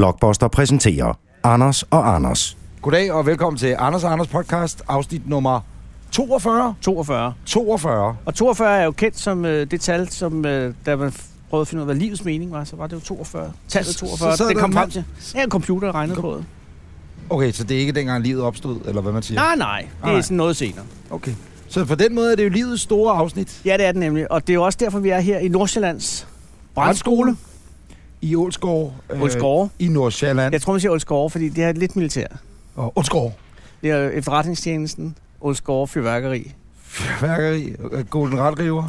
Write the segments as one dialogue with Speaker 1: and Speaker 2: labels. Speaker 1: Blockbuster præsenterer Anders og Anders.
Speaker 2: Goddag og velkommen til Anders og Anders podcast, afsnit nummer 42.
Speaker 3: 42.
Speaker 2: 42.
Speaker 3: Og 42 er jo kendt som øh, det tal, som øh, da man f- prøvede at finde ud af, hvad livets mening var, så var det jo 42. Tallet
Speaker 2: Så- så
Speaker 3: 42,
Speaker 2: sad
Speaker 3: det
Speaker 2: der
Speaker 3: kom
Speaker 2: en
Speaker 3: frem
Speaker 2: mand-
Speaker 3: til. Ja, en computer regnede på det.
Speaker 2: Okay, så det er ikke dengang livet opstod, eller hvad man siger?
Speaker 3: Nej, nej, det
Speaker 2: Nej.
Speaker 3: er sådan noget senere.
Speaker 2: Okay. Så på den måde er det jo livets store afsnit.
Speaker 3: Ja, det er det nemlig, og det er jo også derfor, vi er her i Nordsjællands brandskole,
Speaker 2: I Ålsgård. øh,
Speaker 3: Olsgårde.
Speaker 2: I Nordsjælland.
Speaker 3: Jeg tror, man siger Olsgårde, fordi det er lidt militær.
Speaker 2: Og Ålsgård.
Speaker 3: Det er efterretningstjenesten, Olsgårde Fyrværkeri.
Speaker 2: Fyrværkeri. øh, Golden Ratriver.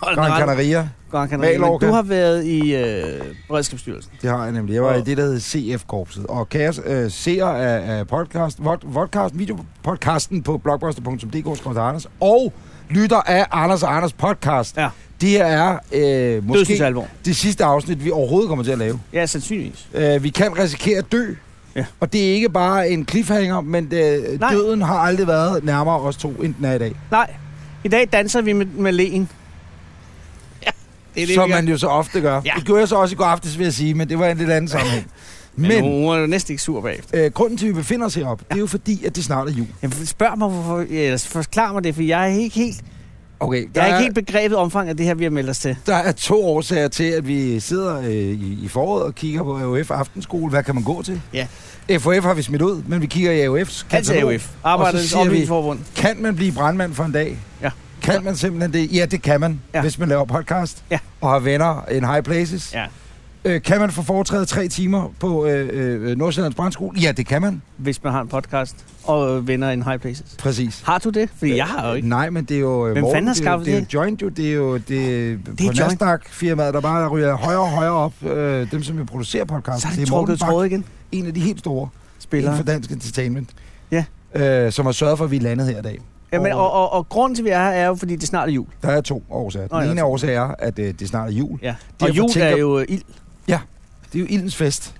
Speaker 2: Gran
Speaker 3: Gran-
Speaker 2: Canaria.
Speaker 3: Gran Canaria. Men
Speaker 2: Mallorca.
Speaker 3: du har været i øh, Beredskabsstyrelsen.
Speaker 2: Det har jeg nemlig. Jeg var i
Speaker 3: Og-
Speaker 2: det, der hed CF-korpset. Og kære øh, seer af, af podcast, vod, vodcast, videopodcasten på blogbuster.dk, Anders, og lytter af Anders og Anders podcast.
Speaker 3: Ja.
Speaker 2: Det her er øh,
Speaker 3: Dødsens
Speaker 2: måske
Speaker 3: alvor.
Speaker 2: det sidste afsnit, vi overhovedet kommer til at lave.
Speaker 3: Ja, sandsynligvis.
Speaker 2: Øh, vi kan risikere at dø.
Speaker 3: Ja.
Speaker 2: Og det er ikke bare en cliffhanger, men øh,
Speaker 3: Nej.
Speaker 2: døden har aldrig været nærmere os to, end den er i dag.
Speaker 3: Nej, i dag danser vi med, med leen. Ja, det
Speaker 2: som man jo så ofte gør.
Speaker 3: Ja.
Speaker 2: Det gjorde jeg så også i går aftes, vil jeg sige, men det var en lidt anden sammenhæng.
Speaker 3: Men, men
Speaker 2: men
Speaker 3: hun er jo næsten ikke sur bagefter.
Speaker 2: øh, grunden til, at vi befinder os heroppe, det er jo fordi, at det snart er jul.
Speaker 3: Jamen, spørg mig, hvorfor, eller forklar mig det, for jeg er ikke helt,
Speaker 2: Okay, der,
Speaker 3: jeg er
Speaker 2: er,
Speaker 3: ikke helt begrebet omfang af det her, vi har meldt os til.
Speaker 2: der er to årsager til, at vi sidder øh, i, i foråret og kigger på AUF Aftenskole. Hvad kan man gå til?
Speaker 3: Ja.
Speaker 2: FOF har vi smidt ud, men vi kigger i AUF's
Speaker 3: Altså
Speaker 2: katalog.
Speaker 3: AUF, Arbejdernes
Speaker 2: siger vi-
Speaker 3: Oplysningsforbund.
Speaker 2: Kan man blive brandmand for en dag?
Speaker 3: Ja.
Speaker 2: Kan man simpelthen det? Ja, det kan man, ja.
Speaker 3: Ja.
Speaker 2: hvis man laver podcast
Speaker 3: Ja.
Speaker 2: og har venner in high places.
Speaker 3: Ja.
Speaker 2: Øh, kan man få foretrædet tre timer på øh, øh, Nordsjællands Brandskole? Ja, det kan man.
Speaker 3: Hvis man har en podcast og øh, venner en high places.
Speaker 2: Præcis.
Speaker 3: Har du det? Fordi jeg har jo ikke.
Speaker 2: Nej, men det er jo... øh,
Speaker 3: Hvem
Speaker 2: Morten,
Speaker 3: fanden har
Speaker 2: det er jo-
Speaker 3: skaffet
Speaker 2: det? er jo
Speaker 3: det?
Speaker 2: joint jo, det er jo det, det
Speaker 3: er
Speaker 2: på
Speaker 3: joint.
Speaker 2: Nasdaq-firmaet, der bare ryger højere og højere op. Øh, dem, som vi producerer podcast.
Speaker 3: Så har
Speaker 2: det
Speaker 3: de
Speaker 2: er
Speaker 3: trukket
Speaker 2: Morten Bak,
Speaker 3: tråd igen.
Speaker 2: en af de helt store inden for
Speaker 3: Spillere.
Speaker 2: dansk entertainment.
Speaker 3: Ja.
Speaker 2: Øh, som har sørget for, at vi er landet her i dag.
Speaker 3: Jamen,
Speaker 2: over-
Speaker 3: og, og, og grunden til, at vi er her, er jo, fordi det snart er jul.
Speaker 2: Der er to årsager. Den
Speaker 3: Nå, ja,
Speaker 2: ene
Speaker 3: to.
Speaker 2: årsag er, at øh, det snart er jul.
Speaker 3: Ja.
Speaker 2: Derfor
Speaker 3: Og jul
Speaker 2: tænker-
Speaker 3: er jo øh, ild.
Speaker 2: Det er jo ildens fest.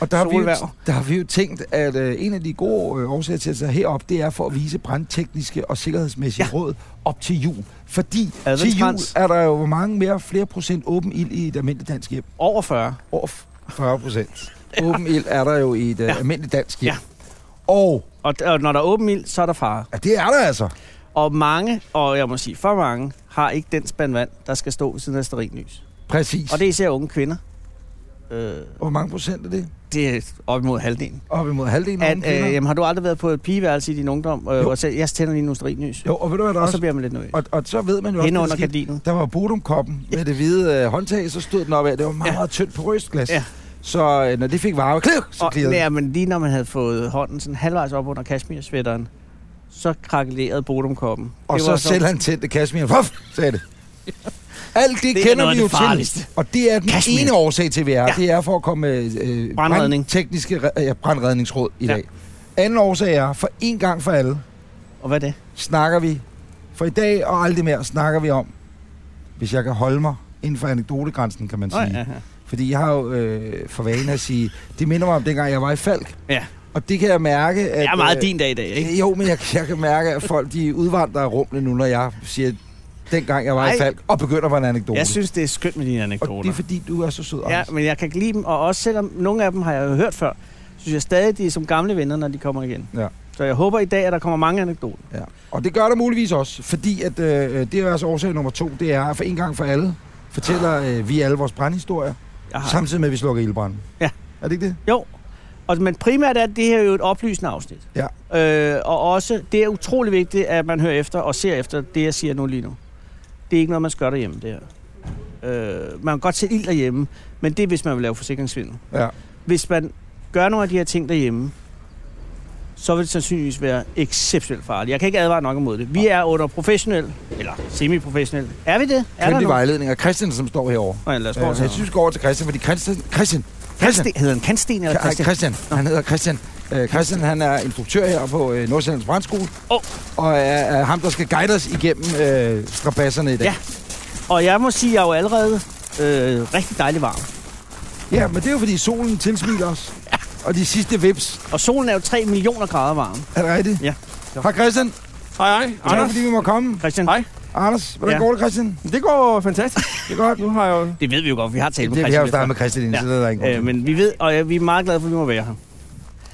Speaker 2: Og der har, vi jo,
Speaker 3: Solhverv.
Speaker 2: der har vi jo tænkt, at øh, en af de gode øh, årsager til at tage herop, det er for at vise brandtekniske og sikkerhedsmæssige ja.
Speaker 3: Ja.
Speaker 2: råd op til jul. Fordi til jul
Speaker 3: Adventskrans.
Speaker 2: er der jo hvor mange mere flere procent åben ild i et almindeligt dansk hjem.
Speaker 3: Over 40.
Speaker 2: Over f- 40 procent. Åben ild er der jo i et øh,
Speaker 3: Ja.
Speaker 2: almindeligt dansk hjem.
Speaker 3: Ja.
Speaker 2: Og
Speaker 3: Og, og når der er åben ild, så er der fare.
Speaker 2: ja, det er der altså.
Speaker 3: Og mange, og jeg må sige for mange, har ikke den spand vand, der skal stå ved siden af stearinlys.
Speaker 2: Præcis.
Speaker 3: Og det er især unge kvinder. Øh,
Speaker 2: Hvor mange procent er det?
Speaker 3: det er op imod halvdelen.
Speaker 2: Op imod halvdelen af
Speaker 3: At,
Speaker 2: unge
Speaker 3: øh,
Speaker 2: kvinder?
Speaker 3: jamen, har du aldrig været på et pigeværelse i din ungdom, øh,
Speaker 2: Jo.
Speaker 3: og så, jeg tænder lige nogle strinlys,
Speaker 2: Jo, og ved du hvad der
Speaker 3: og så
Speaker 2: også?
Speaker 3: bliver man lidt nervøs.
Speaker 2: Og, og så ved man jo også,
Speaker 3: Hen
Speaker 2: det er
Speaker 3: under
Speaker 2: skidt.
Speaker 3: gardinet.
Speaker 2: Der var bodumkoppen med det hvide øh, håndtag, så stod den op af. Det var meget,
Speaker 3: Ja.
Speaker 2: meget tyndt på røstglas.
Speaker 3: Ja.
Speaker 2: Så øh, når det fik varme, klirk, så
Speaker 3: Og,
Speaker 2: klirrede det.
Speaker 3: ja, men lige når man havde fået hånden sådan halvvejs op under kashmir-sweateren, så krakelerede bodumkoppen.
Speaker 2: Og
Speaker 3: Det
Speaker 2: så
Speaker 3: var
Speaker 2: selv han tændte kasmiren. Vuff, sagde det. Alt det,
Speaker 3: Det er
Speaker 2: kender
Speaker 3: noget af
Speaker 2: vi jo
Speaker 3: det farligste.
Speaker 2: til. Og det er den
Speaker 3: Kashmir.
Speaker 2: ene årsag til, at vi er. Ja.
Speaker 3: Ja.
Speaker 2: Det er for at komme med øh,
Speaker 3: Brandredning.
Speaker 2: tekniske re- ja, brandredningsråd i
Speaker 3: Ja.
Speaker 2: dag. Anden årsag er, for en gang for alle,
Speaker 3: Og hvad er det?
Speaker 2: snakker vi, for i dag og aldrig mere, snakker vi om, hvis jeg kan holde mig inden for anekdotegrænsen, kan man
Speaker 3: Nå,
Speaker 2: sige.
Speaker 3: ja, ja.
Speaker 2: Fordi jeg har jo øh, for vane at sige, det minder mig om dengang, jeg var i Falk.
Speaker 3: Ja.
Speaker 2: Og det kan jeg mærke, at...
Speaker 3: Det er meget
Speaker 2: øh,
Speaker 3: din dag i dag, ikke?
Speaker 2: Jo, men jeg, jeg kan mærke, at folk de udvandrer af rummene nu, når jeg siger, dengang jeg var Ej. i
Speaker 3: Ej.
Speaker 2: Falk, og begynder på en anekdote.
Speaker 3: Jeg synes, det er skønt med dine
Speaker 2: og det
Speaker 3: anekdoter.
Speaker 2: er fordi, du er så sød,
Speaker 3: Ja,
Speaker 2: Anders.
Speaker 3: men jeg kan ikke lide dem, og også selvom nogle af dem har jeg jo hørt før, synes jeg stadig, de er som gamle venner, når de kommer igen.
Speaker 2: Ja.
Speaker 3: Så jeg håber i dag, at der kommer mange anekdoter.
Speaker 2: Ja. Og det gør der muligvis også, fordi at, øh, det er altså årsag nummer to, det er, at for en gang for alle fortæller
Speaker 3: Ah.
Speaker 2: øh, vi alle vores brandhistorier,
Speaker 3: Jeg har.
Speaker 2: samtidig med, at vi slukker ildbranden.
Speaker 3: Ah. Ja.
Speaker 2: Er det ikke det?
Speaker 3: Jo, og, men primært er det her jo et oplysende afsnit.
Speaker 2: Ja.
Speaker 3: Øh, og også, det er utrolig vigtigt, at man hører efter og ser efter det, jeg siger nu lige nu. Det er ikke noget, man skør derhjemme, det her. Øh, man kan godt se ild derhjemme, men det er, hvis man vil lave forsikringsvindel.
Speaker 2: Ja.
Speaker 3: Hvis man gør nogle af de her ting derhjemme, så vil det sandsynligvis være exceptionelt farligt. Jeg kan ikke advare nok imod det. Vi er under professionel, eller semi-professionel. Er vi det? Er
Speaker 2: Køndig
Speaker 3: nogen?
Speaker 2: vejledning af Christian, som står herovre.
Speaker 3: Nej, lad os gå
Speaker 2: Øh, jeg
Speaker 3: over
Speaker 2: synes, vi går over til Christian, fordi Christian, Christian, Christian,
Speaker 3: Kansten, hedder han Kansten eller
Speaker 2: Christian.
Speaker 3: Christian?
Speaker 2: Christian. Han hedder Christian. Øh, Christian, han er instruktør her på øh, Nordsjællands Brandskole.
Speaker 3: Åh.
Speaker 2: Og er, er ham, der skal guide os igennem øh, strabasserne i dag.
Speaker 3: Ja. Og jeg må sige, at jeg er jo allerede øh, rigtig dejlig varm.
Speaker 2: ja, men det er jo, fordi solen tilsmiler os. Og de sidste vips.
Speaker 3: Og solen er jo 3 millioner grader varm.
Speaker 2: Er det rigtigt?
Speaker 3: Ja.
Speaker 2: Hej Christian.
Speaker 4: Hej, hej.
Speaker 2: Tak
Speaker 4: Anders.
Speaker 2: fordi vi må komme.
Speaker 3: Christian,
Speaker 4: Hej.
Speaker 2: Anders, hvordan
Speaker 4: Ja.
Speaker 2: går det, Christian?
Speaker 4: Det går fantastisk.
Speaker 2: Det er godt.
Speaker 4: Nu har jeg jo...
Speaker 3: Det ved vi jo godt, vi har talt
Speaker 2: Det,
Speaker 3: med
Speaker 2: vi har jo
Speaker 3: Christian.
Speaker 2: startet med Christian inden,
Speaker 3: Ja.
Speaker 2: så det er der ingen
Speaker 3: Leffer.
Speaker 2: grund
Speaker 3: øh,
Speaker 2: til.
Speaker 3: men vi ved, og øh, vi er meget glade for, at vi må være her.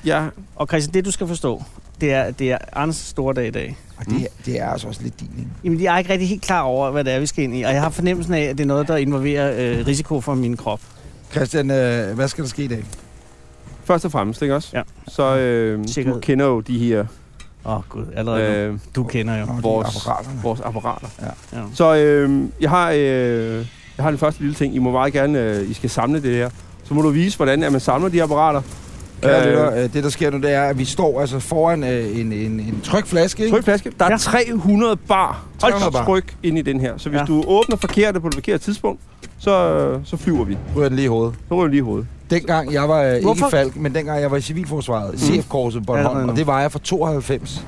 Speaker 4: Ja,
Speaker 3: Og Christian, det du skal forstå, det er, det er Anders' store dag i dag.
Speaker 2: Og det, det er altså også lidt din, ikke?
Speaker 3: Jamen, jeg er ikke rigtig helt klar over, hvad det er, vi skal ind i. Og jeg har fornemmelsen af, at det er noget, der involverer øh, risiko for min krop.
Speaker 2: Christian, øh, hvad skal der ske i dag?
Speaker 4: først og fremmest, ikke også?
Speaker 3: Ja.
Speaker 4: Så øh, du
Speaker 3: Sikkerhed.
Speaker 4: kender jo de her
Speaker 3: Åh, oh, gud. Allerede øh,
Speaker 4: øh,
Speaker 3: Du kender jo.
Speaker 2: Nå, det er
Speaker 4: Vores-
Speaker 2: apparaterne.
Speaker 4: vores apparater.
Speaker 3: Ja.
Speaker 4: Så øh, jeg har øh, jeg har den første lille ting. I må meget gerne, øh, I skal samle det her. Så må du vise, hvordan at man samler de apparater.
Speaker 2: Kære lytter, øh, det der sker nu, det er, at vi står altså foran øh, en, en, en trykflaske, ikke?
Speaker 4: Tryk flaske. Der er
Speaker 3: Ja.
Speaker 4: 300 bar.
Speaker 2: 300
Speaker 4: Hold
Speaker 2: bar.
Speaker 4: tryk ind i den her. Så hvis
Speaker 3: Ja.
Speaker 4: ja. du åbner forkert på det forkerte tidspunkt, så, øh, så flyver vi.
Speaker 2: Ryger den lige i hovedet.
Speaker 4: Så ryger vi lige i hovedet.
Speaker 2: Dengang jeg var, øh, ikke
Speaker 3: Hvorfor?
Speaker 2: i Falk, men dengang jeg var i Civilforsvaret, mm. CF-korset på
Speaker 3: Allerede
Speaker 2: Bornholm,
Speaker 3: nu.
Speaker 2: og det var jeg fra 92,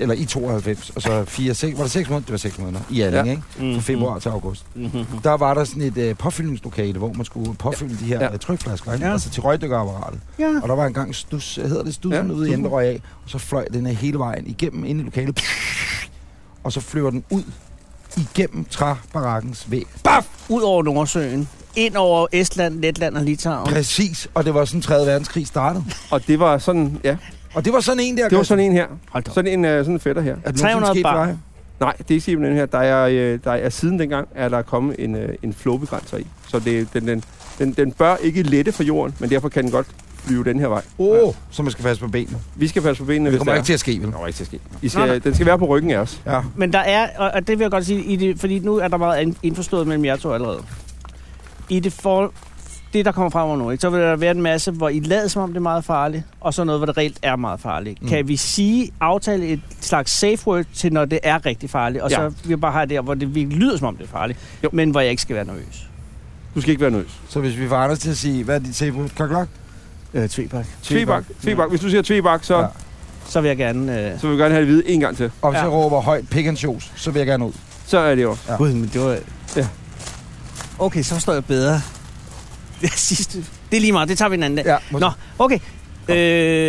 Speaker 2: eller i 92, og så 4, 6, var det 6 måneder? Det var 6 måneder i Alling, ja.
Speaker 4: Ja.
Speaker 2: ikke? Fra februar til august.
Speaker 3: Mhm.
Speaker 2: Der var der sådan et øh, påfyldningslokale, hvor man skulle påfylde ja. de her
Speaker 4: Ja.
Speaker 2: ja. trykflasker, ikke?
Speaker 3: Ja.
Speaker 2: Ja. altså til røgdykkerapparatet.
Speaker 3: Ja.
Speaker 2: Og der var engang stus, øh, hedder det stussen ja.
Speaker 4: Ja,
Speaker 2: ude i Indre Røg af, og så fløj den her hele vejen igennem ind i lokalet, og så flyver den ud igennem træbarakkens væg.
Speaker 3: Ud over Nordsøen, ind over Estland, Letland og Litauen.
Speaker 2: Præcis, og det var sådan 3. verdenskrig startede.
Speaker 4: Og det var sådan, ja,
Speaker 2: Og det var sådan en der.
Speaker 4: det var sådan en her.
Speaker 3: Hold da op.
Speaker 4: Sådan en, øh, sådan en fætter her.
Speaker 2: Er det nogensinde
Speaker 3: 300
Speaker 2: sket for
Speaker 3: bar.
Speaker 2: dig?
Speaker 4: Nej, det er ikke simpelthen her. Der er, øh, der er siden dengang, er der kommet en, øh, en flowbegrænser i. Så det, den, den, den, den bør ikke lette for jorden, men derfor kan den godt flyve den her vej.
Speaker 2: Åh, oh, så man skal passe på benene.
Speaker 4: Vi skal passe på benene,
Speaker 2: Det
Speaker 4: hvis
Speaker 2: kommer
Speaker 4: der
Speaker 2: ikke til at ske, vel?
Speaker 4: er. Nå, ikke til at ske. I
Speaker 3: Nej,
Speaker 4: skal,
Speaker 3: nej.
Speaker 4: den skal være på ryggen af os.
Speaker 2: Ja.
Speaker 3: Men der er, og- og det vil jeg godt sige, i det, fordi nu er der meget ind- indforstået mellem jer to allerede. I det for, det, der kommer frem nu, ikke, så vil der være en masse, hvor I lader som om, det er meget farligt, og så noget, hvor det reelt er meget farligt. Mm. Kan vi sige, aftale et slags safe word til, når det er rigtig farligt, og ja.
Speaker 4: Ja.
Speaker 3: så vi bare have der, hvor det virkelig lyder som om, det er farligt, jo.
Speaker 4: Jo.
Speaker 3: men hvor jeg ikke skal være nervøs.
Speaker 4: Du skal ikke være nøs.
Speaker 2: Så hvis vi får Anders til at sige, hvad er dit tape? Klok, klok.
Speaker 3: Øh, tvebak.
Speaker 4: Tvebak. Tvebak. Hvis du siger tvebak, så,
Speaker 2: Ja.
Speaker 4: ja.
Speaker 3: Så vil jeg gerne... Øh,
Speaker 4: så vil vi gerne have det vide en gang til.
Speaker 2: Og hvis
Speaker 3: Ja.
Speaker 2: jeg råber højt pick and shoes, så vil jeg gerne ud.
Speaker 4: Så er det jo.
Speaker 2: Ja.
Speaker 3: Gud, men det var...
Speaker 4: Ja.
Speaker 3: Okay, så forstår jeg bedre. Det er sidste... Det er lige meget, det tager vi en anden dag.
Speaker 2: Ja, måske.
Speaker 3: Nå, okay.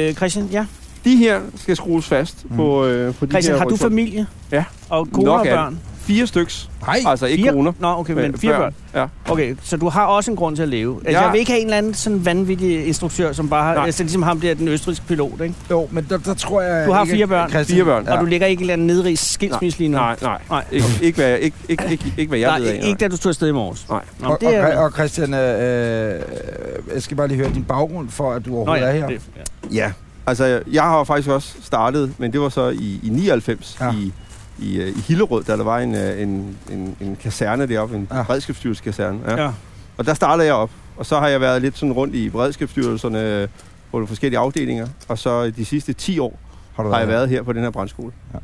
Speaker 3: Øh, Christian, ja.
Speaker 4: De her skal skrues fast mm. på, øh, på de
Speaker 3: Christian,
Speaker 4: her
Speaker 3: har du
Speaker 4: rygtryk.
Speaker 3: familie?
Speaker 4: Ja.
Speaker 3: Og kone
Speaker 4: Nok
Speaker 3: og
Speaker 4: er det.
Speaker 3: børn?
Speaker 4: Fire styks.
Speaker 2: Hej.
Speaker 4: Altså ikke
Speaker 3: Fire-
Speaker 4: kroner.
Speaker 3: Nå, okay, men fire børn.
Speaker 4: Ja.
Speaker 3: Okay, så du har også en grund til at leve. Altså,
Speaker 4: Ja.
Speaker 3: Jeg vil ikke have en eller anden sådan vanvittig instruktør, som bare har...
Speaker 4: Nej.
Speaker 3: Altså, ligesom ham der, den østriske pilot, ikke?
Speaker 2: Jo, men der, der tror jeg...
Speaker 3: Du har
Speaker 2: ikke,
Speaker 3: fire børn.
Speaker 2: Christian-
Speaker 4: Fire børn.
Speaker 3: Ja. Og du ligger ikke i en eller anden nedrig
Speaker 4: Nej,
Speaker 3: skilsmisse lige nu.
Speaker 4: nej, nej.
Speaker 3: Nej.
Speaker 4: Ikke, ikke, hvad jeg, ikke, ikke, ikke, ikke hvad jeg
Speaker 3: Nej,
Speaker 4: ved af. nej.
Speaker 3: ikke da du tog afsted i morges.
Speaker 4: Nej.
Speaker 3: Nå, men
Speaker 2: og,
Speaker 3: det er...
Speaker 2: og, og Christian, øh, øh, jeg skal bare lige høre din baggrund for, at du
Speaker 3: Nå,
Speaker 2: overhovedet
Speaker 3: ja,
Speaker 2: er her.
Speaker 3: det, ja.
Speaker 4: Ja, altså jeg har faktisk også startet, men det var så i, i 99
Speaker 2: Ja.
Speaker 4: ja. i, i, øh, i Hillerød, da der var en, øh, en, en, en kaserne deroppe, en
Speaker 2: Ja.
Speaker 4: ja. beredskabsstyrelseskaserne. Ja.
Speaker 3: Ja.
Speaker 4: Ja. Og der startede jeg op, og så har jeg været lidt sådan rundt i beredskabsstyrelserne øh, på de forskellige afdelinger, og så de sidste 10 år
Speaker 2: Har du
Speaker 4: har jeg
Speaker 2: her?
Speaker 4: været her på den her brandskole.
Speaker 2: Ja.
Speaker 4: Ja.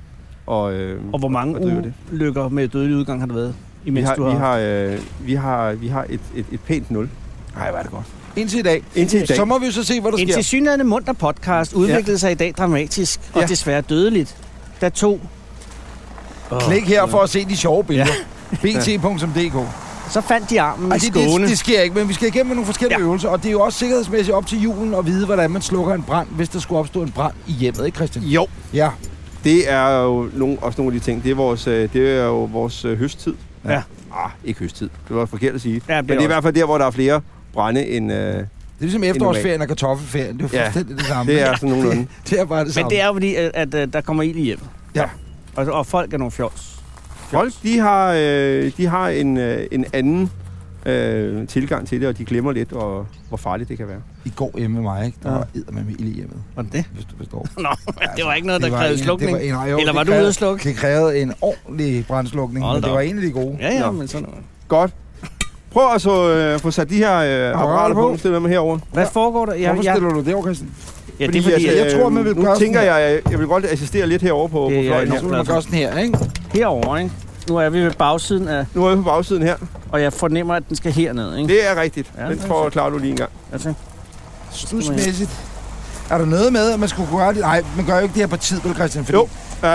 Speaker 4: Og, øh,
Speaker 3: Og hvor mange
Speaker 4: og driver det.
Speaker 3: ulykker med dødelig udgang har der været,
Speaker 4: vi
Speaker 3: imens
Speaker 4: har,
Speaker 3: du har...
Speaker 4: vi har, øh, vi har, vi har et, et, et pænt nul.
Speaker 2: Nej, hvor er det godt. Indtil i dag.
Speaker 4: Indtil i dag.
Speaker 2: Så må vi jo så se, hvad der
Speaker 3: En
Speaker 2: sker.
Speaker 3: tilsyneladende munter podcast udviklede ja. sig i dag dramatisk, og ja.
Speaker 4: Ja.
Speaker 3: desværre dødeligt, da to... Oh,
Speaker 2: Klik her for at se de sjove billeder. bt.dk
Speaker 3: Så fandt de armen
Speaker 2: Ej,
Speaker 3: i
Speaker 2: det, det,
Speaker 3: Skåne.
Speaker 2: det sker ikke, men vi skal igennem med nogle forskellige ja.
Speaker 3: Ja.
Speaker 2: øvelser, og det er jo også sikkerhedsmæssigt op til julen at vide, hvordan man slukker en brand, hvis der skulle opstå en brand i hjemmet, ikke Christian?
Speaker 4: Jo,
Speaker 2: Ja, ligesom
Speaker 4: Det er jo nogle, også nogle af de ting. Det er, vores, øh, det er jo vores øh, høsttid.
Speaker 3: Ja.
Speaker 4: Ah, ikke høsttid. Det var forkert at sige.
Speaker 3: Ja,
Speaker 4: Men det er i hvert fald der, hvor der er flere brænde end... Øh,
Speaker 2: det er ligesom efterårsferien og kartoffelferien, det er jo
Speaker 4: Ja.
Speaker 2: fuldstændig det samme.
Speaker 4: det er sådan nogenlunde.
Speaker 2: det er bare det samme.
Speaker 3: Men det er jo fordi, at, at, øh, der kommer ild i hjem.
Speaker 2: Ja.
Speaker 3: Og, og folk er nogle fjols.
Speaker 4: Folk, de har, øh, de har en, øh, en anden øh, tilgang til det, og de glemmer lidt, og, hvor farligt det kan være.
Speaker 2: I går hjemme med mig, ikke? der
Speaker 3: Ja.
Speaker 2: var edder med ild i hjemmet,
Speaker 3: Var det det?
Speaker 2: hvis du forstår.
Speaker 3: Nå, altså, det var ikke noget, der
Speaker 2: Det var
Speaker 3: krævede
Speaker 2: en-
Speaker 3: slukning.
Speaker 2: Det var en, jo,
Speaker 3: Eller
Speaker 2: det
Speaker 3: var du
Speaker 2: krævede-
Speaker 3: ude at slukke?
Speaker 2: Det krævede en ordentlig brandslukning,
Speaker 3: Hold
Speaker 2: men det
Speaker 3: da
Speaker 2: var
Speaker 3: op.
Speaker 2: en af de gode.
Speaker 3: Ja, ja,
Speaker 4: Nå.
Speaker 3: men sådan noget.
Speaker 4: Godt. Prøv at så, øh, få sat de her øh, apparater
Speaker 2: på.
Speaker 4: på. Stil dem herover.
Speaker 3: Hvad foregår der?
Speaker 2: Hvorfor
Speaker 3: Ja, ja,
Speaker 2: stiller du det over, Christian?
Speaker 3: ja, det er fordi,
Speaker 2: at-
Speaker 3: at
Speaker 2: jeg tror, man vil
Speaker 4: nu
Speaker 2: gøre
Speaker 4: tænker
Speaker 2: sådan
Speaker 4: jeg, jeg, jeg vil godt assistere lidt herover på,
Speaker 3: Det er
Speaker 4: på fløjen
Speaker 3: jeg
Speaker 4: her.
Speaker 2: Så vil man
Speaker 3: glad for.
Speaker 2: gøre sådan her, ikke?
Speaker 3: herovre, ikke? Nu er vi ved bagsiden af,
Speaker 4: Nu er jeg på bagsiden her.
Speaker 3: og jeg fornemmer, at den skal herned, ikke?
Speaker 4: Det er rigtigt.
Speaker 3: Ja,
Speaker 4: Den
Speaker 3: det er
Speaker 4: tror jeg, klarer du lige en gang.
Speaker 3: Altså,
Speaker 2: Studsmæssigt. Er der noget med, at man skulle kunne gøre det? Nej, man gør jo ikke det her på tid, vel Christian? Fordi
Speaker 4: Jo, øh,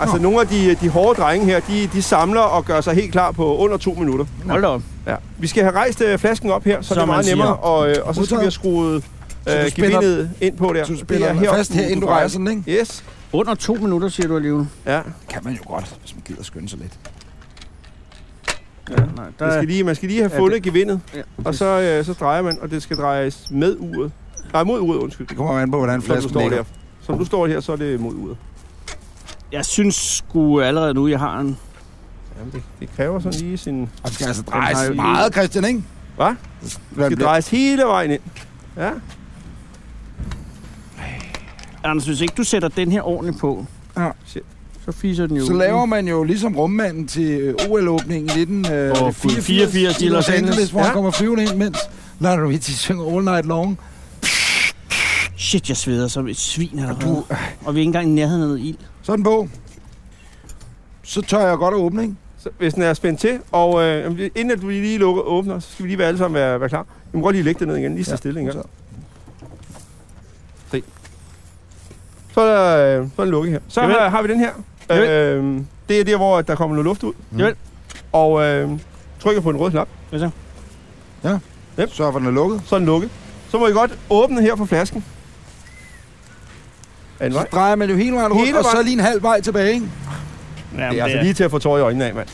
Speaker 4: altså nogle af de, de hårde drenge her, de, de samler og gør sig helt klar på under to minutter.
Speaker 3: hold da op.
Speaker 4: Ja. Vi skal have rejst øh, flasken op her, så,
Speaker 3: Som
Speaker 4: det er
Speaker 3: man
Speaker 4: meget
Speaker 3: siger.
Speaker 4: nemmere, og, øh, og så skal
Speaker 2: Modtaget.
Speaker 4: vi have skruet
Speaker 2: Så du
Speaker 4: øh,
Speaker 2: spænder-
Speaker 4: gevindet ind på der.
Speaker 2: Så du spiller den fast her, inden du rejser den, ikke?
Speaker 4: Yes,
Speaker 3: Under to minutter, siger du alligevel.
Speaker 4: ja.
Speaker 2: Det kan man jo godt, hvis man gider skynde sig lidt.
Speaker 3: Ja, nej,
Speaker 4: Det
Speaker 3: der,
Speaker 4: skal lige, man skal lige have
Speaker 3: Ja,
Speaker 4: fundet gevindet,
Speaker 3: Ja.
Speaker 4: og så, øh, så drejer man, og det skal drejes med uret. Nej, mod uret, undskyld.
Speaker 2: Det kommer an på, hvordan
Speaker 4: Som du
Speaker 2: flasken
Speaker 4: står
Speaker 2: ligger.
Speaker 4: der. Som du står her, så er det mod uret.
Speaker 3: jeg synes sgu allerede nu, jeg har en...
Speaker 4: Jamen, det, det kræver sådan lige sin...
Speaker 2: Og det skal altså
Speaker 4: Den har
Speaker 2: drejes
Speaker 4: jo-
Speaker 2: meget, Christian, ikke?
Speaker 4: Hvad?
Speaker 2: Det
Speaker 4: Det skal
Speaker 2: bliver-
Speaker 4: drejes hele vejen ind. Ja.
Speaker 3: Anders, hvis ikke du sætter den her ordentligt på,
Speaker 2: Ja.
Speaker 4: Shit.
Speaker 3: så fiser den jo.
Speaker 2: Så laver man jo ligesom rummanden til OL-åbningen i øh, 1984
Speaker 3: i Los Angeles,
Speaker 2: hvor han
Speaker 4: ja.
Speaker 2: kommer flyvende ind, mens Lionel Richie synger All Night Long.
Speaker 3: Shit, jeg sveder som et svin
Speaker 2: Og
Speaker 3: allerede.
Speaker 2: du,
Speaker 3: Du... Og vi er ikke engang i nærheden af noget ild.
Speaker 2: sådan på. Så tør jeg godt at åbne, ikke?
Speaker 4: Så, hvis den er spændt til, og øh, jamen, inden at du lige lukker, åbner, så skal vi lige være alle sammen være, være klar. Vi må godt lige lægge det ned igen, lige så
Speaker 2: Ja.
Speaker 4: ja. stille en gang.
Speaker 2: Så.
Speaker 4: Se. Så er der, øh, så er den lukket her. Så
Speaker 3: Javel.
Speaker 4: har, har vi den her.
Speaker 3: Javel.
Speaker 4: Øh, det er der, hvor der kommer noget luft ud.
Speaker 2: Mm.
Speaker 3: Javel.
Speaker 4: Og øh, trykker på den røde knap.
Speaker 2: Så for den er lukket.
Speaker 4: Så er den lukket. Så må I godt åbne her for flasken. Er den
Speaker 2: Så
Speaker 4: vej?
Speaker 2: drejer man jo hele vejen rundt,
Speaker 4: Hele
Speaker 2: og så
Speaker 4: vejen.
Speaker 2: lige en halv vej tilbage, ikke?
Speaker 3: Jamen,
Speaker 4: Det er altså lige til at få tårer i øjnene af, mand.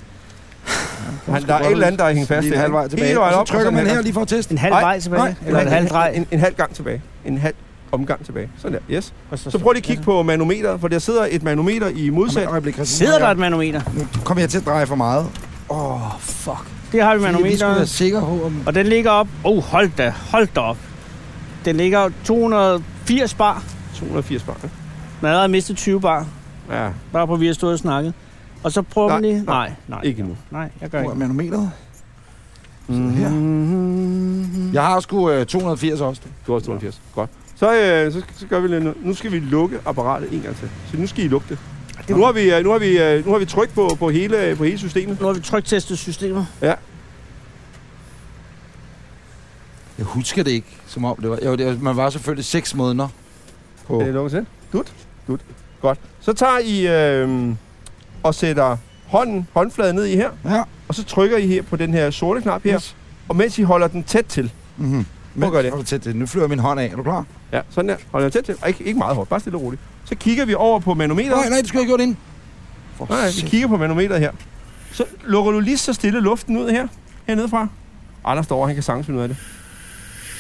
Speaker 4: Han, der er et eller andet, der er hængt fast.
Speaker 2: Lige en
Speaker 4: der,
Speaker 2: halv vej
Speaker 4: ikke?
Speaker 2: tilbage.
Speaker 4: Hele
Speaker 2: Og
Speaker 4: vejen
Speaker 2: så
Speaker 4: op,
Speaker 2: trykker
Speaker 4: og så
Speaker 2: man
Speaker 4: den
Speaker 2: her
Speaker 4: her.
Speaker 2: lige for at teste.
Speaker 3: En halv
Speaker 4: Nej,
Speaker 3: vej tilbage.
Speaker 2: nej,
Speaker 3: eller en halv drej.
Speaker 4: En, en, en halv gang tilbage. En halv omgang tilbage. Sådan der, yes.
Speaker 3: Og så,
Speaker 4: Så prøv lige at kigge på manometeret, for der sidder et manometer i modsat.
Speaker 2: Om et øjeblik, Christian.
Speaker 3: Altså, Sidder der et manometer?
Speaker 2: Nu kommer jeg til at dreje for meget. Åh, oh, fuck.
Speaker 3: Det har vi
Speaker 2: Vi skulle være
Speaker 3: manometeret.
Speaker 2: sikre på, om...
Speaker 3: Og den ligger op... Oh, hold da, hold da op. Den ligger jo 280 bar.
Speaker 4: 280 bar. ikke?
Speaker 3: Man har allerede mistet 20 bar,
Speaker 4: Ja,
Speaker 3: bare på, at vi har stået og snakket. Og så prøver
Speaker 4: Nej,
Speaker 3: man lige...
Speaker 4: nej,
Speaker 3: Nej, nej,
Speaker 4: ikke endnu.
Speaker 3: nej, jeg gør
Speaker 2: Hvor er
Speaker 3: ikke.
Speaker 2: manometeret? her. Jeg har sgu øh, 280 også. du.
Speaker 4: Mhm. Du har også 280. Godt. Så, øh, så, så gør vi lidt noget. Nu skal vi lukke apparatet en gang til. Så nu skal I lukke det. Nu har vi, øh, nu har vi, øh, nu har vi tryk på, på, hele, på hele systemet.
Speaker 3: Nu har vi tryktestet systemet.
Speaker 2: Jeg husker det ikke, som om det var... Jo, det, var- man var selvfølgelig 6 måneder på...
Speaker 4: Det er lukket til. Dut. Dut. Godt. Så tager I øh, og sætter hånden, håndfladen ned i her,
Speaker 2: Ja.
Speaker 4: og så trykker I her på den her sorte knap her, yes. og mens I holder den tæt til,
Speaker 2: Mm-hmm. Men,
Speaker 4: gør det.
Speaker 2: Prøv at tæt det. Nu flyver min hånd af. Er du klar?
Speaker 4: ja, sådan der, holder den tæt til, og ikke, ikke meget hårdt, bare stille og roligt, så kigger vi over på manometeret,
Speaker 2: Nej, nej, det skulle jeg have gjort inden. For
Speaker 4: Nej, vi kigger på manometeret her. Så lukker du lige så stille luften ud her, hernede fra. Anders står over, han kan sagtens finde ud af det.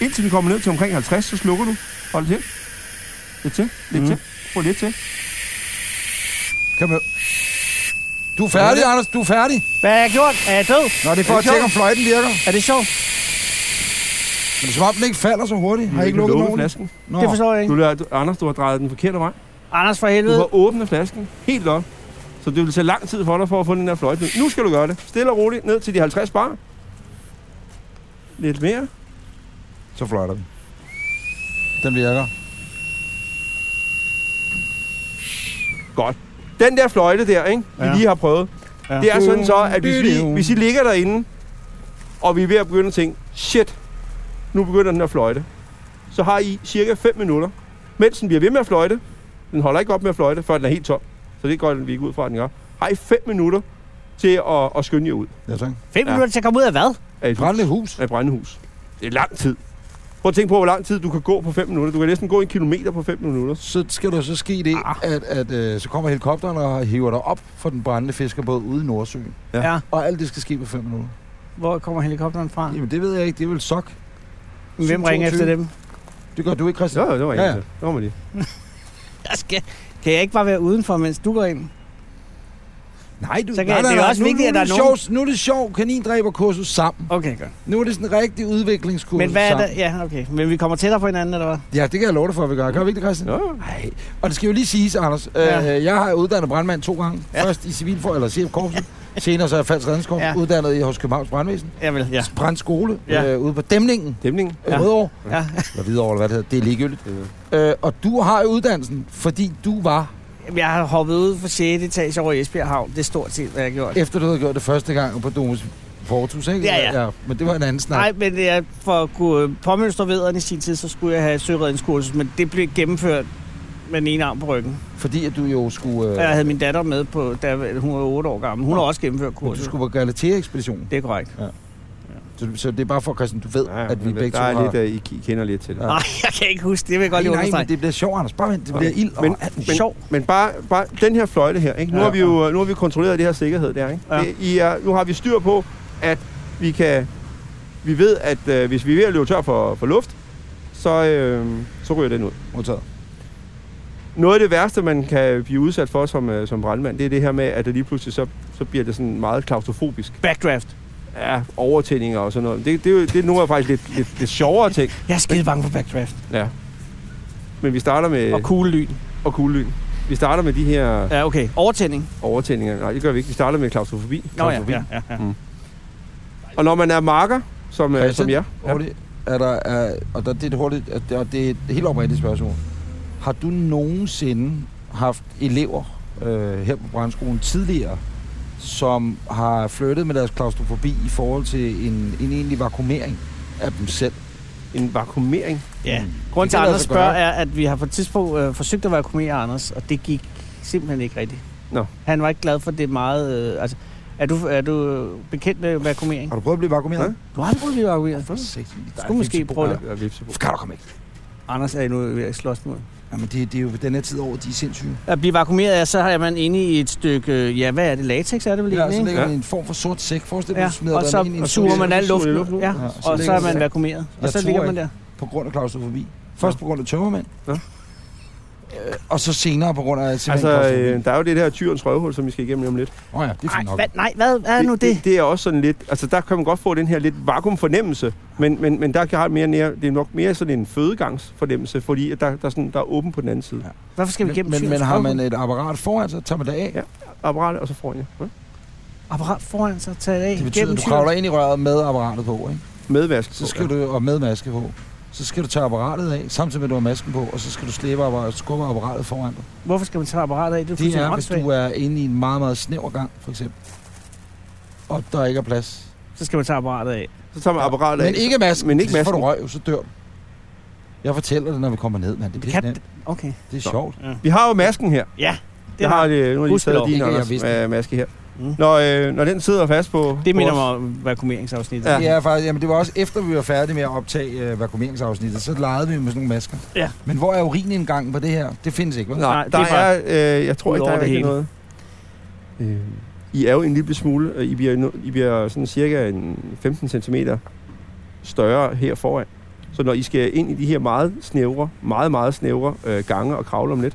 Speaker 4: Indtil den kommer ned til omkring 50, så slukker du. Hold til. Lidt til, lidt mm. til. Prøv lidt til.
Speaker 2: Kom med. Du er færdig, Anders. Du er færdig.
Speaker 3: Hvad har jeg gjort? Er jeg død?
Speaker 2: Nå, det er for
Speaker 3: Er det
Speaker 2: at tjekke,
Speaker 3: sjovt?
Speaker 2: om fløjten virker.
Speaker 3: Er det sjovt?
Speaker 2: Men det er som om, den ikke falder så hurtigt. Har I ikke lukket nogen?
Speaker 4: flasken.
Speaker 2: Nå.
Speaker 3: Det forstår jeg
Speaker 4: Du,
Speaker 3: ikke.
Speaker 4: lader- du, Anders, du har drejet den forkerte vej.
Speaker 3: Anders for
Speaker 4: Mm. Du
Speaker 3: helvede.
Speaker 4: har åbnet flasken helt op. Så det vil tage lang tid for dig for at få den der fløjte. Nu skal du gøre det. Stille og roligt ned til de 50 bar. Lidt mere.
Speaker 2: Så fløjter den. Den virker.
Speaker 4: Godt. Den der fløjte der, ikke, vi
Speaker 3: Ja.
Speaker 4: lige har prøvet,
Speaker 3: Ja.
Speaker 4: det er sådan så, at hvis, vi, hvis I ligger derinde, og vi er ved at begynde at tænke, shit, nu begynder den at fløjte, så har I cirka 5 minutter, mens den bliver ved med at fløjte, den holder ikke op med at fløjte, før den er helt tom, så det går den vi ikke ud fra, at den gør, har I 5 minutter til at, at skynde jer ud
Speaker 2: Ja, tak.
Speaker 3: Fem
Speaker 4: Ja.
Speaker 3: minutter til at komme ud af hvad?
Speaker 4: af et,
Speaker 2: Brændende hus.
Speaker 4: af et brændehus. Det er lang tid. Prøv at tænke på, hvor lang tid du kan gå på 5 minutter. Du kan næsten gå en kilometer på 5 minutter.
Speaker 2: Så skal der så ske det,
Speaker 3: Ah.
Speaker 2: at, at øh, så kommer helikopteren og hiver dig op for den brændende fiskerbåd ude i Nordsøen.
Speaker 4: Ja.
Speaker 3: Ja.
Speaker 2: Og alt det skal ske på 5 minutter.
Speaker 3: Hvor kommer helikopteren fra?
Speaker 2: Jamen, det ved jeg ikke. Det er vel sok.
Speaker 3: Hvem
Speaker 2: 722.
Speaker 3: ringer efter dem?
Speaker 2: Det gør du ikke, Christian.
Speaker 4: Jo, jo, det var en
Speaker 2: Ja, ja.
Speaker 4: til. Det var man lige.
Speaker 3: Jeg skal, kan jeg ikke bare være udenfor, mens du går ind?
Speaker 2: Nej, du...
Speaker 3: Så kan-
Speaker 2: nej, nej,
Speaker 3: det er jo
Speaker 2: nej.
Speaker 3: også
Speaker 2: nu,
Speaker 3: vigtigt,
Speaker 2: nu,
Speaker 3: at der
Speaker 2: er
Speaker 3: er nogen-
Speaker 2: Sjov, nu er det sjov kanindræberkursus sammen.
Speaker 3: Okay, godt.
Speaker 2: Nu er det sådan en rigtig udviklingskursus
Speaker 3: Men hvad er
Speaker 2: sammen.
Speaker 3: det? Ja, okay. Men vi kommer tættere på hinanden, eller hvad?
Speaker 2: Ja, det kan jeg love dig for, at vi gør. Gør vi ikke det, Christian?
Speaker 4: Jo, jo.
Speaker 2: Nej. Og det skal jo lige siges, Anders. Ja.
Speaker 3: Ja.
Speaker 2: Øh, jeg har uddannet brandmand to gange. Ja.
Speaker 3: Ja.
Speaker 2: Først i civilfor, eller CF Korpsen. Senere så er jeg falsk redningskorps, ja.
Speaker 3: Ja.
Speaker 2: uddannet i hos Københavns Brandvæsen.
Speaker 3: Jeg vil, ja.
Speaker 2: Brandskole ja.
Speaker 3: Ja.
Speaker 2: øh, ude på Dæmningen.
Speaker 4: Dæmningen.
Speaker 2: Ja.
Speaker 3: Ja.
Speaker 2: Rødovre.
Speaker 3: ja.
Speaker 2: Eller Hvidovre, eller hvad det hedder. Det er ligegyldigt.
Speaker 4: Øh,
Speaker 2: Øh, og du har jo uddannelsen, fordi du var,
Speaker 3: Jamen, Jeg har hoppet ud fra 6. etage over i Esbjerg Havn. Det er stort set, hvad jeg har gjort.
Speaker 2: efter du havde gjort det første gang på Domus Portus, ikke?
Speaker 3: Ja, ja.
Speaker 2: Men det var en anden snak.
Speaker 3: Nej, men det er for at kunne øh, påmønstre vederen i sin tid, så skulle jeg have søredningskursus, men det blev gennemført med den ene arm på ryggen.
Speaker 2: Fordi at du jo skulle... Øh,
Speaker 3: Og Jeg havde min datter med, på, da hun var 8 år gammel. Hun har også gennemført
Speaker 2: men du
Speaker 3: kurset.
Speaker 2: skulle på Galatea-ekspeditionen.
Speaker 3: Det er korrekt.
Speaker 2: Så, så det er bare for, Christian, du ved, ja, at vi
Speaker 4: men
Speaker 2: begge
Speaker 4: der
Speaker 2: to
Speaker 4: er
Speaker 2: har...
Speaker 4: lidt, øh, I I kender lidt til det.
Speaker 2: Ja.
Speaker 3: Nej, jeg kan ikke huske det. Det vil jeg godt lige
Speaker 2: nej, nej, men
Speaker 3: understrege.
Speaker 2: det bliver sjovt, Anders. Bare vent, det bliver ild.
Speaker 4: Men-
Speaker 2: Men, og,
Speaker 4: men-
Speaker 3: Sjov.
Speaker 4: Men bare, bare den her fløjte her, ikke? Nu,
Speaker 3: Ja.
Speaker 4: har vi jo, nu har vi kontrolleret det her sikkerhed der, ikke?
Speaker 3: Ja.
Speaker 4: Det, I er, nu har vi styr på, at vi kan... Vi ved, at øh, hvis vi er ved at løbe tør for, for luft, så, øh, så ryger den ud.
Speaker 2: Modtaget.
Speaker 4: Noget af det værste, man kan blive udsat for som, øh, som brandmand, det er det her med, at det lige pludselig så, så bliver det sådan meget klaustrofobisk.
Speaker 3: Backdraft.
Speaker 4: Ja, overtændinger og sådan noget. Det, det, er jo- det er nogle af faktisk lidt, lidt, lidt sjovere ting.
Speaker 3: Jeg er skide bange for backdraft.
Speaker 4: Ja. Men vi starter med...
Speaker 3: Og kuglelyn.
Speaker 4: og kuglelyn. Vi starter med de her
Speaker 3: Ja, okay. Overtænding.
Speaker 4: overtændinger. Nej, det gør vi ikke. Vi starter med klaustrofobi.
Speaker 3: Nå ja,
Speaker 4: klaustrofobi.
Speaker 3: ja, ja, ja.
Speaker 4: Og når man er marker, som, øh,
Speaker 2: Christian?
Speaker 4: som jeg, ja,
Speaker 2: Hurtigt. Er der, er, og der, det er et hurtigt, og det- og det er et helt oprigtigt spørgsmål. Har du nogensinde haft elever øh, her på brandskolen tidligere, som har flyttet med deres klaustrofobi i forhold til en, en egentlig vakuumering af dem selv?
Speaker 4: en vakuumering.
Speaker 3: ja.
Speaker 2: Mm. Det
Speaker 3: Grunden til,
Speaker 2: kan
Speaker 3: at Anders
Speaker 2: lade sig gøre.
Speaker 3: spørger, er, at vi har på et tidspunkt øh, forsøgt at være komiker, Anders, og det gik simpelthen ikke rigtigt.
Speaker 4: Nå.
Speaker 3: Han var ikke glad for det meget... Øh, altså, er du, er du bekendt med vakuumering?
Speaker 2: Har du prøvet at blive vakuumeret?
Speaker 4: Ja.
Speaker 2: Ja.
Speaker 3: Du har aldrig prøvet at blive vakuumeret.
Speaker 2: For satan, der er
Speaker 3: Skulle måske
Speaker 2: vipsebo.
Speaker 3: prøve det.
Speaker 4: Ja, ja, vipsebo.
Speaker 2: Kan du komme ikke?
Speaker 3: Anders er nu ved at slås mod.
Speaker 2: Jamen, det, det er jo den her tid over, de er sindssyge.
Speaker 3: At blive vakuumeret, ja, så er man inde i et stykke... øh, Ja, hvad er det? Latex er det vel
Speaker 2: Ja,
Speaker 3: egentlig,
Speaker 2: så
Speaker 3: ikke?
Speaker 2: ligger
Speaker 4: Ja.
Speaker 2: man i en form for sort sæk. Forestil dig,
Speaker 3: Ja,
Speaker 2: du smider
Speaker 3: og
Speaker 2: dig ind i
Speaker 3: så
Speaker 2: en
Speaker 3: suger
Speaker 2: sort
Speaker 3: man
Speaker 2: sæk
Speaker 3: al luften.
Speaker 4: suger
Speaker 3: ud.
Speaker 4: luften ud.
Speaker 3: Ja,
Speaker 2: Ja, så
Speaker 3: og så
Speaker 2: ligger
Speaker 3: er
Speaker 2: man
Speaker 3: man
Speaker 2: der.
Speaker 3: vakuumeret. Og
Speaker 2: Jeg
Speaker 3: så
Speaker 2: tror
Speaker 3: ligger man
Speaker 2: ikke.
Speaker 3: der.
Speaker 2: på grund af klaustrofobi. Først
Speaker 4: Nå.
Speaker 2: på grund af tømmermænd,
Speaker 4: Nå.
Speaker 2: øh, og så senere på grund af simpelthen
Speaker 4: Altså,
Speaker 2: klaustrofobi.
Speaker 4: øh, der er jo det her tyrens røvhul, som vi skal igennem lige om lidt.
Speaker 2: Åh oh ja, det er fint
Speaker 3: Nej,
Speaker 2: nok.
Speaker 3: hvad, nej, hvad er nu det?
Speaker 4: det? Det er også sådan lidt... Altså, der kan man godt få den her lidt vakuumfornemmelse, men, men, men der kan jeg mere nære, det er nok mere sådan en fødegangsfornemmelse, fordi at der, der, er sådan, der er åben på den anden side.
Speaker 2: Ja.
Speaker 4: Ja.
Speaker 3: Hvorfor skal vi
Speaker 2: Men,
Speaker 3: igennem
Speaker 2: men, men
Speaker 3: Tyrens
Speaker 2: har man
Speaker 3: Røvhul?
Speaker 2: et apparat foran sig, tager man det af.
Speaker 4: Ja. Apparatet, og så får jeg. Ja.
Speaker 3: apparat foran sig taget af?
Speaker 2: øh, Det betyder,
Speaker 3: gennem
Speaker 2: at du
Speaker 3: Tyrens-
Speaker 2: kravler ind i røret med apparatet på, ikke?
Speaker 4: Medvask.
Speaker 2: Så skal du, og med maske på. Så skal du tage apparatet af, samtidig med, at du har masken på, og så skal du slippe apparatet, skubbe apparatet foran dig.
Speaker 3: Hvorfor skal man tage apparatet af? Det er
Speaker 2: Det
Speaker 3: fuldstændig
Speaker 2: er, hvis
Speaker 3: åndssvagt.
Speaker 2: du er inde i en meget, meget snæver gang, for eksempel. Og der ikke er plads.
Speaker 3: Så skal man tage apparatet af.
Speaker 4: Så tager man apparatet af.
Speaker 2: Men ikke masken.
Speaker 4: Men ikke
Speaker 2: Så får
Speaker 4: masken.
Speaker 2: du røg, så dør du. Jeg fortæller det, når vi kommer ned, mand. Det,
Speaker 3: kan-
Speaker 2: det, det,
Speaker 3: Okay.
Speaker 2: det er sjovt.
Speaker 4: Vi har jo masken her.
Speaker 3: Ja.
Speaker 4: Det jeg har det, nu har jeg lige
Speaker 3: Gudskelov.
Speaker 4: taget din
Speaker 2: Ikke, jeg
Speaker 4: Anders,
Speaker 2: vidste det.
Speaker 4: øh, maske her.
Speaker 3: Mm.
Speaker 4: Når, øh, når den sidder fast på...
Speaker 3: Det
Speaker 4: på
Speaker 3: minder
Speaker 4: os-
Speaker 3: mig om vakuumeringsafsnittet.
Speaker 4: Ja.
Speaker 2: Ja. Det er faktisk, jamen det var også efter, vi var færdige med at optage øh, vakuumeringsafsnittet, så legede vi med sådan nogle masker.
Speaker 3: Ja.
Speaker 2: Men hvor er urinindgangen på det her? Det findes ikke, vel?
Speaker 4: Nej,
Speaker 3: Nej,
Speaker 4: der
Speaker 3: det er
Speaker 4: er, øh, jeg tror
Speaker 3: ud
Speaker 4: ikke, der
Speaker 3: over
Speaker 4: er
Speaker 3: det
Speaker 4: rigtig
Speaker 3: hele.
Speaker 4: noget. Øh, I er jo en lille smule, øh, I bliver, nu- I bliver sådan cirka en 15 cm større her foran. Så når I skal ind i de her meget snævre, meget, meget snævre øh, gange og kravle om lidt,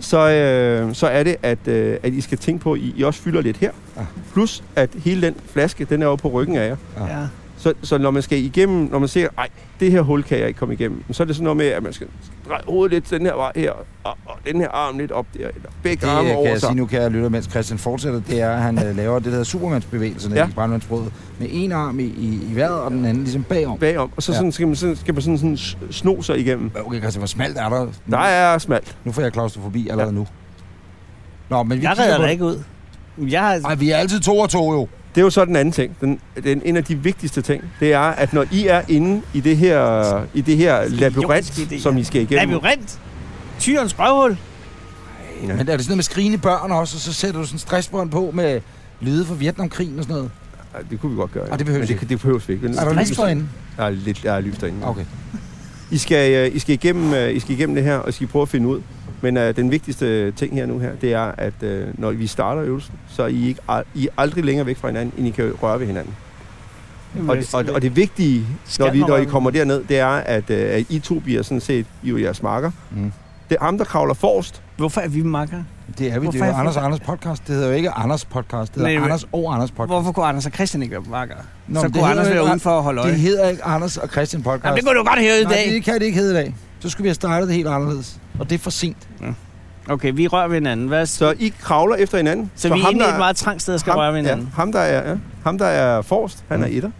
Speaker 4: så, øh, så er det, at, øh, at I skal tænke på, at I, I også fylder lidt her.
Speaker 2: Ah.
Speaker 4: Plus, at hele den flaske, den er jo på ryggen af jer.
Speaker 3: Ja.
Speaker 4: Så, så når man skal igennem, når man ser, ej, det her hul kan jeg ikke komme igennem, så er det sådan noget med, at man skal dreje hovedet lidt den her vej her, og, og den her arm lidt op der, eller begge
Speaker 2: Det
Speaker 4: arme
Speaker 2: øh, kan
Speaker 4: over
Speaker 2: jeg sige
Speaker 4: sig.
Speaker 2: nu, kan jeg lytte, mens Christian fortsætter, det er, at han øh, laver det, der hedder Supermansbevægelsen
Speaker 4: Ja.
Speaker 2: ja. i Brandmandsbrødet, med en arm i, i, i vejret, og den anden ligesom bagom.
Speaker 4: Bagom, og så
Speaker 2: Ja.
Speaker 4: sådan, skal man, sådan, skal man sådan, sådan s- sno sig igennem.
Speaker 2: Okay, Christian, hvor smalt er der?
Speaker 4: Der er smalt.
Speaker 2: Nu får jeg klaustrofobi allerede nu. Nå, men vi
Speaker 3: Jeg
Speaker 2: kigger
Speaker 3: redder
Speaker 2: på
Speaker 3: dig
Speaker 2: det.
Speaker 3: ikke ud. Jeg har...
Speaker 2: Ej, vi er altid to og to, jo.
Speaker 4: Det er jo så den anden ting. Den, den, en af de vigtigste ting, det er, at når I er inde i det her, i det her
Speaker 3: Idiotisk idé.
Speaker 4: labyrint, som I skal igennem,
Speaker 3: Labyrint. Tyrens røvhul.
Speaker 2: Ja. Men er det sådan noget med skrigende børn også, og så sætter du sådan stressbånd på med lyde fra Vietnamkrigen og sådan noget?
Speaker 4: Ej, det kunne vi godt gøre. ja.
Speaker 2: Ah, det behøves
Speaker 4: Men
Speaker 2: ikke.
Speaker 4: Det, det behøves vi ikke.
Speaker 2: Er der lys derinde?
Speaker 4: Der er lidt der er lys derinde.
Speaker 2: Okay.
Speaker 4: I skal, øh, I, skal igennem, øh, I skal igennem det her, og I skal prøve at finde ud. Men øh, den vigtigste ting her nu her, det er, at øh, når vi starter øvelsen, så er I, ikke, al- I er aldrig længere væk fra hinanden, end I kan røre ved hinanden. Og, og, og det vigtige, når,
Speaker 3: Skal
Speaker 4: vi,
Speaker 3: man
Speaker 4: når I
Speaker 3: røre
Speaker 4: kommer derned, det er, at, øh, at I to bliver sådan set, I er jo jeres marker.
Speaker 2: Mm.
Speaker 4: Det er ham, der kravler forrest.
Speaker 3: Hvorfor er vi makker?
Speaker 2: Det er vi.
Speaker 3: Hvorfor
Speaker 2: det er jo
Speaker 3: er jeg
Speaker 2: Anders
Speaker 3: for-
Speaker 2: og Anders podcast. Det hedder jo ikke Anders podcast. Det
Speaker 3: Nej,
Speaker 2: hedder
Speaker 3: men-
Speaker 2: Anders og Anders podcast.
Speaker 3: Hvorfor kunne Anders og Christian ikke være makker?
Speaker 2: Nå,
Speaker 3: så
Speaker 2: men det
Speaker 3: kunne
Speaker 2: hedder
Speaker 3: Anders
Speaker 2: jo
Speaker 3: være
Speaker 2: ikke-
Speaker 3: udenfor og holde øje.
Speaker 2: Det hedder ikke Anders og Christian podcast.
Speaker 3: Jamen, det kunne du godt høre i
Speaker 2: Nej,
Speaker 3: dag.
Speaker 2: det kan det ikke hedde i dag. Så skulle vi have startet det helt anderledes. Og det er for sent.
Speaker 3: Okay, vi rører ved hinanden. Hvad? Så,
Speaker 4: Så I kravler efter hinanden.
Speaker 3: så vi er
Speaker 4: ham,
Speaker 3: inde i
Speaker 4: der
Speaker 3: et meget trangt sted og skal
Speaker 4: ham,
Speaker 3: røre ved
Speaker 4: ja,
Speaker 3: hinanden. Mm.
Speaker 4: ham, der er, ja, ham, der er forrest, han er etter.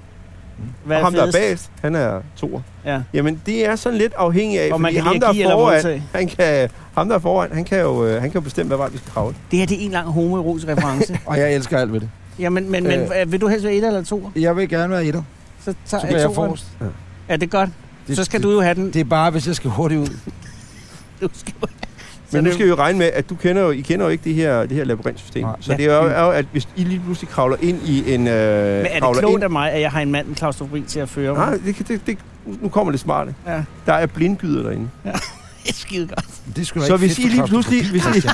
Speaker 3: Hvad
Speaker 4: Og ham, der er
Speaker 3: fedest?
Speaker 4: bagest, han er toer.
Speaker 3: Ja.
Speaker 4: Jamen, det er sådan lidt afhængig af,
Speaker 3: Hvor man
Speaker 4: fordi
Speaker 3: kan
Speaker 4: ham,
Speaker 3: lige
Speaker 4: der
Speaker 3: give
Speaker 4: er
Speaker 3: eller
Speaker 4: foran,
Speaker 3: modtage.
Speaker 4: han kan, ham, der er foran, han kan jo, øh, han kan jo bestemme, hvad vej vi skal kravle.
Speaker 3: Det her det er en lang homoerotisk reference.
Speaker 2: Og jeg elsker alt ved det.
Speaker 3: Jamen, men, men øh. vil du helst være et eller to?
Speaker 2: Jeg vil gerne være etter.
Speaker 3: Så tager
Speaker 2: Så
Speaker 3: jeg,
Speaker 2: bliver jeg
Speaker 3: toeren.
Speaker 2: forrest.
Speaker 3: Ja, det er godt.
Speaker 2: Det-
Speaker 3: så skal
Speaker 2: det-
Speaker 3: du jo have den.
Speaker 2: Det er bare, hvis jeg skal hurtigt ud.
Speaker 3: Du skal...
Speaker 4: Men
Speaker 3: Så
Speaker 4: nu
Speaker 3: det-
Speaker 4: skal vi jo regne med, at du kender jo, I kender jo ikke det her, det her labyrintsystem.
Speaker 2: Nej.
Speaker 4: Så
Speaker 3: Ja.
Speaker 4: det er jo, er jo, at hvis I lige pludselig kravler ind i en... Øh,
Speaker 3: Men er det
Speaker 4: kravler
Speaker 3: klogt
Speaker 4: ind,
Speaker 3: af mig, at jeg har en mand med klaustrofobi til at føre mig?
Speaker 4: Nej, det, kan- det, det, nu kommer det smarte.
Speaker 3: Ja.
Speaker 4: Der er blindgyder derinde.
Speaker 3: Det er skide godt.
Speaker 2: Det skulle
Speaker 4: Så hvis I lige pludselig... Hvis I,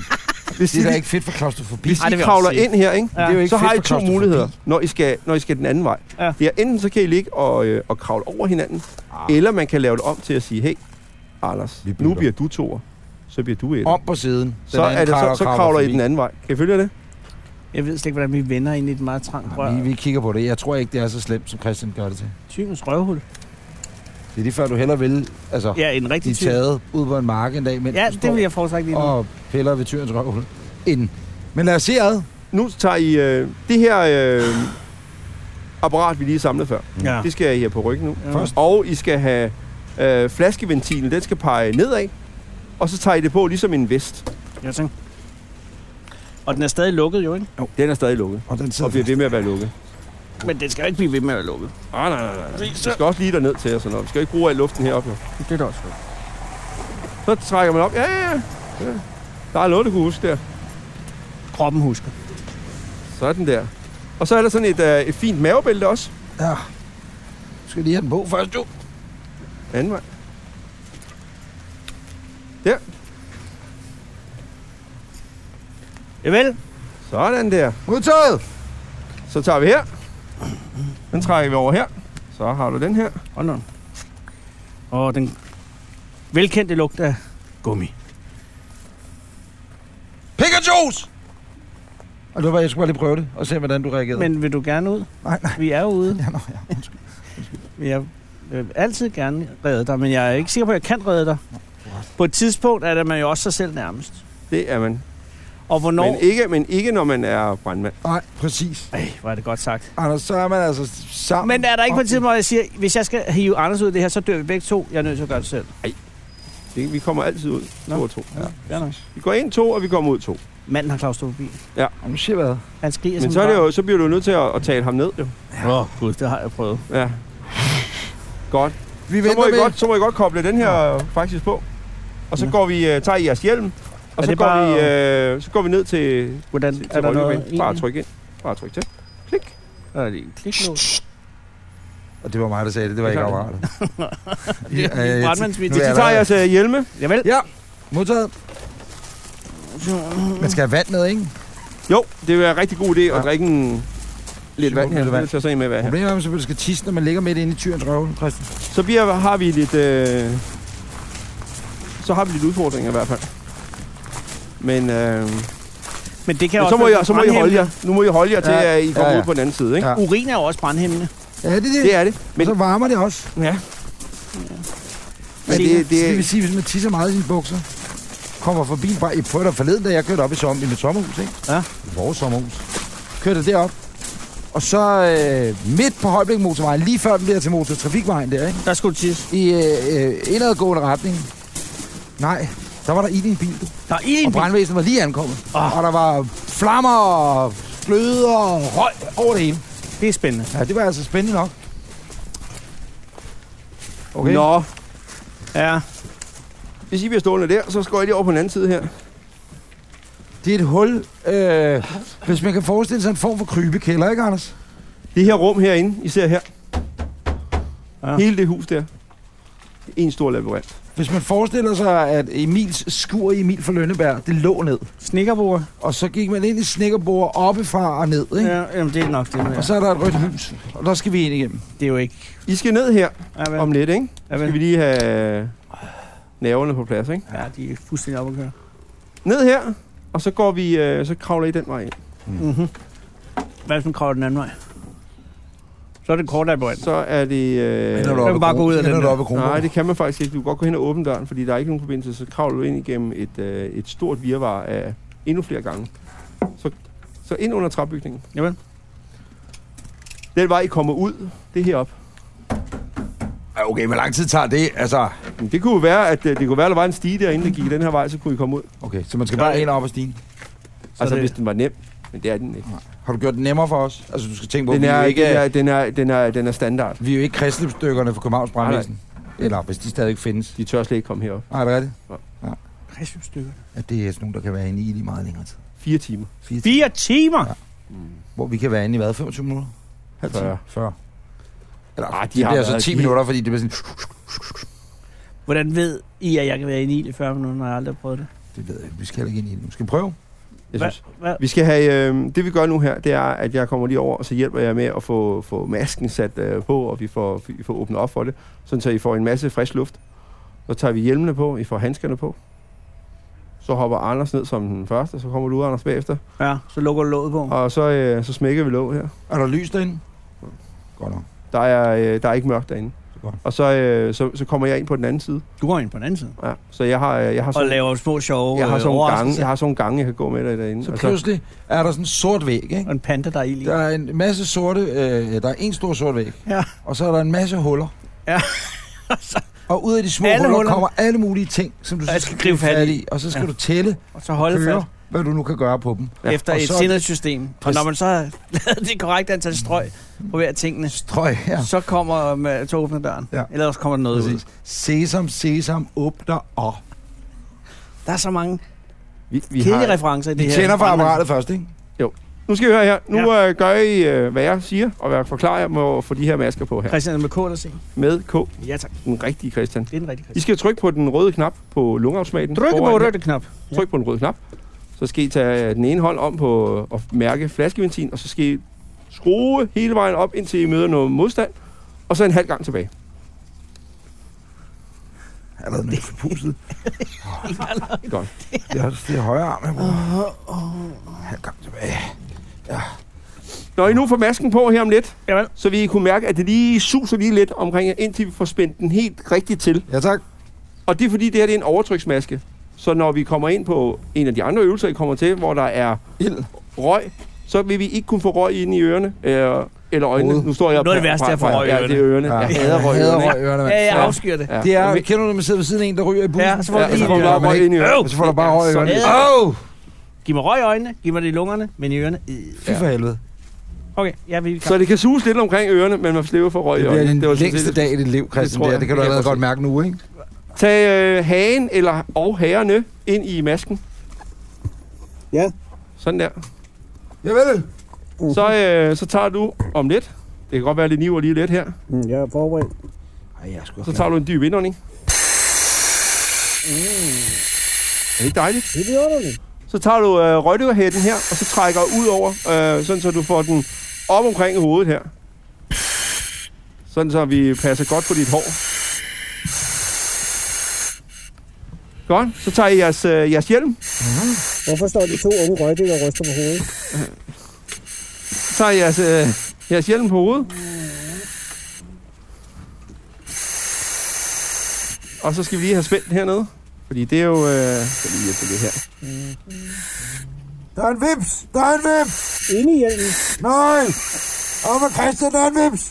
Speaker 4: Hvis
Speaker 2: Det er da
Speaker 4: I,
Speaker 2: ikke fedt for klaustrofobi.
Speaker 4: hvis
Speaker 3: Ej, det vil
Speaker 4: I
Speaker 3: jeg
Speaker 4: kravler
Speaker 3: også sige.
Speaker 4: ind her, ikke?
Speaker 2: Det er jo ikke
Speaker 4: så
Speaker 2: fedt
Speaker 4: har I
Speaker 2: for
Speaker 4: to
Speaker 2: klaustrofobi.
Speaker 4: muligheder, når I, skal, når I skal den anden vej.
Speaker 3: Ja.
Speaker 4: Det er enten så kan I ligge og, øh, og kravle over hinanden, ah. eller man kan lave det om til at sige, hey, Anders,
Speaker 2: Vi
Speaker 4: nu
Speaker 2: bytter."
Speaker 4: bliver du toer, så bliver du et.
Speaker 2: Om på siden. Den
Speaker 4: Så,
Speaker 2: anden
Speaker 4: er det, så, så kravler I
Speaker 2: forbi.
Speaker 4: den anden vej. Kan I følge det?
Speaker 3: Jeg ved slet ikke, hvordan vi vender ind i et meget trangt rør.
Speaker 2: Vi, vi kigger på det. Jeg tror ikke, det er så slemt, som Christian gør det til.
Speaker 3: Tyvens røvhul.
Speaker 2: Det er lige før, du heller vil altså,
Speaker 3: Ja, en
Speaker 2: blive
Speaker 3: rigtig tyv.
Speaker 2: taget ud på en mark en dag, mens
Speaker 3: Ja,
Speaker 2: du står
Speaker 3: det vil jeg foretrække lige nu.
Speaker 2: og piller ved tyrens røvhul. Inden. Men lad os se ad.
Speaker 4: Nu tager I øh, det her øh, apparat, vi lige samlede før.
Speaker 3: ja.
Speaker 4: Det skal I her på ryggen nu.
Speaker 3: Ja.
Speaker 2: Først.
Speaker 4: Og I skal have øh, flaskeventilen, den skal pege nedad. Og så tager I det på ligesom en vest.
Speaker 3: Jeg tænker. Og den er stadig lukket jo, ikke?
Speaker 4: Den er stadig lukket,
Speaker 2: Og den sidder
Speaker 4: og bliver ved med at være lukket.
Speaker 3: Men den skal jo ikke blive ved med at være lukket.
Speaker 4: Ah, nej, nej, nej, nej. Vi
Speaker 3: Så-
Speaker 4: skal også lige derned til og sådan noget. Vi skal jo ikke bruge al luften heroppe. jo.
Speaker 3: Det er da også
Speaker 4: Så trækker man op. Ja, ja, ja. Ja. Der er noget, du kunne huske der.
Speaker 3: Kroppen husker.
Speaker 4: Sådan der. Og så er der sådan et, øh, et fint mavebælte også.
Speaker 2: Ja. Du skal lige have den på først, jo.
Speaker 4: Anden vej. Der.
Speaker 3: Javel.
Speaker 4: Sådan der.
Speaker 2: Modtaget!
Speaker 4: Så tager vi her. Den trækker vi over her. Så har du den her.
Speaker 3: Hold nu. Og den velkendte lugt af gummi.
Speaker 2: Pikachu's! Og det var, jeg skulle bare lige prøve det, og se, hvordan du reagerede.
Speaker 3: Men vil du gerne ud?
Speaker 2: Nej, nej.
Speaker 3: Vi er jo ude.
Speaker 2: Ja, nå, ja. undskyld.
Speaker 3: Jeg vil altid gerne redde dig, men jeg er ikke sikker på, at jeg kan redde dig. På et tidspunkt er det man jo også sig selv nærmest.
Speaker 4: Det er man.
Speaker 3: Og hvornår...
Speaker 4: Men ikke, men ikke, når man er brandmand.
Speaker 2: Nej, præcis.
Speaker 3: Ej, hvor er det godt sagt.
Speaker 2: Anders, så er man altså sammen.
Speaker 3: Men er der ikke på et
Speaker 2: om-
Speaker 3: tidspunkt, hvor jeg siger, hvis jeg skal hive Anders ud af det her, så dør vi begge to. Jeg er nødt til at gøre det selv.
Speaker 4: Det, vi kommer altid ud. To
Speaker 3: Nå.
Speaker 4: og to. Ja.
Speaker 3: Ja, nok.
Speaker 4: Vi går ind to, og vi kommer ud to.
Speaker 3: Manden har klaustrofobi.
Speaker 2: Jamen, siger hvad?
Speaker 3: Han skriger
Speaker 4: Men
Speaker 3: som
Speaker 4: så, er
Speaker 3: et
Speaker 4: det
Speaker 3: barn.
Speaker 4: jo, så bliver du nødt til at, at tale ham ned. Jo.
Speaker 3: Åh, oh, gud, det har jeg prøvet.
Speaker 4: Ja. Godt.
Speaker 2: Vi
Speaker 4: Så må,
Speaker 2: venter
Speaker 4: I
Speaker 2: med.
Speaker 4: godt, så må I godt koble den her øh, faktisk på. Og så
Speaker 3: Nå.
Speaker 4: går vi, øh, tager I jeres hjelm, og
Speaker 3: Er
Speaker 4: så
Speaker 3: det
Speaker 4: går,
Speaker 3: bare
Speaker 4: vi, øh, så går vi ned til,
Speaker 3: Hvordan
Speaker 4: til,
Speaker 3: er
Speaker 4: til
Speaker 3: der
Speaker 4: ryggepælen.
Speaker 3: noget?
Speaker 4: Bare tryk ind. Bare tryk til. Klik.
Speaker 3: Er det en kliknål?
Speaker 2: Og det var mig, der sagde det. Det var
Speaker 4: Det
Speaker 2: ikke
Speaker 4: er
Speaker 2: Amager.
Speaker 3: Det er en brandmandsvits.
Speaker 2: Nu
Speaker 4: Hvis
Speaker 2: er
Speaker 4: I
Speaker 2: jeg
Speaker 4: tager
Speaker 2: der.
Speaker 4: jeres øh, hjelme,
Speaker 3: Javel.
Speaker 2: Ja, modtaget. Man skal have vand med, ikke?
Speaker 4: jo, det vil være en rigtig god idé at
Speaker 2: Ja.
Speaker 4: drikke en, lidt
Speaker 2: Smuk
Speaker 4: vand her.
Speaker 2: liter
Speaker 4: så
Speaker 2: vand.
Speaker 4: Det tager så en med at være her.
Speaker 2: Problemet er, at man selvfølgelig skal tisse, når man ligger midt inde i tyrens røvhul, Christian.
Speaker 4: Så bliver, har vi lidt... Øh, så har vi lidt udfordringer i hvert fald. Men, øh,
Speaker 3: Men det kan
Speaker 4: men
Speaker 3: også
Speaker 4: så, må
Speaker 3: være
Speaker 4: I, så må I holde jer. Nu må I holde jer til,
Speaker 2: Ja,
Speaker 4: at I kommer
Speaker 2: ja, ja.
Speaker 4: ud på den anden side. Ikke?
Speaker 2: Ja.
Speaker 3: brandhæmmende. Urin er jo også brandhæmmende.
Speaker 2: Ja, det er det.
Speaker 4: Det er det.
Speaker 2: Men...
Speaker 4: Men,
Speaker 2: Og så varmer det også.
Speaker 4: ja. Men
Speaker 3: Senere.
Speaker 4: det,
Speaker 2: Det vil
Speaker 4: det,
Speaker 2: sige, hvis man tisser meget i sine bukser, kommer forbi bare... Jeg prøvede der forleden, da jeg kørte op i, som, i mit sommerhus, ikke?
Speaker 3: Ja.
Speaker 2: I vores sommerhus. Kørte derop. Og så øh, midt på Holbæk Motorvejen, lige før den der til motortrafikvejen der, ikke?
Speaker 3: Der skulle du tisse.
Speaker 2: I øh, øh, indadgående retning. Nej, der var der ild i en bil. du.
Speaker 3: Der er en
Speaker 2: Og brandvæsenet var lige ankommet.
Speaker 3: Ah.
Speaker 2: Oh. Og der var flammer og gløder og røg over det hele.
Speaker 3: Det er spændende.
Speaker 2: Ja, det var altså spændende nok.
Speaker 4: okay. Nå,
Speaker 3: Ja.
Speaker 4: hvis I bliver stående der, så går I lige over på den anden side her.
Speaker 2: Det er et hul, øh, hvis man kan forestille sig en form for krybekælder, ikke Anders?
Speaker 4: Det her rum herinde, I ser her.
Speaker 3: Ja.
Speaker 4: Ja. Hele det hus der. Det er En stor labyrint.
Speaker 2: Hvis man forestiller sig, at Emils skur i Emil for Lønneberg, det lå ned.
Speaker 3: Snikkerbord.
Speaker 2: Og så gik man ind i snekkerbordet oppefra og ned, ikke? Ja.
Speaker 3: Ja, jamen, det er nok det. Ja.
Speaker 2: Og så er der et rødt hus, og der skal vi ind igennem.
Speaker 3: Det er jo ikke...
Speaker 4: I skal ned her
Speaker 3: Ja, vel.
Speaker 4: om lidt, ikke?
Speaker 3: ja,
Speaker 4: Skal
Speaker 3: vel.
Speaker 4: vi lige have nerverne på plads, ikke?
Speaker 3: ja, de er fuldstændig op at køre.
Speaker 4: ned her, og så går vi, øh, så kravler I den vej ind.
Speaker 3: Mm-hmm. Hvad hvis man kravler den anden vej? Så er det kort af
Speaker 4: Så er det... Øh,
Speaker 3: du op ad bare gå ud af den der.
Speaker 2: op ad
Speaker 4: nej, det kan man faktisk ikke. Du kan godt gå hen og åbne døren, fordi der er ikke nogen forbindelse. Så kravler du ind igennem et, øh, et stort virvar af endnu flere gange. Så, så ind under træbygningen.
Speaker 3: Jamen.
Speaker 4: Den vej, I kommer ud, det er heroppe.
Speaker 2: Ja, Okay, hvor lang tid tager det? Altså,
Speaker 4: Men Det kunne jo være, at øh, det kunne være, der var en stige derinde, der gik den her vej, så kunne I komme ud.
Speaker 2: okay, så man skal
Speaker 3: Så-
Speaker 2: bare ind og op ad stigen.
Speaker 3: Så
Speaker 4: Altså,
Speaker 3: det-
Speaker 4: hvis den var nem. Men det er den ikke.
Speaker 2: Har du gjort det nemmere for os? Altså, du skal tænke på, at
Speaker 4: Den
Speaker 2: vi er
Speaker 4: er,
Speaker 2: jo
Speaker 4: den
Speaker 2: ikke...
Speaker 4: er, den er, den er, den er standard.
Speaker 2: Vi er jo ikke kristeløbsdykkerne for Københavns Brandvæsen. Eller hvis de stadig findes.
Speaker 4: De tør slet ikke komme herop.
Speaker 2: Nej, er det rigtigt?
Speaker 3: Kredsløbsstykker.
Speaker 2: At det er sådan nogle, der kan være inde i lige meget længere tid.
Speaker 4: Fire timer.
Speaker 2: Fire timer.
Speaker 3: Fire timer! Ja.
Speaker 2: Hvor vi kan være inde i hvad? 25 minutter? Halv
Speaker 4: 40.
Speaker 2: 40. Eller,
Speaker 4: Ah, de
Speaker 2: det
Speaker 4: har
Speaker 2: bliver så
Speaker 4: været-
Speaker 2: 10
Speaker 4: de-
Speaker 2: minutter, fordi det bliver sådan...
Speaker 3: Hvordan ved I, at jeg kan være i en ild i 40 minutter, når jeg aldrig har prøvet det?
Speaker 2: Det ved jeg ikke. Vi skal heller ikke ind i det. Nu skal vi prøve.
Speaker 4: Jeg
Speaker 3: Hva-
Speaker 4: synes.
Speaker 3: hva-
Speaker 4: Vi skal have, øh, det vi gør nu her, det er, at jeg kommer lige over, og så hjælper jeg med at få, få masken sat øh, på, og vi får, vi får åbnet op for det, sådan så I får en masse frisk luft. Så tager vi hjelmene på, I får handskerne på. Så hopper Anders ned som den første, så kommer du, Anders, bagefter.
Speaker 3: Ja, så lukker du låget på.
Speaker 4: Og så, øh, så smækker vi låg her.
Speaker 2: Er der lys derinde? Godt nok.
Speaker 4: Der er, øh, der er ikke mørkt derinde.
Speaker 2: Godt.
Speaker 4: Og så, øh, så, så kommer jeg ind på den anden side.
Speaker 3: Du går ind på den anden side.
Speaker 4: Ja. Så jeg har, øh, jeg har
Speaker 3: Og
Speaker 4: sådan,
Speaker 3: laver små sjove
Speaker 4: jeg har
Speaker 3: øh,
Speaker 4: sådan nogle gange,
Speaker 3: overraskelser.
Speaker 4: jeg har sådan nogle gange, jeg kan gå med dig derinde. Altså,
Speaker 2: Så
Speaker 3: Altså-
Speaker 4: Og
Speaker 2: pludselig er der sådan en sort væg, ikke?
Speaker 3: Og en panda, der er ild i.
Speaker 2: Der er en masse sorte, øh, der er en stor sort væg,
Speaker 3: Ja.
Speaker 2: og så er der en masse huller.
Speaker 3: Ja.
Speaker 2: og ud af de små
Speaker 3: Alle
Speaker 2: huller,
Speaker 3: hullerne.
Speaker 2: kommer alle mulige ting, som du
Speaker 3: Og jeg
Speaker 2: så
Speaker 3: skal gribe fat i.
Speaker 2: og så skal
Speaker 3: Ja.
Speaker 2: du tælle,
Speaker 3: Og så holde
Speaker 2: høre,
Speaker 3: fast
Speaker 2: hvad du nu kan gøre på dem.
Speaker 4: Ja,
Speaker 3: efter
Speaker 2: og
Speaker 3: et
Speaker 2: så-
Speaker 3: sindelssystem. Og
Speaker 2: Præcis.
Speaker 3: når man så har lavet det korrekte antal strøg på hver af tingene,
Speaker 2: Strøg her.
Speaker 3: så kommer man så åbner døren.
Speaker 2: Ja.
Speaker 3: Eller også kommer der noget ud.
Speaker 2: Præcis. Sesam, sesam, åbner op.
Speaker 3: Der er så mange
Speaker 4: vi, vi
Speaker 3: kedelige
Speaker 4: har,
Speaker 3: referencer i det
Speaker 2: Vi
Speaker 3: her.
Speaker 2: tænder for apparatet først, ikke?
Speaker 4: nu skal vi høre her. Nu øh, gør I, øh, hvad jeg siger, og hvad jeg forklarer jer med at få de her masker på her.
Speaker 3: Christian med K, der siger.
Speaker 4: Med K,
Speaker 3: Ja tak,
Speaker 4: den rigtige Christian.
Speaker 3: det er den rigtige
Speaker 4: I
Speaker 3: Christian.
Speaker 4: skal trykke på den røde knap på lungeautomaten.
Speaker 3: Tryk på
Speaker 4: foran jer.
Speaker 3: røde knap. Ja.
Speaker 4: Tryk på den røde knap. Så skal I tage øh, den ene hånd om på øh, og mærke flaskeventin, og så skal I skrue hele vejen op, indtil I møder noget modstand, og så en halv gang tilbage.
Speaker 2: Jeg har lavet noget forpustet.
Speaker 4: Godt.
Speaker 2: Det er, det er højre arm, jeg bruger. Her, kom tilbage.
Speaker 4: Når I nu får masken på her om lidt,
Speaker 3: Jamen.
Speaker 4: så vil I kunne mærke, at det lige suser lige lidt omkring jer, indtil vi får spændt den helt rigtigt til.
Speaker 2: Ja, tak.
Speaker 4: Og det er fordi, det her det er en overtryksmaske. Så når vi kommer ind på en af de andre øvelser, I kommer til, hvor der er
Speaker 2: Ild.
Speaker 4: røg, så vil vi ikke kunne få røg ind i ørerne. Øh, eller øjnene.
Speaker 2: Hovedet.
Speaker 4: Nu står jeg
Speaker 3: Noget af det værste er at få røg i
Speaker 4: Ja, det er ørerne. Ja. Jeg hader røg i
Speaker 2: hader
Speaker 4: ørerne.
Speaker 2: røg i ørerne. mand.
Speaker 3: Ja, jeg
Speaker 4: Ja.
Speaker 3: afskyr det.
Speaker 4: Ja.
Speaker 2: Det er,
Speaker 4: Men-
Speaker 2: kender du, når man sidder ved siden af en, der ryger i bussen?
Speaker 3: Ja, og så får man
Speaker 4: Ja, og så
Speaker 3: ild i
Speaker 4: får man
Speaker 3: ørerne.
Speaker 4: bare røg ind i ørerne.
Speaker 2: Og så får du bare røg i
Speaker 3: Så-
Speaker 2: ørerne.
Speaker 3: Ja.
Speaker 2: Åh!
Speaker 3: Giv mig røg i øjnene, giv mig det i lungerne, men i ørerne. øh.
Speaker 2: Fy for helvede.
Speaker 3: Okay, jeg vil
Speaker 4: Så det kan suge lidt omkring ørerne, men man slipper for røg i
Speaker 2: Det
Speaker 4: ørerne.
Speaker 2: bliver den
Speaker 4: var sådan
Speaker 2: længste
Speaker 4: set-
Speaker 2: dag i dit liv, Christian.
Speaker 4: tror
Speaker 2: Det,
Speaker 4: jeg.
Speaker 2: her. det kan du
Speaker 4: Det kan
Speaker 2: allerede
Speaker 4: jeg
Speaker 2: godt mærke nu, ikke?
Speaker 4: Tag øh, hagen eller, og hagerne ind i masken.
Speaker 3: Ja.
Speaker 4: Sådan der.
Speaker 2: Jeg ved det. Mhm.
Speaker 4: Så, øh, så tager du om lidt. Det kan godt være lidt niver lige lidt her.
Speaker 5: Mm,
Speaker 3: Jeg er forberedt.
Speaker 2: Ej, jeg skulle
Speaker 4: Så tager du en dyb indånding. Mm. Er det ikke dejligt?
Speaker 3: Det er vidunderligt.
Speaker 4: Så tager du øh, røgdykkerhætten her, og så trækker ud over, øh, sådan så du får den op omkring hovedet her. Sådan så vi passer godt på dit hår. Godt, så tager I jeres, øh, jeres hjelm.
Speaker 5: Hvorfor står de to unge røgdykker og ryster på hovedet?
Speaker 4: Så tager I jeres, øh, jeres hjelm på hovedet. Og så skal vi lige have spændt den hernede. Fordi det er jo... Øh, jeg skal lige hjælpe det her.
Speaker 2: Der er en vips! Der er en vips!
Speaker 5: Inde i hjelmen.
Speaker 2: Nej! Åh, med Christian, der er en vips!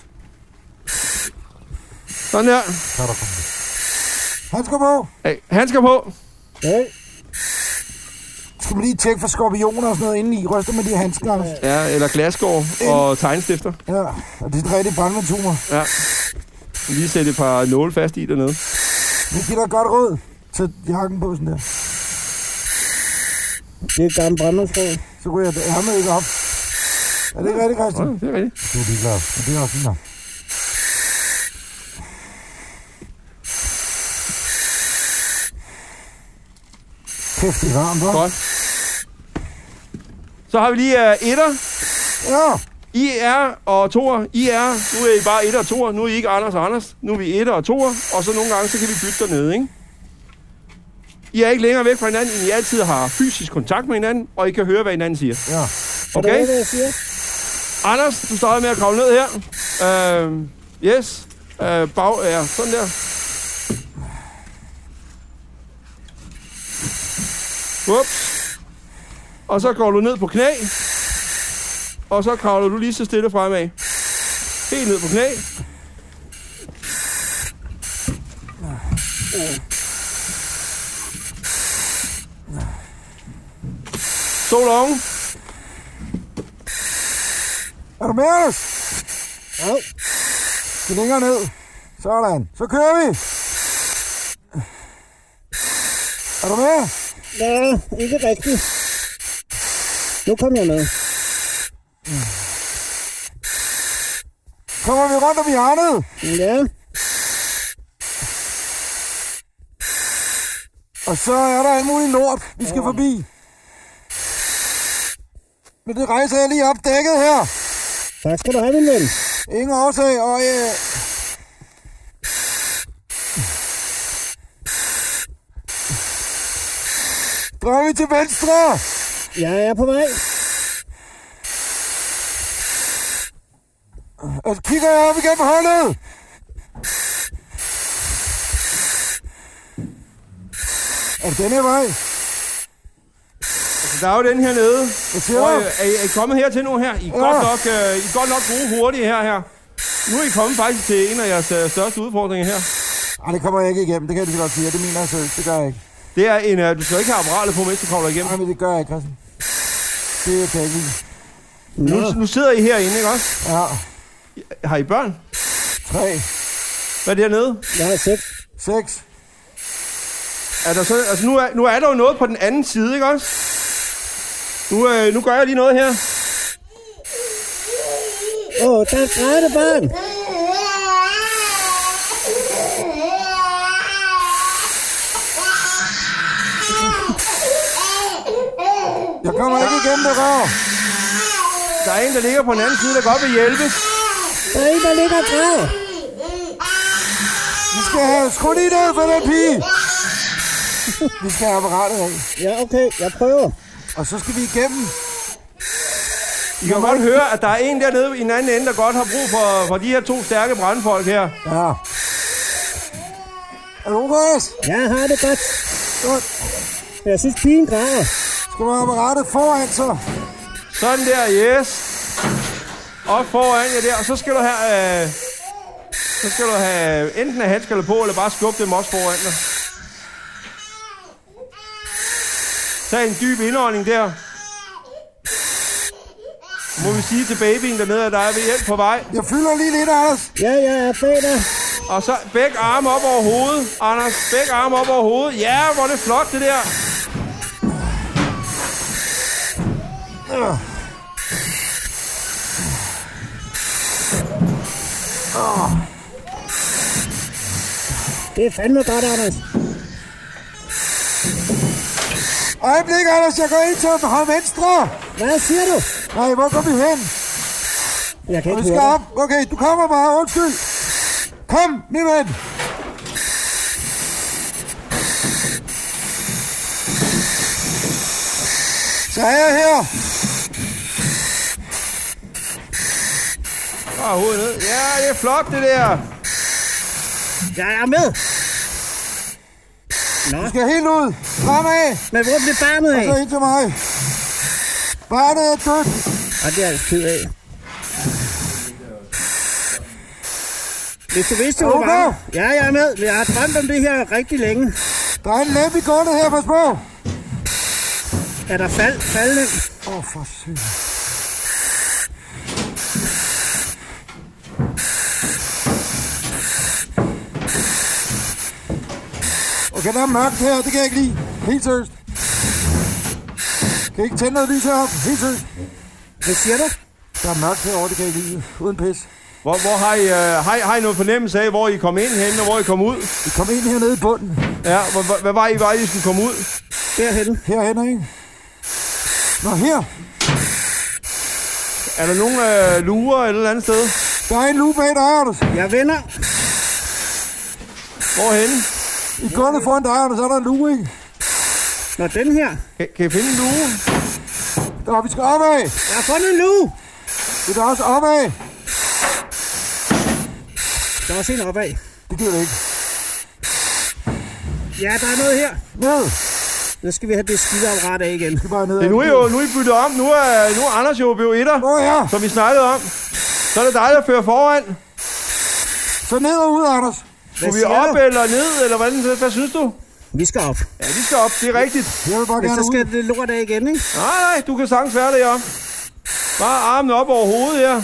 Speaker 4: Sådan der.
Speaker 2: Han skal på!
Speaker 4: Hey, handsker på.
Speaker 5: Nej,
Speaker 2: Skal man lige tjekke for skorpioner og sådan noget indeni? Ryster med de handsker.
Speaker 4: Ja, eller glasgård og tegnstifter.
Speaker 2: Ja, og det er et rigtigt brandventumer.
Speaker 4: Ja. Lige sætte et par nåle fast i dernede.
Speaker 2: Vi giver dig et godt råd. Tag jakken på sådan der.
Speaker 5: det er et gammelt brændingsråd.
Speaker 2: Så går jeg hermed ikke op. Er det ikke rigtigt,
Speaker 4: Ja,
Speaker 2: Christian?
Speaker 4: det er rigtigt.
Speaker 2: Du er ligeglad. Men det er også fint nok. Kæft, det er varmt, hva'?
Speaker 4: Godt. Så har vi lige uh, etter.
Speaker 2: Ja!
Speaker 4: I er og toer. I er. Nu er I bare etter og toer. Nu er I ikke Anders og Anders. Nu er vi etter og toer. Og så nogle gange, så kan vi bytte dernede, ikke? I er ikke længere væk fra hinanden, end I altid har fysisk kontakt med hinanden, og I kan høre, hvad hinanden siger.
Speaker 2: Ja.
Speaker 5: Er
Speaker 4: Okay?
Speaker 5: det, hvad jeg siger?
Speaker 4: Anders, du starter med at kravle ned her. Uh, yes. Uh, bag, ja, sådan der. Ups. Og så går du ned på knæ. Og så kravler du lige så stille fremad. Helt ned på knæ. So long.
Speaker 2: Er du med os? Ja. Skal længere ned. Sådan. Så kører vi. Er du med?
Speaker 5: Nej, ikke rigtigt. Nu kom jeg med.
Speaker 2: Kommer vi rundt om hjørnet?
Speaker 5: Ja,
Speaker 2: Og så er der alt muligt lort, vi skal forbi.
Speaker 5: med det rejse, jeg lige opdækket her.
Speaker 3: Tak skal du have, min ven.
Speaker 5: Ingen årsag, og øh, Drejer vi til venstre!
Speaker 3: Jeg er på vej.
Speaker 5: Og så kigger jeg op igennem hullet! Er det denne vej?
Speaker 4: Altså, der er jo den her nede.
Speaker 5: Hvad siger
Speaker 4: Hvor,
Speaker 5: du?
Speaker 4: øh, er, I, er I kommet hertil nu her? I er godt
Speaker 5: Ja.
Speaker 4: nok, øh, I er godt nok gode hurtige her her. Nu er I kommet faktisk til en af jeres øh, største udfordringer her.
Speaker 5: Ej, det kommer jeg ikke igennem. Det kan jeg lige så godt sige. Det mener jeg selv. Det gør jeg ikke.
Speaker 4: Det er en, øh, du skal ikke have apparatet på, mens du kravler igennem.
Speaker 5: Nej, men det gør jeg ikke, Christian. Det kan jeg ikke lide.
Speaker 4: Nu, nu sidder I herinde, ikke også?
Speaker 5: Ja,
Speaker 4: Har I børn?
Speaker 5: tre,
Speaker 4: Hvad er det hernede?
Speaker 3: Jeg er seks.
Speaker 5: seks.
Speaker 4: Er der så, altså, nu er, nu er der jo noget på den anden side, ikke også? Nu, øh, nu gør jeg lige noget her.
Speaker 3: Åh, oh, der er græde barn.
Speaker 5: Jeg kommer ikke igennem det rør.
Speaker 4: Der er en, der ligger på den anden side, der godt vil hjælpe.
Speaker 3: Der er en, der ligger og græder.
Speaker 5: Vi skal have skudt i ned for den pige. Vi skal have apparatet af.
Speaker 3: Ja, okay. Jeg prøver.
Speaker 5: Og så skal vi igennem.
Speaker 4: I kan godt høre, at der er en dernede i den anden ende, der godt har brug for, for de her to stærke brandfolk her.
Speaker 5: Ja. Er du Lukas?
Speaker 3: Jeg har det godt.
Speaker 5: Godt.
Speaker 3: Jeg synes, pigen græder.
Speaker 5: Skal man have apparatet foran så?
Speaker 4: Sådan der, yes. Op foran jer der, og så skal du have... Øh, så skal du have enten have handskerne på, eller bare skubbe dem også foran dig. Tag en dyb indånding der. Må vi sige til babyen dernede, at der er ved hjælp på vej.
Speaker 5: Jeg fylder lige lidt, Anders.
Speaker 3: Ja, jeg er bag dig.
Speaker 4: Og så begge arme op over hovedet, Anders. Begge arme op over hovedet. Ja, hvor er det flot, det der.
Speaker 3: Det er fandme godt, Anders.
Speaker 5: Øjeblik, Anders. Jeg går ind til højre venstre.
Speaker 3: Hvad siger du?
Speaker 5: Nej, hvor går vi hen?
Speaker 3: Jeg kan
Speaker 5: Vi
Speaker 3: ikke
Speaker 5: skal
Speaker 3: høre
Speaker 5: op. Okay, du kommer bare. Undskyld. Kom, min ven. Så er jeg her.
Speaker 4: Bare hovedet ned. Ja, det er flot, det der.
Speaker 3: dig. Jeg er med.
Speaker 5: Du skal helt ud. Fremad.
Speaker 3: Men hvor blev barnet af?
Speaker 5: Så ind til mig. Barnet er dødt.
Speaker 3: Og det er jeg ked af. Hvis du vidste, hvor
Speaker 5: Okay.
Speaker 3: var Ja, jeg er med. Jeg har drømt om det her rigtig længe.
Speaker 5: Der er en lem i gulvet her, pas på.
Speaker 3: Er der fald, faldende?
Speaker 5: Åh, oh, for sygt. Okay, der er mørkt her, det kan jeg ikke lide. Helt seriøst. Kan I ikke tænde noget lys heroppe? Helt seriøst.
Speaker 3: Hvad siger du?
Speaker 5: Der er mørkt herovre, det kan jeg ikke lide. Uden pis.
Speaker 4: Hvor, hvor har, I, øh, har, I, har I noget fornemmelse af, hvor I kom ind hen og hvor I kom ud?
Speaker 5: Vi kom ind hernede i bunden.
Speaker 4: Ja, hvor, hvor, hvad var I, var I skulle komme ud?
Speaker 3: Derhen.
Speaker 5: Herhen, ikke? Nå, her.
Speaker 4: Er der nogen øh, lurer eller et eller andet sted?
Speaker 5: Der er en lue bag dig, Anders.
Speaker 3: Jeg vender.
Speaker 4: Hvorhenne?
Speaker 5: I gulvet foran dig, Anders, er der en lue, ikke?
Speaker 3: Når den her.
Speaker 4: Kan, kan I finde en lue?
Speaker 5: Der, vi skal opad.
Speaker 3: Jeg har fundet en lue.
Speaker 5: Vi skal også opad.
Speaker 3: Der var en opad.
Speaker 5: Det gider det ikke.
Speaker 3: Ja, der er noget her.
Speaker 5: Ned.
Speaker 3: Nu skal vi have det skideapparat af igen.
Speaker 5: Vi skal bare ned.
Speaker 4: Det er nu, I jo, nu er I byttet om. Nu er, nu er Anders jo blevet etter,
Speaker 5: Hvor er
Speaker 4: som vi snakkede om. Så er det dig, der fører foran.
Speaker 5: Så ned og ud, Anders.
Speaker 3: Hvad
Speaker 4: Skulle vi
Speaker 3: siger
Speaker 4: op
Speaker 3: du?
Speaker 4: eller ned, eller hvordan? Hvad, hvad synes du?
Speaker 3: Vi skal op.
Speaker 4: Ja, vi skal op. Det er rigtigt.
Speaker 5: Jeg vil bare
Speaker 3: Men
Speaker 5: gerne
Speaker 3: så
Speaker 5: ud.
Speaker 3: skal det lort af igen, ikke?
Speaker 4: Nej, nej, du kan sagtens være det, ja. Bare armen op over hovedet her.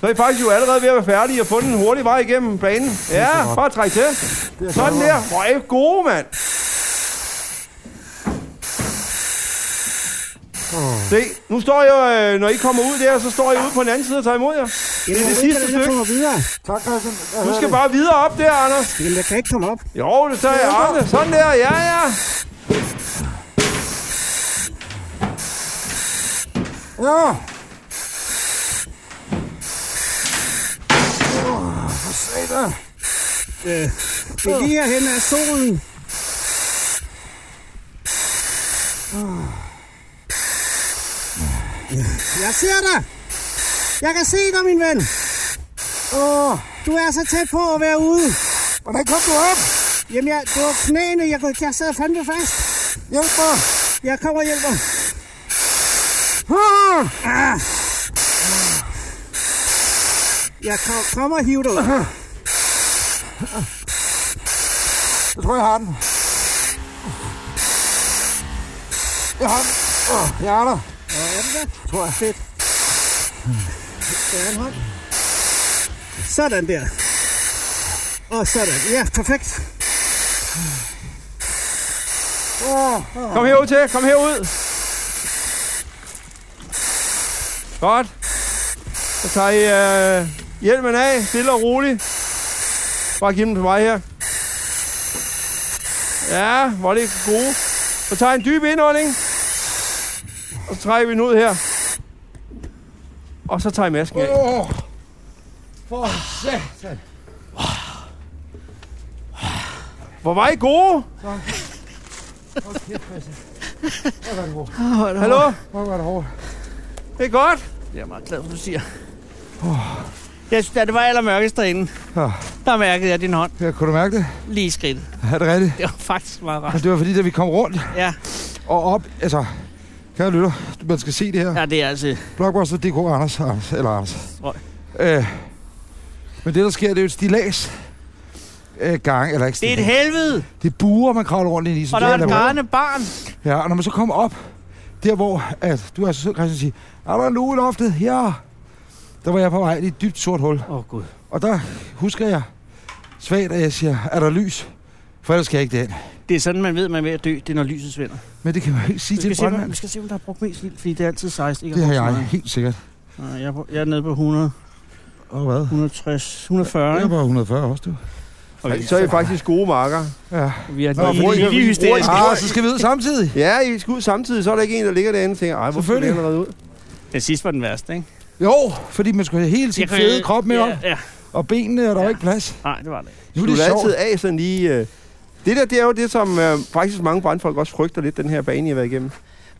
Speaker 4: Så er I faktisk jo allerede ved at være færdige og fundet en hurtig vej igennem banen. Ja, bare træk til. Sådan der. Hvor er I gode, mand. Se, nu står jeg, øh, når I kommer ud der, så står jeg ude på den anden side og tager imod jer.
Speaker 3: Jamen,
Speaker 4: det
Speaker 3: jeg ved
Speaker 4: sidste
Speaker 3: ikke, hvordan jeg
Speaker 4: stykke.
Speaker 3: kommer videre.
Speaker 5: Tak, Christian. Hvad
Speaker 4: Du
Speaker 5: hedder
Speaker 4: skal
Speaker 5: det?
Speaker 4: bare videre op der, Anders.
Speaker 3: Jamen, jeg kan ikke komme op.
Speaker 4: Jo, det tager jeg armene. Sådan der, ja, ja.
Speaker 2: Ja. Åh, for satan.
Speaker 6: Øh, det er lige herhen er solen. Jeg ser dig. Jeg kan se dig, min ven.
Speaker 2: Åh,
Speaker 6: Du er så tæt på at være ude.
Speaker 2: hvordan kom du op?
Speaker 6: Jamen, jeg, det var knæene. Jeg, kunne- jeg sad fandme fast.
Speaker 2: Hjælp mig.
Speaker 6: Jeg kommer og hjælper.
Speaker 2: Ah,
Speaker 6: Jeg kom- kommer og hiver dig ud.
Speaker 2: jeg tror, jeg har den. Jeg har den. Åh, jeg er der.
Speaker 6: Nå, er det der? Tror jeg. Fedt. Der er en hånd. Sådan der. Og sådan. Ja, perfekt.
Speaker 2: Åh,
Speaker 4: Kom herud til, kom herud. Godt. Så tager I øh, hjelmen af, stille og roligt. Bare giv den til mig her. Ja, hvor er det gode. Så tager I en dyb indånding. Og så trækker vi den ud her. Og så tager I masken af.
Speaker 7: For satan.
Speaker 4: Hvor var I gode? Hallo?
Speaker 2: hvor var det hårdt.
Speaker 4: Det er godt.
Speaker 3: Det er jeg meget glad for, du siger. Jeg synes, da det var allermørkest derinde, der mærkede jeg din hånd
Speaker 2: Ja, kunne du mærke det?
Speaker 3: lige i skridtet.
Speaker 2: Er det rigtigt?
Speaker 3: Det var faktisk meget
Speaker 2: Men
Speaker 3: rart.
Speaker 2: det var fordi, da vi kom rundt
Speaker 3: Ja,
Speaker 2: og op, altså, kære lytter, man skal se det her.
Speaker 3: ja det er altså...
Speaker 2: Blockbuster.dk Anders, Anders, eller Anders.
Speaker 3: Røg.
Speaker 2: Øh, men det, der sker, det er jo et stilas øh, gang, eller ikke
Speaker 3: Det er et
Speaker 2: stilas.
Speaker 3: helvede,
Speaker 2: det er buer, man kravler rundt ind i. Så
Speaker 3: og der
Speaker 2: det
Speaker 3: er et
Speaker 2: lavet-
Speaker 3: grædende barn.
Speaker 2: Ja, og når man så kommer op, der hvor, at du har så sød, Christian, at sige, er der en uge i loftet? Ja. Der var jeg på vej i et dybt sort hul.
Speaker 3: Åh, oh, Gud.
Speaker 2: Og der husker jeg svagt, at jeg siger, er der lys? For ellers skal jeg ikke derind.
Speaker 3: Det er sådan, man ved, man er ved at dø, det er, når lyset svinder.
Speaker 2: Men det kan man jo ikke sige til
Speaker 3: Vi skal,
Speaker 2: en
Speaker 3: se, om,
Speaker 2: brandmand.
Speaker 3: vi skal se, om der er brugt mest vildt, fordi det er altid 16. Ikke
Speaker 2: Det har
Speaker 3: brugt så
Speaker 2: jeg
Speaker 3: meget.
Speaker 2: helt sikkert.
Speaker 3: Nej, Jeg er, på, jeg er nede på 100,
Speaker 2: Og hvad?
Speaker 3: 160, 140,
Speaker 2: Jeg
Speaker 3: ikke?
Speaker 2: var 140 også, du.
Speaker 3: Okay,
Speaker 4: Så er I faktisk gode marker.
Speaker 2: Ja.
Speaker 3: vi er
Speaker 4: Nå,
Speaker 3: lige,
Speaker 4: bruger I-
Speaker 3: lige,
Speaker 4: bruger I-
Speaker 3: lige hysteriske.
Speaker 2: Ah, så skal vi ud samtidig.
Speaker 4: Ja, I skal ud samtidig, så er der ikke en, der ligger derinde og tænker, ej, hvorfor skal
Speaker 2: Selvfølgelig.
Speaker 4: den allerede ud?
Speaker 3: Den sidste var den værste, ikke?
Speaker 2: Jo, fordi man skulle have hele sin
Speaker 3: Jeg kan-
Speaker 2: fede krop med op,
Speaker 3: ja, ja.
Speaker 2: og benene, og der var ikke plads.
Speaker 3: Nej, det var det. ikke.
Speaker 2: Nu er
Speaker 4: Du
Speaker 2: det
Speaker 4: er altid
Speaker 2: sjovt.
Speaker 4: af sådan lige... Øh, det der, det er jo det, som øh, faktisk mange brandfolk også frygter lidt, den her bane, I har været igennem.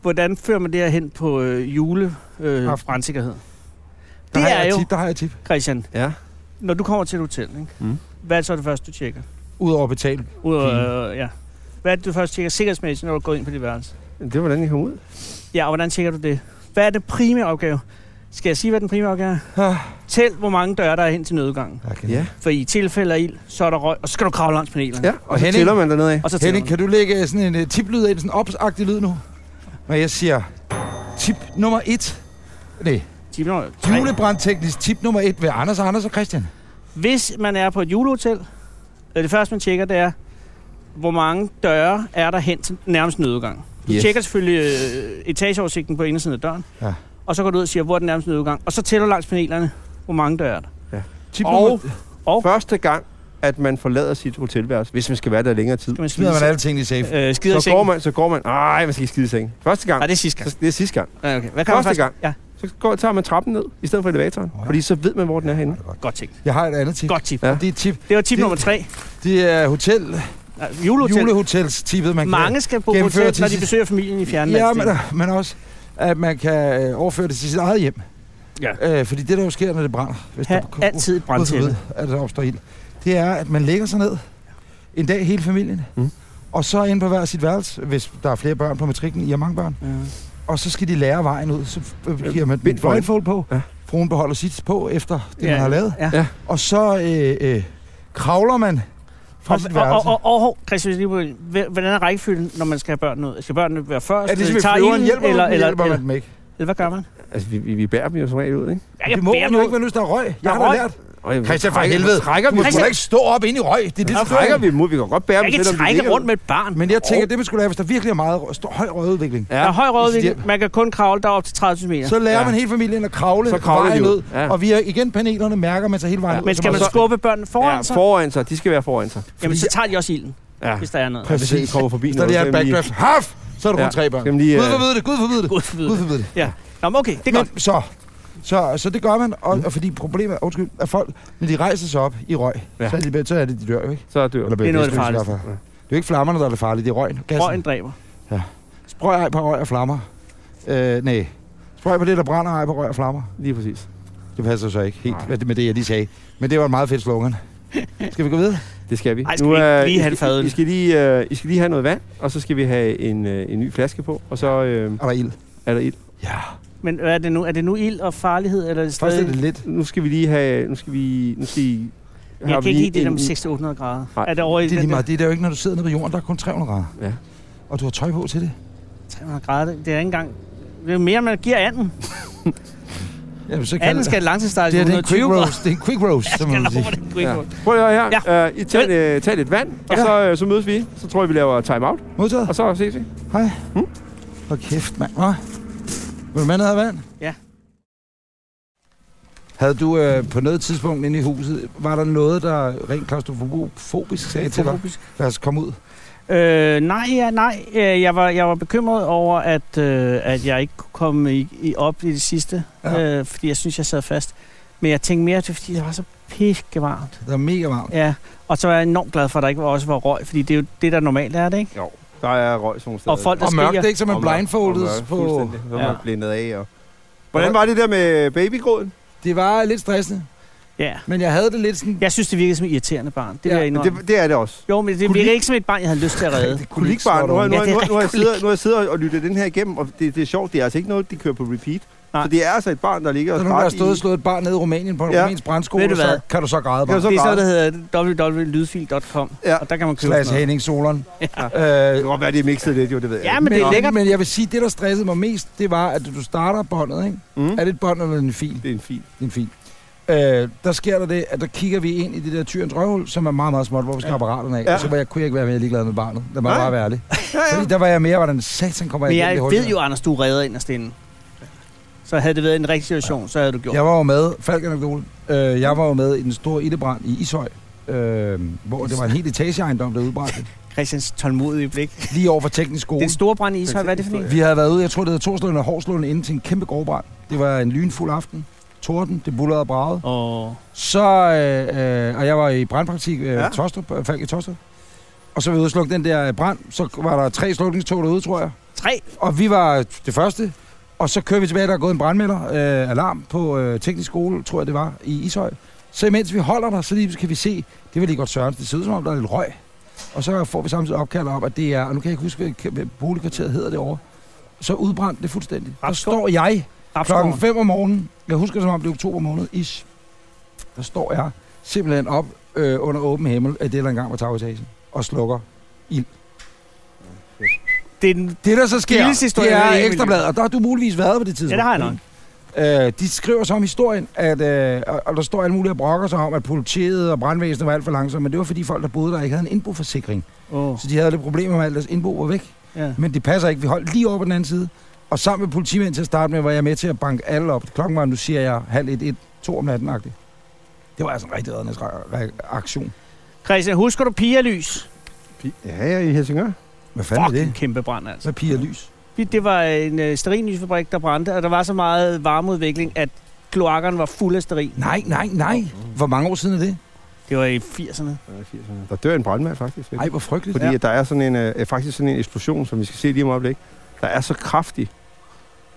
Speaker 3: Hvordan fører man det her hen på øh, jule, øh,
Speaker 2: Aften.
Speaker 3: brandsikkerhed?
Speaker 2: Der
Speaker 3: Det
Speaker 2: har
Speaker 3: er
Speaker 2: jeg
Speaker 3: jo,
Speaker 2: tip, der har jeg tip.
Speaker 3: Christian,
Speaker 4: Ja.
Speaker 3: når du kommer til et hotel, ikke?
Speaker 4: Mm.
Speaker 3: hvad er så det første, du tjekker?
Speaker 2: Udover at betale.
Speaker 3: Ud, øh, ja. Hvad er det, du først tjekker sikkerhedsmæssigt, når du går ind på dit værelse?
Speaker 4: Det er, hvordan I kom ud.
Speaker 3: Ja, og hvordan tjekker du det? Hvad er det primære opgave? Skal jeg sige, hvad den primære opgave er?
Speaker 2: Ah,
Speaker 3: Tæl, hvor mange døre der er hen til nødudgangen.
Speaker 2: jeg kan-
Speaker 4: Ja.
Speaker 3: For i tilfælde af ild, så er der røg, og så skal du kravle langs panelerne.
Speaker 4: Ja, og, og så
Speaker 2: Henning-
Speaker 4: tæller man dernede af.
Speaker 3: Og så tæller
Speaker 2: Henning,
Speaker 3: man.
Speaker 2: kan du lægge sådan en uh, tiplyd ind, sådan en opsagtig lyd nu? Når jeg siger tip nummer et. Nej,
Speaker 3: Tip nummer tre.
Speaker 2: julebrandteknisk tip nummer et ved Anders, Anders og Christian.
Speaker 3: Hvis man er på et julehotel, øh, det første, man tjekker, det er, hvor mange døre er der hen til nærmest nødudgang. Du
Speaker 4: Yes.
Speaker 3: yes. tjekker selvfølgelig øh, etageoversigten på indersiden af døren,
Speaker 2: Ja.
Speaker 3: og så går du ud og siger, hvor er den nærmeste nødudgang, og så tæller du langs panelerne, hvor mange døre er der.
Speaker 2: Tip
Speaker 4: Og
Speaker 2: nummer...
Speaker 4: første gang, at man forlader sit hotelværelse, hvis man skal være der længere tid,
Speaker 3: Kan man smide
Speaker 2: Smider man
Speaker 3: man
Speaker 2: alle tingene i safe.
Speaker 3: øh, skider i
Speaker 4: så går
Speaker 3: sengen?
Speaker 4: man, så går man, nej, man skal ikke skide i sengen. Første gang,
Speaker 3: Nej, det er sidste gang.
Speaker 4: så, det er sidste gang.
Speaker 3: Ja, okay. Hvad kan man
Speaker 4: Første
Speaker 3: faktisk?
Speaker 4: gang,
Speaker 3: Ja,
Speaker 4: så går, tager man trappen ned, i stedet for elevatoren,
Speaker 2: Åh, ja.
Speaker 4: fordi så ved man, hvor den er henne.
Speaker 3: godt tip.
Speaker 2: Jeg har et andet tip.
Speaker 3: Godt tip.
Speaker 4: Ja.
Speaker 3: Ja.
Speaker 2: Det er et tip.
Speaker 3: Det var tip
Speaker 2: Det-
Speaker 3: nummer tre.
Speaker 2: Det er hotel,
Speaker 3: Nej, Julehotel.
Speaker 2: julehotels tippet, man kan
Speaker 3: Mange skal bo på
Speaker 2: gennemføre
Speaker 3: hotel,
Speaker 2: til
Speaker 3: når de
Speaker 2: sidst.
Speaker 3: besøger familien i
Speaker 2: Ja,
Speaker 3: fjernlandet.
Speaker 2: men, men også, at man kan øh, overføre det til sit eget hjem. Ja. Øh, fordi det, der jo sker, når det brænder, hvis
Speaker 3: Ha'
Speaker 2: der kommer
Speaker 3: altid et
Speaker 2: ud,
Speaker 3: brandtæppe.
Speaker 2: at der opstår ild, det er, at man lægger sig ned en dag hele familien,
Speaker 4: Mm.
Speaker 2: mm. og så ind på hver sit værelse, hvis der er flere børn på matrikken, I har mange børn,
Speaker 3: Ja.
Speaker 2: og så skal de lære vejen ud, så øh, giver man
Speaker 4: bind
Speaker 2: et
Speaker 4: for
Speaker 2: blindfold på,
Speaker 4: Ja.
Speaker 2: ja. fruen beholder sit på efter det,
Speaker 3: Ja,
Speaker 2: man har lavet,
Speaker 3: Ja.
Speaker 2: og så øh, øh, kravler man fra
Speaker 3: Og,
Speaker 2: sit
Speaker 3: og, og,
Speaker 2: værelse.
Speaker 3: og, og, og Christian, lige på- hv- hvordan er rækkefølgen, når man skal have børnene ud? Skal børnene være først?
Speaker 2: Er det som
Speaker 3: eller
Speaker 2: i
Speaker 3: tager
Speaker 2: flyveren?
Speaker 3: ilden,
Speaker 2: Hjælper eller,
Speaker 3: eller,
Speaker 2: man, eller,
Speaker 3: eller,
Speaker 2: hjælper
Speaker 3: eller,
Speaker 2: man dem ikke?
Speaker 3: eller, hvad gør man?
Speaker 4: Altså, vi, vi, vi bærer dem jo som regel ud, ikke?
Speaker 3: Ja,
Speaker 2: Det må
Speaker 3: bærer
Speaker 2: man jo
Speaker 3: mig
Speaker 2: ikke, men hvis der er røg. Jeg
Speaker 3: Der
Speaker 2: har da
Speaker 3: er
Speaker 2: lært.
Speaker 4: Og jeg-
Speaker 2: Christian, for
Speaker 4: trækker-
Speaker 2: helvede.
Speaker 4: Trækker vi,
Speaker 2: Du må sgu
Speaker 3: Christian-
Speaker 2: da ikke stå op ind i røg. Det er det,
Speaker 4: så
Speaker 2: du
Speaker 4: trækker
Speaker 2: trækker
Speaker 4: vi dem ud. Vi kan godt bære
Speaker 3: Jeg
Speaker 4: dem,
Speaker 3: kan
Speaker 4: selvom de
Speaker 3: trække
Speaker 4: ligger
Speaker 3: rundt med et barn.
Speaker 2: Men jeg tænker, det man skulle lave, hvis der virkelig er meget rø- stor, høj rødudvikling.
Speaker 3: Der er
Speaker 4: Ja,
Speaker 3: høj
Speaker 2: Ja.
Speaker 3: rådvind. Man kan kun kravle derop til 30 meter.
Speaker 2: Så lærer
Speaker 4: Ja.
Speaker 2: man hele familien at kravle,
Speaker 4: Så kravler
Speaker 2: vejen
Speaker 4: de ud.
Speaker 2: ud.
Speaker 4: Ja.
Speaker 2: Og via igen panelerne mærker man sig hele vejen
Speaker 4: Ja,
Speaker 2: ud.
Speaker 3: Men
Speaker 2: Så
Speaker 3: skal man
Speaker 4: så-
Speaker 3: skubbe børnene
Speaker 4: ja,
Speaker 3: foran sig?
Speaker 4: foran sig. De skal være foran sig.
Speaker 3: Jamen, så tager de også ilden,
Speaker 4: Ja.
Speaker 3: hvis der er noget.
Speaker 4: Hvis I
Speaker 2: Præcis.
Speaker 4: kommer forbi
Speaker 2: Hvis der lige er
Speaker 4: så
Speaker 2: en
Speaker 4: vil I-
Speaker 2: backdraft. Haf!
Speaker 7: Så er der kun
Speaker 4: Ja.
Speaker 7: tre børn.
Speaker 4: Skal man lige,
Speaker 7: Gud
Speaker 4: øh,
Speaker 7: forbyde det, Gud forbyde det.
Speaker 3: Gud forbyde
Speaker 7: Gud
Speaker 3: det.
Speaker 7: forbyde det.
Speaker 3: Nå, men okay, det er godt.
Speaker 7: Men så,
Speaker 2: Så, så det gør man, og, og fordi problemet er, undskyld, at folk, når de rejser sig op i røg,
Speaker 4: Ja.
Speaker 2: ja. så, er de, så er det, de dør jo ikke.
Speaker 4: Så er det
Speaker 2: Eller
Speaker 4: jo.
Speaker 2: bliver
Speaker 3: Det er noget af det
Speaker 2: væskeløse i hvert
Speaker 3: farligste.
Speaker 2: fald. Det er jo ikke flammerne, der er det farlige, det er røgen. Gassen.
Speaker 3: Røgen dræber.
Speaker 2: Sprøj ej på røg og flammer. Øh, nej. Sprøj på det, der brænder ej på røg og flammer.
Speaker 4: Lige præcis.
Speaker 2: Det passer så ikke helt
Speaker 4: Nej.
Speaker 2: med det- med det, jeg lige sagde. Men det var en meget fed slogan. Skal vi gå videre?
Speaker 4: Det skal vi.
Speaker 3: Ej, skal vi ikke
Speaker 4: øh,
Speaker 3: lige have
Speaker 4: I
Speaker 3: en
Speaker 4: skal,
Speaker 3: fadøl?
Speaker 4: I, skal lige, øh, I skal lige have noget vand, og så skal vi have en, øh, en ny flaske på, og så øh,
Speaker 2: Er der ild?
Speaker 4: er der ild.
Speaker 3: Men hvad er det nu? Er det nu ild og farlighed, eller er det
Speaker 2: Først
Speaker 3: stadig...
Speaker 2: er det lidt.
Speaker 4: Nu skal vi lige have... Nu skal vi... Nu skal I,
Speaker 3: Jeg
Speaker 4: har vi
Speaker 3: kan ikke
Speaker 4: lige
Speaker 3: lide det der
Speaker 4: en-
Speaker 3: med 600-800 grader.
Speaker 4: Nej,
Speaker 3: er det over i
Speaker 2: Det er
Speaker 3: den
Speaker 2: lige
Speaker 3: der
Speaker 2: meget. Det er der jo ikke, når du sidder nede ved jorden. Der er kun 300 grader.
Speaker 4: Ja.
Speaker 2: Og du har tøj på til det.
Speaker 3: 300 grader? Det er ikke engang... Det er mere, man giver anden.
Speaker 2: Jamen, så
Speaker 3: Anden skal langtidsstejle
Speaker 2: det, her, det er en quick
Speaker 3: 120 grader.
Speaker 2: roast. Det er en quick roast, som man
Speaker 3: Jeg
Speaker 2: siger.
Speaker 3: lover det, quick
Speaker 4: Mm. Ja.
Speaker 3: roast.
Speaker 4: Prøv lige at høre her. Ja. Uh, I tager, uh, tager lidt vand, og
Speaker 3: Ja.
Speaker 4: så, uh, så mødes vi. Så tror jeg, vi laver time-out,
Speaker 2: Modtaget.
Speaker 4: og så ses vi.
Speaker 2: Hej. Hvor kæft, mand. Hva? Vil du med noget af vand?
Speaker 3: Ja.
Speaker 2: Havde du øh, på noget tidspunkt inde i huset, var der noget, der rent klaustrofobisk sagde til dig? Lad os komme ud.
Speaker 3: Øh, nej, ja, nej. Øh, Jeg var, jeg var bekymret over, at, øh, at jeg ikke kunne komme i, i op i det sidste,
Speaker 2: Ja.
Speaker 3: ja. øh, fordi jeg synes, jeg sad fast. Men jeg tænkte mere, at det var, fordi det var så pikke varmt.
Speaker 2: Det var mega varmt.
Speaker 3: Ja, og så var jeg enormt glad for, at der ikke også var røg, fordi det er jo det, der normalt er det, ikke?
Speaker 4: Der er røg sådan
Speaker 3: Og folk, der
Speaker 2: Og mørkt,
Speaker 3: skriger.
Speaker 2: det er ikke, som man blindfoldes på...
Speaker 4: Så
Speaker 3: man Ja.
Speaker 4: blindet af.
Speaker 2: Hvordan
Speaker 4: Og... Hvordan var det der med babygråden?
Speaker 2: Det var lidt stressende,
Speaker 3: Ja.
Speaker 2: men jeg havde det lidt sådan...
Speaker 3: Jeg synes, det virkede som et irriterende barn. Det vil
Speaker 2: Ja,
Speaker 3: ja, jeg indrømme.
Speaker 4: Det, det er det også.
Speaker 3: Jo, men det
Speaker 4: Kunne
Speaker 3: virkede
Speaker 4: de-
Speaker 3: ikke som et barn, jeg havde lyst til at redde.
Speaker 2: Det kunne ikke
Speaker 4: Kolikbarn, nu,
Speaker 2: slå
Speaker 4: har-
Speaker 2: dig
Speaker 4: nu,
Speaker 3: Ja,
Speaker 4: har-
Speaker 3: det er
Speaker 4: nu, har- nu, har jeg
Speaker 3: rigtig
Speaker 4: siddet- nu har jeg siddet og lyttet den her igennem, og det, det er sjovt, det er altså ikke noget, de kører på repeat.
Speaker 3: Nej.
Speaker 4: Så det er altså et barn, der ligger
Speaker 2: Der
Speaker 4: og
Speaker 2: er nogen, der har
Speaker 4: sparker
Speaker 2: stået og
Speaker 4: i.
Speaker 2: slået et barn ned i Rumænien på en
Speaker 4: Ja.
Speaker 2: ja. rumænsk brændskole,
Speaker 3: Ved du
Speaker 2: og så
Speaker 3: hvad?
Speaker 2: kan du så græde
Speaker 4: Kan
Speaker 2: bare.
Speaker 4: du så
Speaker 3: Det er
Speaker 4: bare-
Speaker 3: sådan noget, der hedder www.lydfil.com,
Speaker 4: Ja.
Speaker 3: og der kan man købe
Speaker 2: Slash
Speaker 3: noget.
Speaker 2: Henning Solon.
Speaker 4: Det
Speaker 2: Øh,
Speaker 4: kan godt være, det er mixet lidt, jo, det ved jeg.
Speaker 3: Ja,
Speaker 4: ikke.
Speaker 3: men det er lækkert.
Speaker 2: men jeg vil sige, det, der stressede mig mest, det var, at du starter båndet, ikke?
Speaker 4: Mm.
Speaker 2: Er det et bånd eller en fil?
Speaker 4: Det er en fil.
Speaker 2: En fil. Øh, der sker der det, at der kigger vi ind i det der tyrens røvhul, som er meget, meget småt, hvor vi skal ja. apparaterne af.
Speaker 4: Ja.
Speaker 2: Ja. Så var jeg, kunne jeg ikke være mere ligeglad med barnet. Der var
Speaker 4: Nej.
Speaker 2: bare være ærlig.
Speaker 4: Ja, ja.
Speaker 2: Fordi der var jeg mere, hvordan satan kommer jeg
Speaker 3: Men
Speaker 2: igennem
Speaker 3: jeg
Speaker 2: det hul
Speaker 3: ved
Speaker 2: der.
Speaker 3: jo, Anders, du redder ind og stinde. Så havde det været en rigtig situation, så havde du gjort.
Speaker 2: Jeg var jo med, Falkenakdol, øh, jeg var jo med i den store ildebrand i Ishøj, øh, hvor det var en helt etageejendom, der udbrændte.
Speaker 3: Christians tålmodige blik.
Speaker 2: Lige over for teknisk skole.
Speaker 3: Den store brand i Ishøj, hvad er det for en?
Speaker 2: Vi havde været ude, jeg tror det hedder Torslund og Horslund, inden til en kæmpe gårdbrand. Det var en lynfuld aften. Torden, det bullerede og bragede.
Speaker 3: Og
Speaker 2: Så, øh, øh, og jeg var i brandpraktik, øh,
Speaker 4: Ja.
Speaker 2: ja. Tostrup, øh, Falk i Tostrup. Og så var vi ude og slukke den der øh, brand. Så var der tre slukningstog derude, tror jeg.
Speaker 3: tre.
Speaker 2: Og vi var det første. Og så kører vi tilbage, der er gået en brandmelder, øh, alarm på øh, teknisk skole, tror jeg det var, i Ishøj. Så imens vi holder der, så lige kan vi se, det var lige godt Sørens, det ser ud som om, der er lidt røg. Og så får vi samtidig opkald om, at det er, og nu kan jeg ikke huske, hvad k- hvad boligkvarteret hedder det over. Så udbrændt det fuldstændigt. Der
Speaker 3: Rapskov.
Speaker 2: står jeg klokken
Speaker 3: Rapskoven.
Speaker 2: 5 om morgenen, jeg husker det som om, det er oktober måned, ish. Der står jeg simpelthen op øh, under åben himmel af det, der engang var tagetagen, og slukker
Speaker 3: Det er den,
Speaker 2: Det, der så sker,
Speaker 3: Gildes historie
Speaker 2: det
Speaker 3: med
Speaker 2: er
Speaker 3: Emil.
Speaker 2: ekstrabladet, og der har du muligvis været på det tidspunkt.
Speaker 3: ja, det har jeg nok.
Speaker 2: Øh, de skriver så om historien, at, øh, og- og der står alle mulige og brokker sig om, at politiet og brandvæsenet var alt for langsomme, men det var fordi folk, der boede der, ikke havde en indboforsikring.
Speaker 3: Oh,
Speaker 2: Så de havde lidt problemer med, at alt deres indbo var væk.
Speaker 3: ja.
Speaker 2: Men det passer ikke. Vi holdt lige over på den anden side. Og sammen med politimænd til at starte med, var jeg med til at banke alle op. Klokken var, nu siger jeg, halv et, et, to om natten -agtigt. Det var altså en rigtig redende aktion.
Speaker 3: Christian, husker du pigerlys?
Speaker 4: Ja, ja, i Helsingør.
Speaker 2: Hvad fanden er
Speaker 3: Fuck, en
Speaker 2: det?
Speaker 3: kæmpe brand, altså.
Speaker 2: Så piger lys.
Speaker 3: Vi- Det var en øh, stearinlysfabrik, der brændte, og der var så meget varmeudvikling, at kloakkerne var fuld af stearin.
Speaker 2: Nej, nej, nej. Hvor mange år siden er det?
Speaker 3: Det var i 80'erne.
Speaker 4: Der dør en brandmand, faktisk.
Speaker 2: Ej, hvor frygteligt.
Speaker 4: Fordi ja. der er sådan en, øh, faktisk sådan en eksplosion, som vi skal se lige om et øjeblik, der er så kraftig,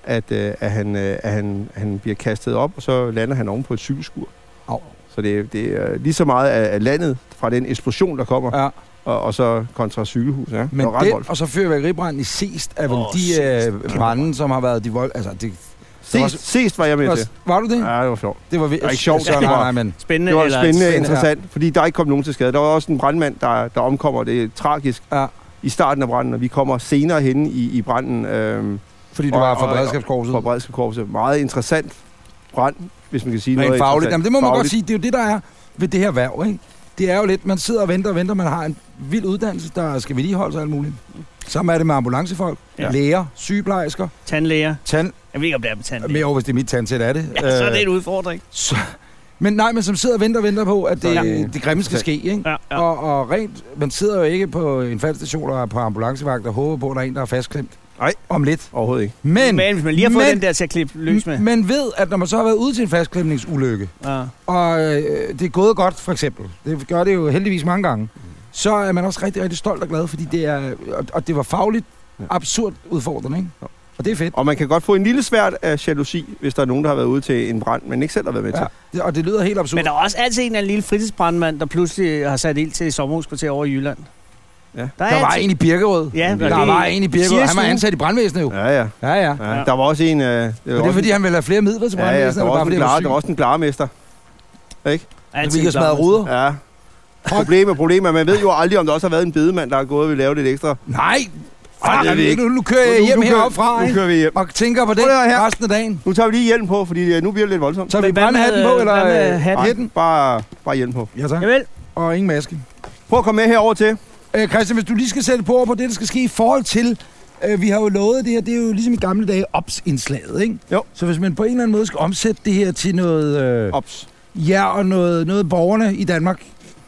Speaker 4: at, øh, at, han, øh, at han, han bliver kastet op, og så lander han oven på et cykelskur.
Speaker 2: Au.
Speaker 4: Så det, er- det er lige så meget af, af landet fra den eksplosion, der kommer,
Speaker 2: Ja.
Speaker 4: og, og så kontra cykelhuset. Ja.
Speaker 2: Men
Speaker 4: det var ret
Speaker 2: den,
Speaker 4: voldsomt.
Speaker 2: og så fyrværkeribranden i Seest, er vel
Speaker 3: Åh,
Speaker 2: oh, de øh, brande, som har været de vold... Altså, det, det
Speaker 4: Sest, sest var jeg med
Speaker 2: var,
Speaker 4: til.
Speaker 2: var du det?
Speaker 4: Ja, det var sjovt.
Speaker 2: Det var, vi-
Speaker 4: var ikke sjovt,
Speaker 2: Nej,
Speaker 4: det var-
Speaker 2: nej, men...
Speaker 3: Spændende,
Speaker 4: Det var
Speaker 3: eller
Speaker 4: spændende og
Speaker 2: spændende,
Speaker 4: interessant, fordi der er ikke kom nogen til skade. Der var også en brandmand, der, der omkommer. Det er tragisk
Speaker 2: Ja.
Speaker 4: i starten af branden, og vi kommer senere hen i, i branden. Øh,
Speaker 2: Fordi du
Speaker 4: Og-
Speaker 2: var fra
Speaker 4: og- og-
Speaker 2: beredskabskorpset.
Speaker 4: fra Bredskabskorpset. Meget interessant brand, hvis man kan sige
Speaker 2: Rent
Speaker 4: noget
Speaker 2: fagligt.
Speaker 4: interessant.
Speaker 2: Jamen, det må man
Speaker 4: Fagligt.
Speaker 2: godt sige. Det er jo det, der er ved det her værv, ikke? Det er jo lidt, man sidder og venter og venter. Man har en vild uddannelse, der skal vedligeholdes og alt muligt. Samme er det med ambulancefolk,
Speaker 3: Ja.
Speaker 2: ja. læger, sygeplejersker,
Speaker 3: Tandlæger.
Speaker 2: tand...
Speaker 3: Jeg ved ikke, om det er med tandlæger.
Speaker 2: Mere over, hvis det er mit tandsæt, er det.
Speaker 3: Ja, så er det
Speaker 2: Øh,
Speaker 3: en udfordring.
Speaker 2: så, Men nej, men som sidder og venter og venter på, at det,
Speaker 4: Ja.
Speaker 2: det grimme skal ske, ikke?
Speaker 3: Ja, ja.
Speaker 2: Og, og rent, man sidder jo ikke på en faldstation og er på ambulancevagt og håber på, at der er en, der er fastklemt.
Speaker 4: Nej.
Speaker 2: Om lidt.
Speaker 4: Overhovedet ikke.
Speaker 2: Men,
Speaker 3: Men hvis man lige har fået
Speaker 2: men-
Speaker 3: den der til at klippe løs med.
Speaker 2: man ved, at når man så har været ude til en fastklemningsulykke,
Speaker 3: Ja.
Speaker 2: og øh, det er gået godt, for eksempel. Det gør det jo heldigvis mange gange. Så er man også rigtig, rigtig stolt og glad, fordi det er, og, og det var fagligt
Speaker 4: Ja.
Speaker 2: absurd udfordrende, ikke?
Speaker 4: Ja.
Speaker 2: Og det er fedt.
Speaker 4: Og man kan godt få en lille svært af jalousi, hvis der er nogen, der har været ude til en brand, men ikke selv har været med til.
Speaker 2: Ja. Det- Og det lyder helt absurd.
Speaker 3: Men der er også altid en eller anden lille fritidsbrandmand, der pludselig har sat ild til et sommerhuskvarter over i Jylland.
Speaker 4: Ja.
Speaker 3: er
Speaker 2: der var
Speaker 3: altid-
Speaker 2: en i Birkerød.
Speaker 3: Ja,
Speaker 2: der
Speaker 3: det-
Speaker 2: var en i Birkerød. Han var
Speaker 3: Sirslev.
Speaker 2: ansat i brandvæsenet jo.
Speaker 4: Ja, ja.
Speaker 2: Ja, ja.
Speaker 4: ja.
Speaker 3: Ja.
Speaker 4: Der var også en... Øh, det var
Speaker 2: Men det er fordi, han ville have flere midler til
Speaker 4: ja, ja, der
Speaker 2: brandvæsenet.
Speaker 4: var,
Speaker 2: eller bare
Speaker 4: også
Speaker 2: fordi
Speaker 4: en
Speaker 2: han var
Speaker 4: klare,
Speaker 2: syg?
Speaker 4: der var også en klaremester.
Speaker 3: altid
Speaker 2: Vi kan
Speaker 3: en
Speaker 2: smadre
Speaker 3: klar-
Speaker 2: ruder.
Speaker 4: Ja. Problemet, problemet. er, Man ved jo aldrig, om der også har været en bedemand, der er gået og vil lave lidt ekstra.
Speaker 2: Nej!
Speaker 4: det er vi
Speaker 2: Fuck,
Speaker 4: ikke.
Speaker 2: nu, nu
Speaker 3: Øh,
Speaker 2: kører jeg
Speaker 4: Nu- nu
Speaker 2: hjem
Speaker 4: kører-
Speaker 2: heroppefra,
Speaker 4: Nu
Speaker 2: ikke?
Speaker 4: kører vi hjem.
Speaker 2: Og tænker på det
Speaker 4: Prøv lige at høre her.
Speaker 2: resten af dagen.
Speaker 4: Nu tager vi lige hjelm på, fordi øh, nu bliver det lidt voldsomt.
Speaker 2: Så vi
Speaker 3: Men hvad
Speaker 2: brandhatten
Speaker 3: med,
Speaker 2: på,
Speaker 3: øh,
Speaker 2: eller
Speaker 3: hvad med
Speaker 2: øh,
Speaker 3: hatten?
Speaker 4: Nej,
Speaker 2: hætten?
Speaker 4: Bare, bare hjelm på.
Speaker 2: Ja, tak.
Speaker 3: Javel.
Speaker 2: Og ingen maske.
Speaker 4: Prøv at komme med herover til.
Speaker 2: Øh, Christian, hvis du lige skal sætte på over på det, der skal ske i forhold til... Øh, vi har jo lovet det her, det er jo ligesom i gamle dage ops-indslaget, ikke?
Speaker 4: Jo.
Speaker 2: Så hvis man på en eller anden måde skal omsætte det her til noget... Øh,
Speaker 4: Ops.
Speaker 2: ja, og noget, noget borgerne i Danmark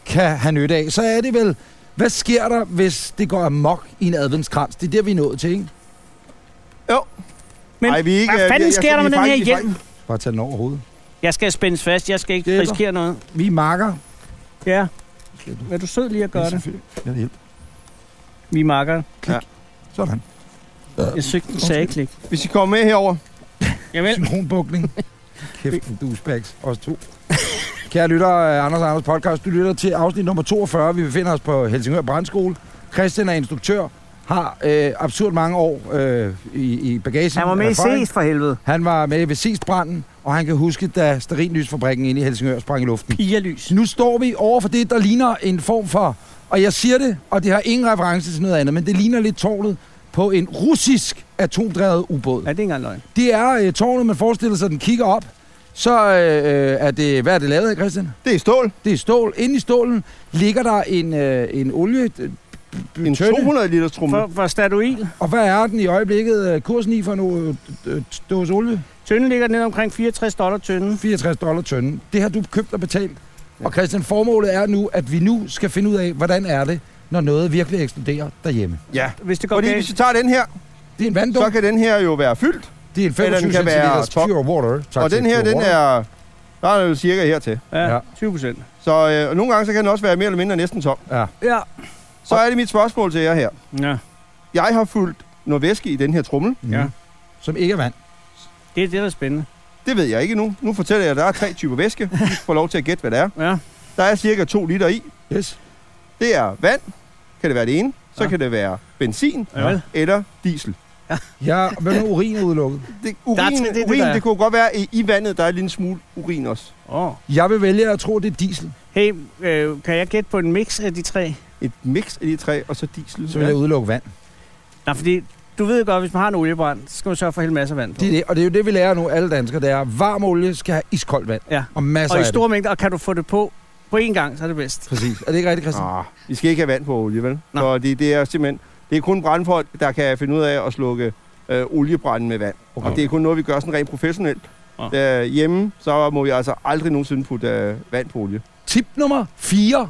Speaker 2: kan have nytte af, så er det vel... Hvad sker der, hvis det går amok i en adventskrans? Det er der, vi er nået til, ikke?
Speaker 3: Men
Speaker 4: Ej, vi er ikke,
Speaker 3: hvad
Speaker 4: øh,
Speaker 3: fanden
Speaker 4: jeg- jeg
Speaker 3: sker
Speaker 4: tror,
Speaker 3: der
Speaker 4: vi
Speaker 3: med
Speaker 4: er
Speaker 3: den her
Speaker 4: faktisk- vi er
Speaker 3: hjelm?
Speaker 2: Bare tage den over hovedet.
Speaker 3: Jeg skal spændes fast, jeg skal ikke
Speaker 2: Hjælper.
Speaker 3: risikere noget.
Speaker 2: Vi marker.
Speaker 3: Ja. Er du sød lige at gøre det?
Speaker 2: Ja, det hjælper.
Speaker 3: Vi marker.
Speaker 2: Sådan.
Speaker 3: Jeg søgte sagde klik.
Speaker 4: Hvis I kommer med herover.
Speaker 3: Javel.
Speaker 2: Synkronbukning. Kæft, en douchebags. Os to. Kære lytter, Anders og Anders podcast, du lytter til afsnit nummer 42. Vi befinder os på Helsingør Brandskole. Christian er instruktør, har øh, absurd mange år øh, i, i bagagen.
Speaker 3: Han var med i
Speaker 2: erfaring.
Speaker 3: ses for helvede.
Speaker 2: Han var med ved Seest-branden, og han kan huske, da Sterinlysfabrikken inde i Helsingør sprang i luften.
Speaker 3: Pigerlys.
Speaker 2: Nu står vi over for det, der ligner en form for, og jeg siger det, og det har ingen reference til noget andet, men det ligner lidt tårnet på en russisk atomdrevet ubåd.
Speaker 3: Ja, det er ikke engang løgn.
Speaker 2: Det er øh, tårnet, man forestiller sig, den kigger op. Så øh, er det, hvad er det lavet af, Christian?
Speaker 4: Det er stål.
Speaker 2: Det er stål. Inde i stålen ligger der en, øh, en olie. øh, b-
Speaker 4: En
Speaker 2: tønde.
Speaker 4: 200 liters
Speaker 2: Um.
Speaker 4: trumme.
Speaker 3: For, for statuil.
Speaker 2: Og hvad er den i øjeblikket øh, kursen i for en øh, øh, dåse olie?
Speaker 3: Tønden ligger ned omkring 64 dollar tønden.
Speaker 2: 64 dollar tønden. Det har du købt og betalt. Og Christian, formålet er nu, at vi nu skal finde ud af, hvordan er det, når noget virkelig eksploderer derhjemme.
Speaker 4: Ja.
Speaker 3: Hvis det går
Speaker 4: Fordi
Speaker 3: galt.
Speaker 4: hvis vi tager den her,
Speaker 2: Det er en vanddunk.
Speaker 4: så kan den her jo være fyldt.
Speaker 2: Det er en
Speaker 4: eller
Speaker 2: 25
Speaker 4: den kan
Speaker 2: cm
Speaker 4: være top.
Speaker 2: pure water. Tak
Speaker 4: Og
Speaker 2: til
Speaker 4: den her,
Speaker 2: pure
Speaker 4: den
Speaker 2: water.
Speaker 4: er... Der er den jo cirka hertil.
Speaker 3: Ja,
Speaker 2: Ja.
Speaker 3: 20 procent.
Speaker 4: Så øh, og nogle gange så kan den også være mere eller mindre næsten tom.
Speaker 2: Ja.
Speaker 3: Ja.
Speaker 4: Så er det mit spørgsmål til jer her.
Speaker 3: Ja.
Speaker 4: Jeg har fyldt noget væske i den her trummel.
Speaker 2: Mm.
Speaker 3: Ja.
Speaker 2: Som ikke er vand.
Speaker 3: Det er det, der er spændende.
Speaker 4: Det ved jeg ikke nu. Nu fortæller jeg, at der er tre typer væske. I får lov til at gætte, hvad det er.
Speaker 3: Ja.
Speaker 4: Der er cirka 2 liter i.
Speaker 2: Yes.
Speaker 4: Det er vand. Kan det være det ene? Så
Speaker 3: Ja.
Speaker 4: kan det være benzin
Speaker 3: Ja. vel.
Speaker 4: eller diesel.
Speaker 2: Ja, men urin er udelukket.
Speaker 4: Det,
Speaker 3: Der er
Speaker 4: urin,
Speaker 3: tre- det er
Speaker 4: det,
Speaker 3: det,
Speaker 4: urin,
Speaker 3: der er.
Speaker 4: det kunne godt være, at i, i vandet, der er lige en smule urin også.
Speaker 3: Åh. Oh.
Speaker 2: Jeg vil vælge at tro, det er diesel.
Speaker 3: Hey, øh, kan jeg gætte på en mix af de tre?
Speaker 4: Et mix af de tre, og så diesel.
Speaker 2: Så vil jeg udelukke vand.
Speaker 3: Nej, fordi du ved jo godt, hvis man har en oliebrand, så skal man sørge for at hælde masser af vand på.
Speaker 2: Det er det, og det er jo det, vi lærer nu, alle danskere, det er, varm olie skal have iskoldt vand.
Speaker 3: Ja.
Speaker 2: Og masser
Speaker 3: og i
Speaker 2: af det.
Speaker 3: store mængder, og kan du få det på på én gang, så er det bedst.
Speaker 2: Præcis. Er det ikke rigtigt, Christian?
Speaker 4: Ah, I skal ikke have vand på olie, vel?
Speaker 3: Nå.
Speaker 4: Så det, det er simpelthen... Det er kun brandfolk, der kan finde ud af at slukke øh, oliebranden med vand. Okay. Og det er kun noget, vi gør sådan rent professionelt.
Speaker 3: Nå.
Speaker 4: Okay. Hjemme, så må vi altså aldrig nogensinde putte øh, vand på olie.
Speaker 2: Tip nummer 4.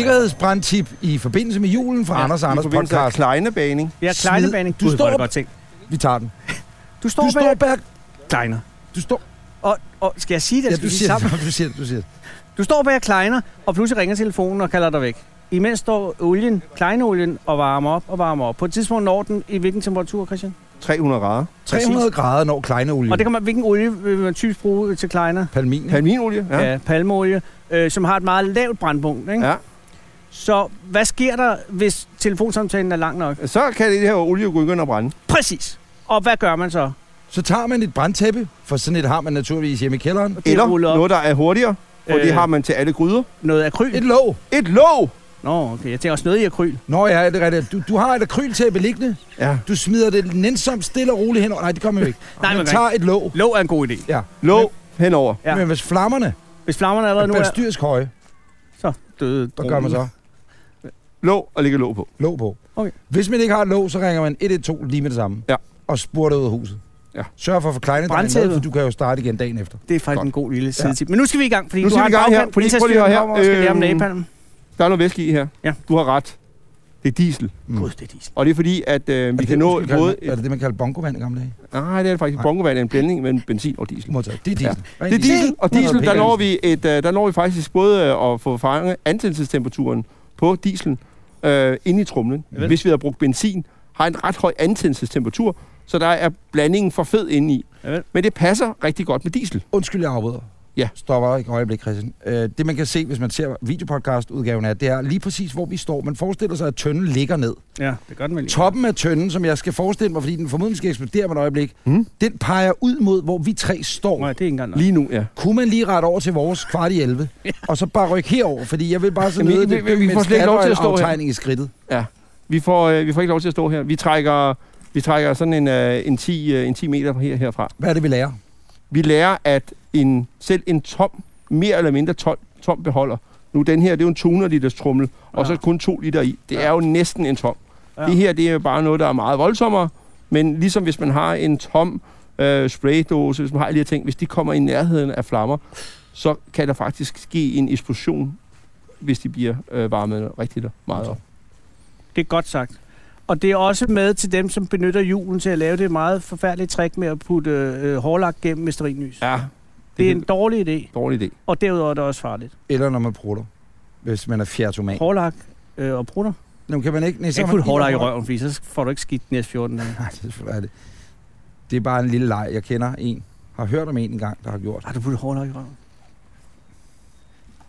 Speaker 2: Sikkerhedsbrandtip i forbindelse med julen fra ja, Anders og Anders podcast.
Speaker 4: Klejnebaning.
Speaker 3: Ja,
Speaker 2: Smid-
Speaker 3: klejnebaning.
Speaker 2: du
Speaker 3: Gud, hvor er
Speaker 2: står-
Speaker 3: det godt ting.
Speaker 2: Vi tager den.
Speaker 3: Du står
Speaker 2: Du står
Speaker 3: bag
Speaker 2: bag...
Speaker 3: klejner.
Speaker 2: Du står...
Speaker 3: Og, og skal jeg sige det?
Speaker 2: Ja,
Speaker 3: Skal
Speaker 2: du
Speaker 3: vi
Speaker 2: siger
Speaker 3: sammen?
Speaker 2: det. Du siger det. Du siger det.
Speaker 3: Du står bag klejner, og pludselig ringer telefonen og kalder dig væk. Imens står olien, klejneolien, og varmer op og varmer op. På et tidspunkt når den i hvilken temperatur, Christian?
Speaker 4: 300 grader.
Speaker 2: 300 grader når
Speaker 3: Mm.
Speaker 2: kleineolie.
Speaker 3: Og det kan man, hvilken olie vil man typisk bruge til klejner?
Speaker 2: Palmin. ikke?
Speaker 4: Palminolie. Ja.
Speaker 3: Ja. ja palmeolie, øh, som har et meget lavt brandpunkt. Ikke?
Speaker 4: ja.
Speaker 3: Så hvad sker der, hvis telefonsamtalen er lang nok?
Speaker 4: Så kan det her olie jo begynde at brænde.
Speaker 3: Præcis. Og hvad gør man så?
Speaker 2: Så tager man et brandtæppe, for sådan et har man naturligvis hjemme i kælderen.
Speaker 3: er
Speaker 4: Eller
Speaker 3: rullet op.
Speaker 4: noget, der er hurtigere. Og det
Speaker 3: Øh.
Speaker 4: har man til alle gryder.
Speaker 3: Noget akryl?
Speaker 2: Et låg.
Speaker 4: Et låg!
Speaker 3: Nå, okay. Jeg tænker også noget i akryl.
Speaker 2: Nå ja, er det er rigtigt. Du, du har et akryltæppe liggende.
Speaker 4: Ja.
Speaker 2: Du smider det nænsomt, stille og roligt hen. over- Nej, det kommer jo ikke.
Speaker 3: Nej,
Speaker 2: man
Speaker 3: man
Speaker 2: tager et låg.
Speaker 3: Låg er en god idé.
Speaker 2: Ja.
Speaker 4: Låg henover.
Speaker 3: Ja.
Speaker 2: Ja. Men hvis flammerne
Speaker 3: Hvis flammerne allerede nu
Speaker 2: er
Speaker 3: er
Speaker 2: bestyrsk høje,
Speaker 3: døde,
Speaker 2: hvad gør man så?
Speaker 4: Låg og lægge låg på.
Speaker 2: Låg på.
Speaker 3: Okay.
Speaker 2: Hvis man ikke har et låg, så ringer man 112 lige med det samme.
Speaker 4: Ja.
Speaker 2: Og spurter ud af huset.
Speaker 4: Ja.
Speaker 2: Sørg for at forklejne dig, med
Speaker 3: Brandtæppet.
Speaker 2: noget, for du kan jo starte igen dagen efter.
Speaker 3: Det er faktisk
Speaker 4: Godt.
Speaker 3: Godt. en god lille sidetip. Ja. Men nu skal vi i gang, fordi
Speaker 4: Nu
Speaker 3: nu du
Speaker 4: skal
Speaker 3: har
Speaker 4: vi
Speaker 3: en
Speaker 4: i gang her,
Speaker 3: bagkant.
Speaker 4: fordi- prøv
Speaker 3: Indsatsstyrken
Speaker 4: lige at høre her.
Speaker 3: kommer og skal lære om
Speaker 4: Øhm,
Speaker 3: napalm.
Speaker 4: Der er noget væske i her.
Speaker 3: Ja.
Speaker 4: Du har ret. Det er diesel.
Speaker 2: Mm.
Speaker 3: Gud, det er diesel.
Speaker 4: Og det er fordi, at øh, vi
Speaker 2: Er
Speaker 4: kan
Speaker 2: det,
Speaker 4: nå
Speaker 2: måske kalde-
Speaker 4: både...
Speaker 2: Er det det, man kalder bongovand i gamle dage?
Speaker 4: Nej, det er det faktisk.
Speaker 2: Nej.
Speaker 4: Bongovand er en blanding mellem benzin og diesel.
Speaker 2: Modtaget. Det er diesel. Ja.
Speaker 4: Det er diesel, og diesel, der når
Speaker 2: når
Speaker 4: vi, et, øh, der når vi faktisk både øh, at få fanget antændelsestemperaturen på dieselen øh, inde i trumlen.
Speaker 2: Javel.
Speaker 4: Hvis vi havde brugt benzin, har en ret høj antændelsestemperatur, så der er blandingen for fed inde i.
Speaker 3: Javel.
Speaker 4: Men det passer rigtig godt med diesel.
Speaker 2: Undskyld, jeg afbryder.
Speaker 4: Ja.
Speaker 2: Stopper dig et øjeblik, Christian. Øh, det, man kan se, hvis man ser videopodcast-udgaven af, det er lige præcis, hvor vi står. Man forestiller sig, at tønden ligger ned.
Speaker 3: Ja, det gør den vel.
Speaker 2: Toppen af tønden, som jeg skal forestille mig, fordi den formodentlig skal eksplodere om et øjeblik,
Speaker 4: Mm.
Speaker 2: den peger ud mod, hvor vi tre står.
Speaker 3: Nej, det er ikke engang nok.
Speaker 4: Lige nu, ja.
Speaker 2: Kunne man lige rette over til vores kvart i 11, og så bare rykke herover, fordi jeg vil bare sådan
Speaker 4: Jamen,
Speaker 2: noget,
Speaker 4: vi-
Speaker 2: det
Speaker 4: vi- vi
Speaker 2: med
Speaker 4: får
Speaker 2: en
Speaker 4: slet ikke lov til at stå her.
Speaker 2: skatteaftegning i skridtet.
Speaker 4: Vi får, øh, vi får ikke lov til at stå her. Vi trækker, vi trækker sådan en, øh, en, 10, øh, en 10 meter her, herfra.
Speaker 2: Hvad er det, vi lærer?
Speaker 4: Vi lærer, at en, selv en tom, mere eller mindre tom, tom beholder. Nu, den her, det er jo en 200 liters trummel, og
Speaker 3: Ja.
Speaker 4: så kun 2 liter i. Det
Speaker 3: Ja.
Speaker 4: er jo næsten en tom.
Speaker 3: Ja.
Speaker 4: Det her, det er jo bare noget, der er meget voldsommere, men ligesom hvis man har en tom øh, spraydåse, hvis man har alle de her ting, hvis de kommer i nærheden af flammer, så kan der faktisk ske en eksplosion, hvis de bliver øh, varmet rigtig meget op.
Speaker 3: Det er godt sagt. Og det er også med til dem, som benytter julen til at lave det meget forfærdelige trick med at putte øh, hårlagt gennem med sterinlys. Ja,
Speaker 4: Ja,
Speaker 3: det er
Speaker 4: en
Speaker 3: en dårlig idé,
Speaker 4: dårlig idé.
Speaker 3: og derudover er det også farligt.
Speaker 2: Eller når man prutter, hvis man er fjertomat.
Speaker 3: Hårlagt øh, og brutter.
Speaker 2: Nu kan man ikke... Nej,
Speaker 3: Jeg ikke putte hårlagt i røven, fordi så får du ikke skidt de næste 14 dage.
Speaker 2: Nej, det er selvfølgelig er det. Det er bare en lille leg. Jeg kender en, har hørt om en engang, der har gjort.
Speaker 3: Har du puttet hårlagt i røven?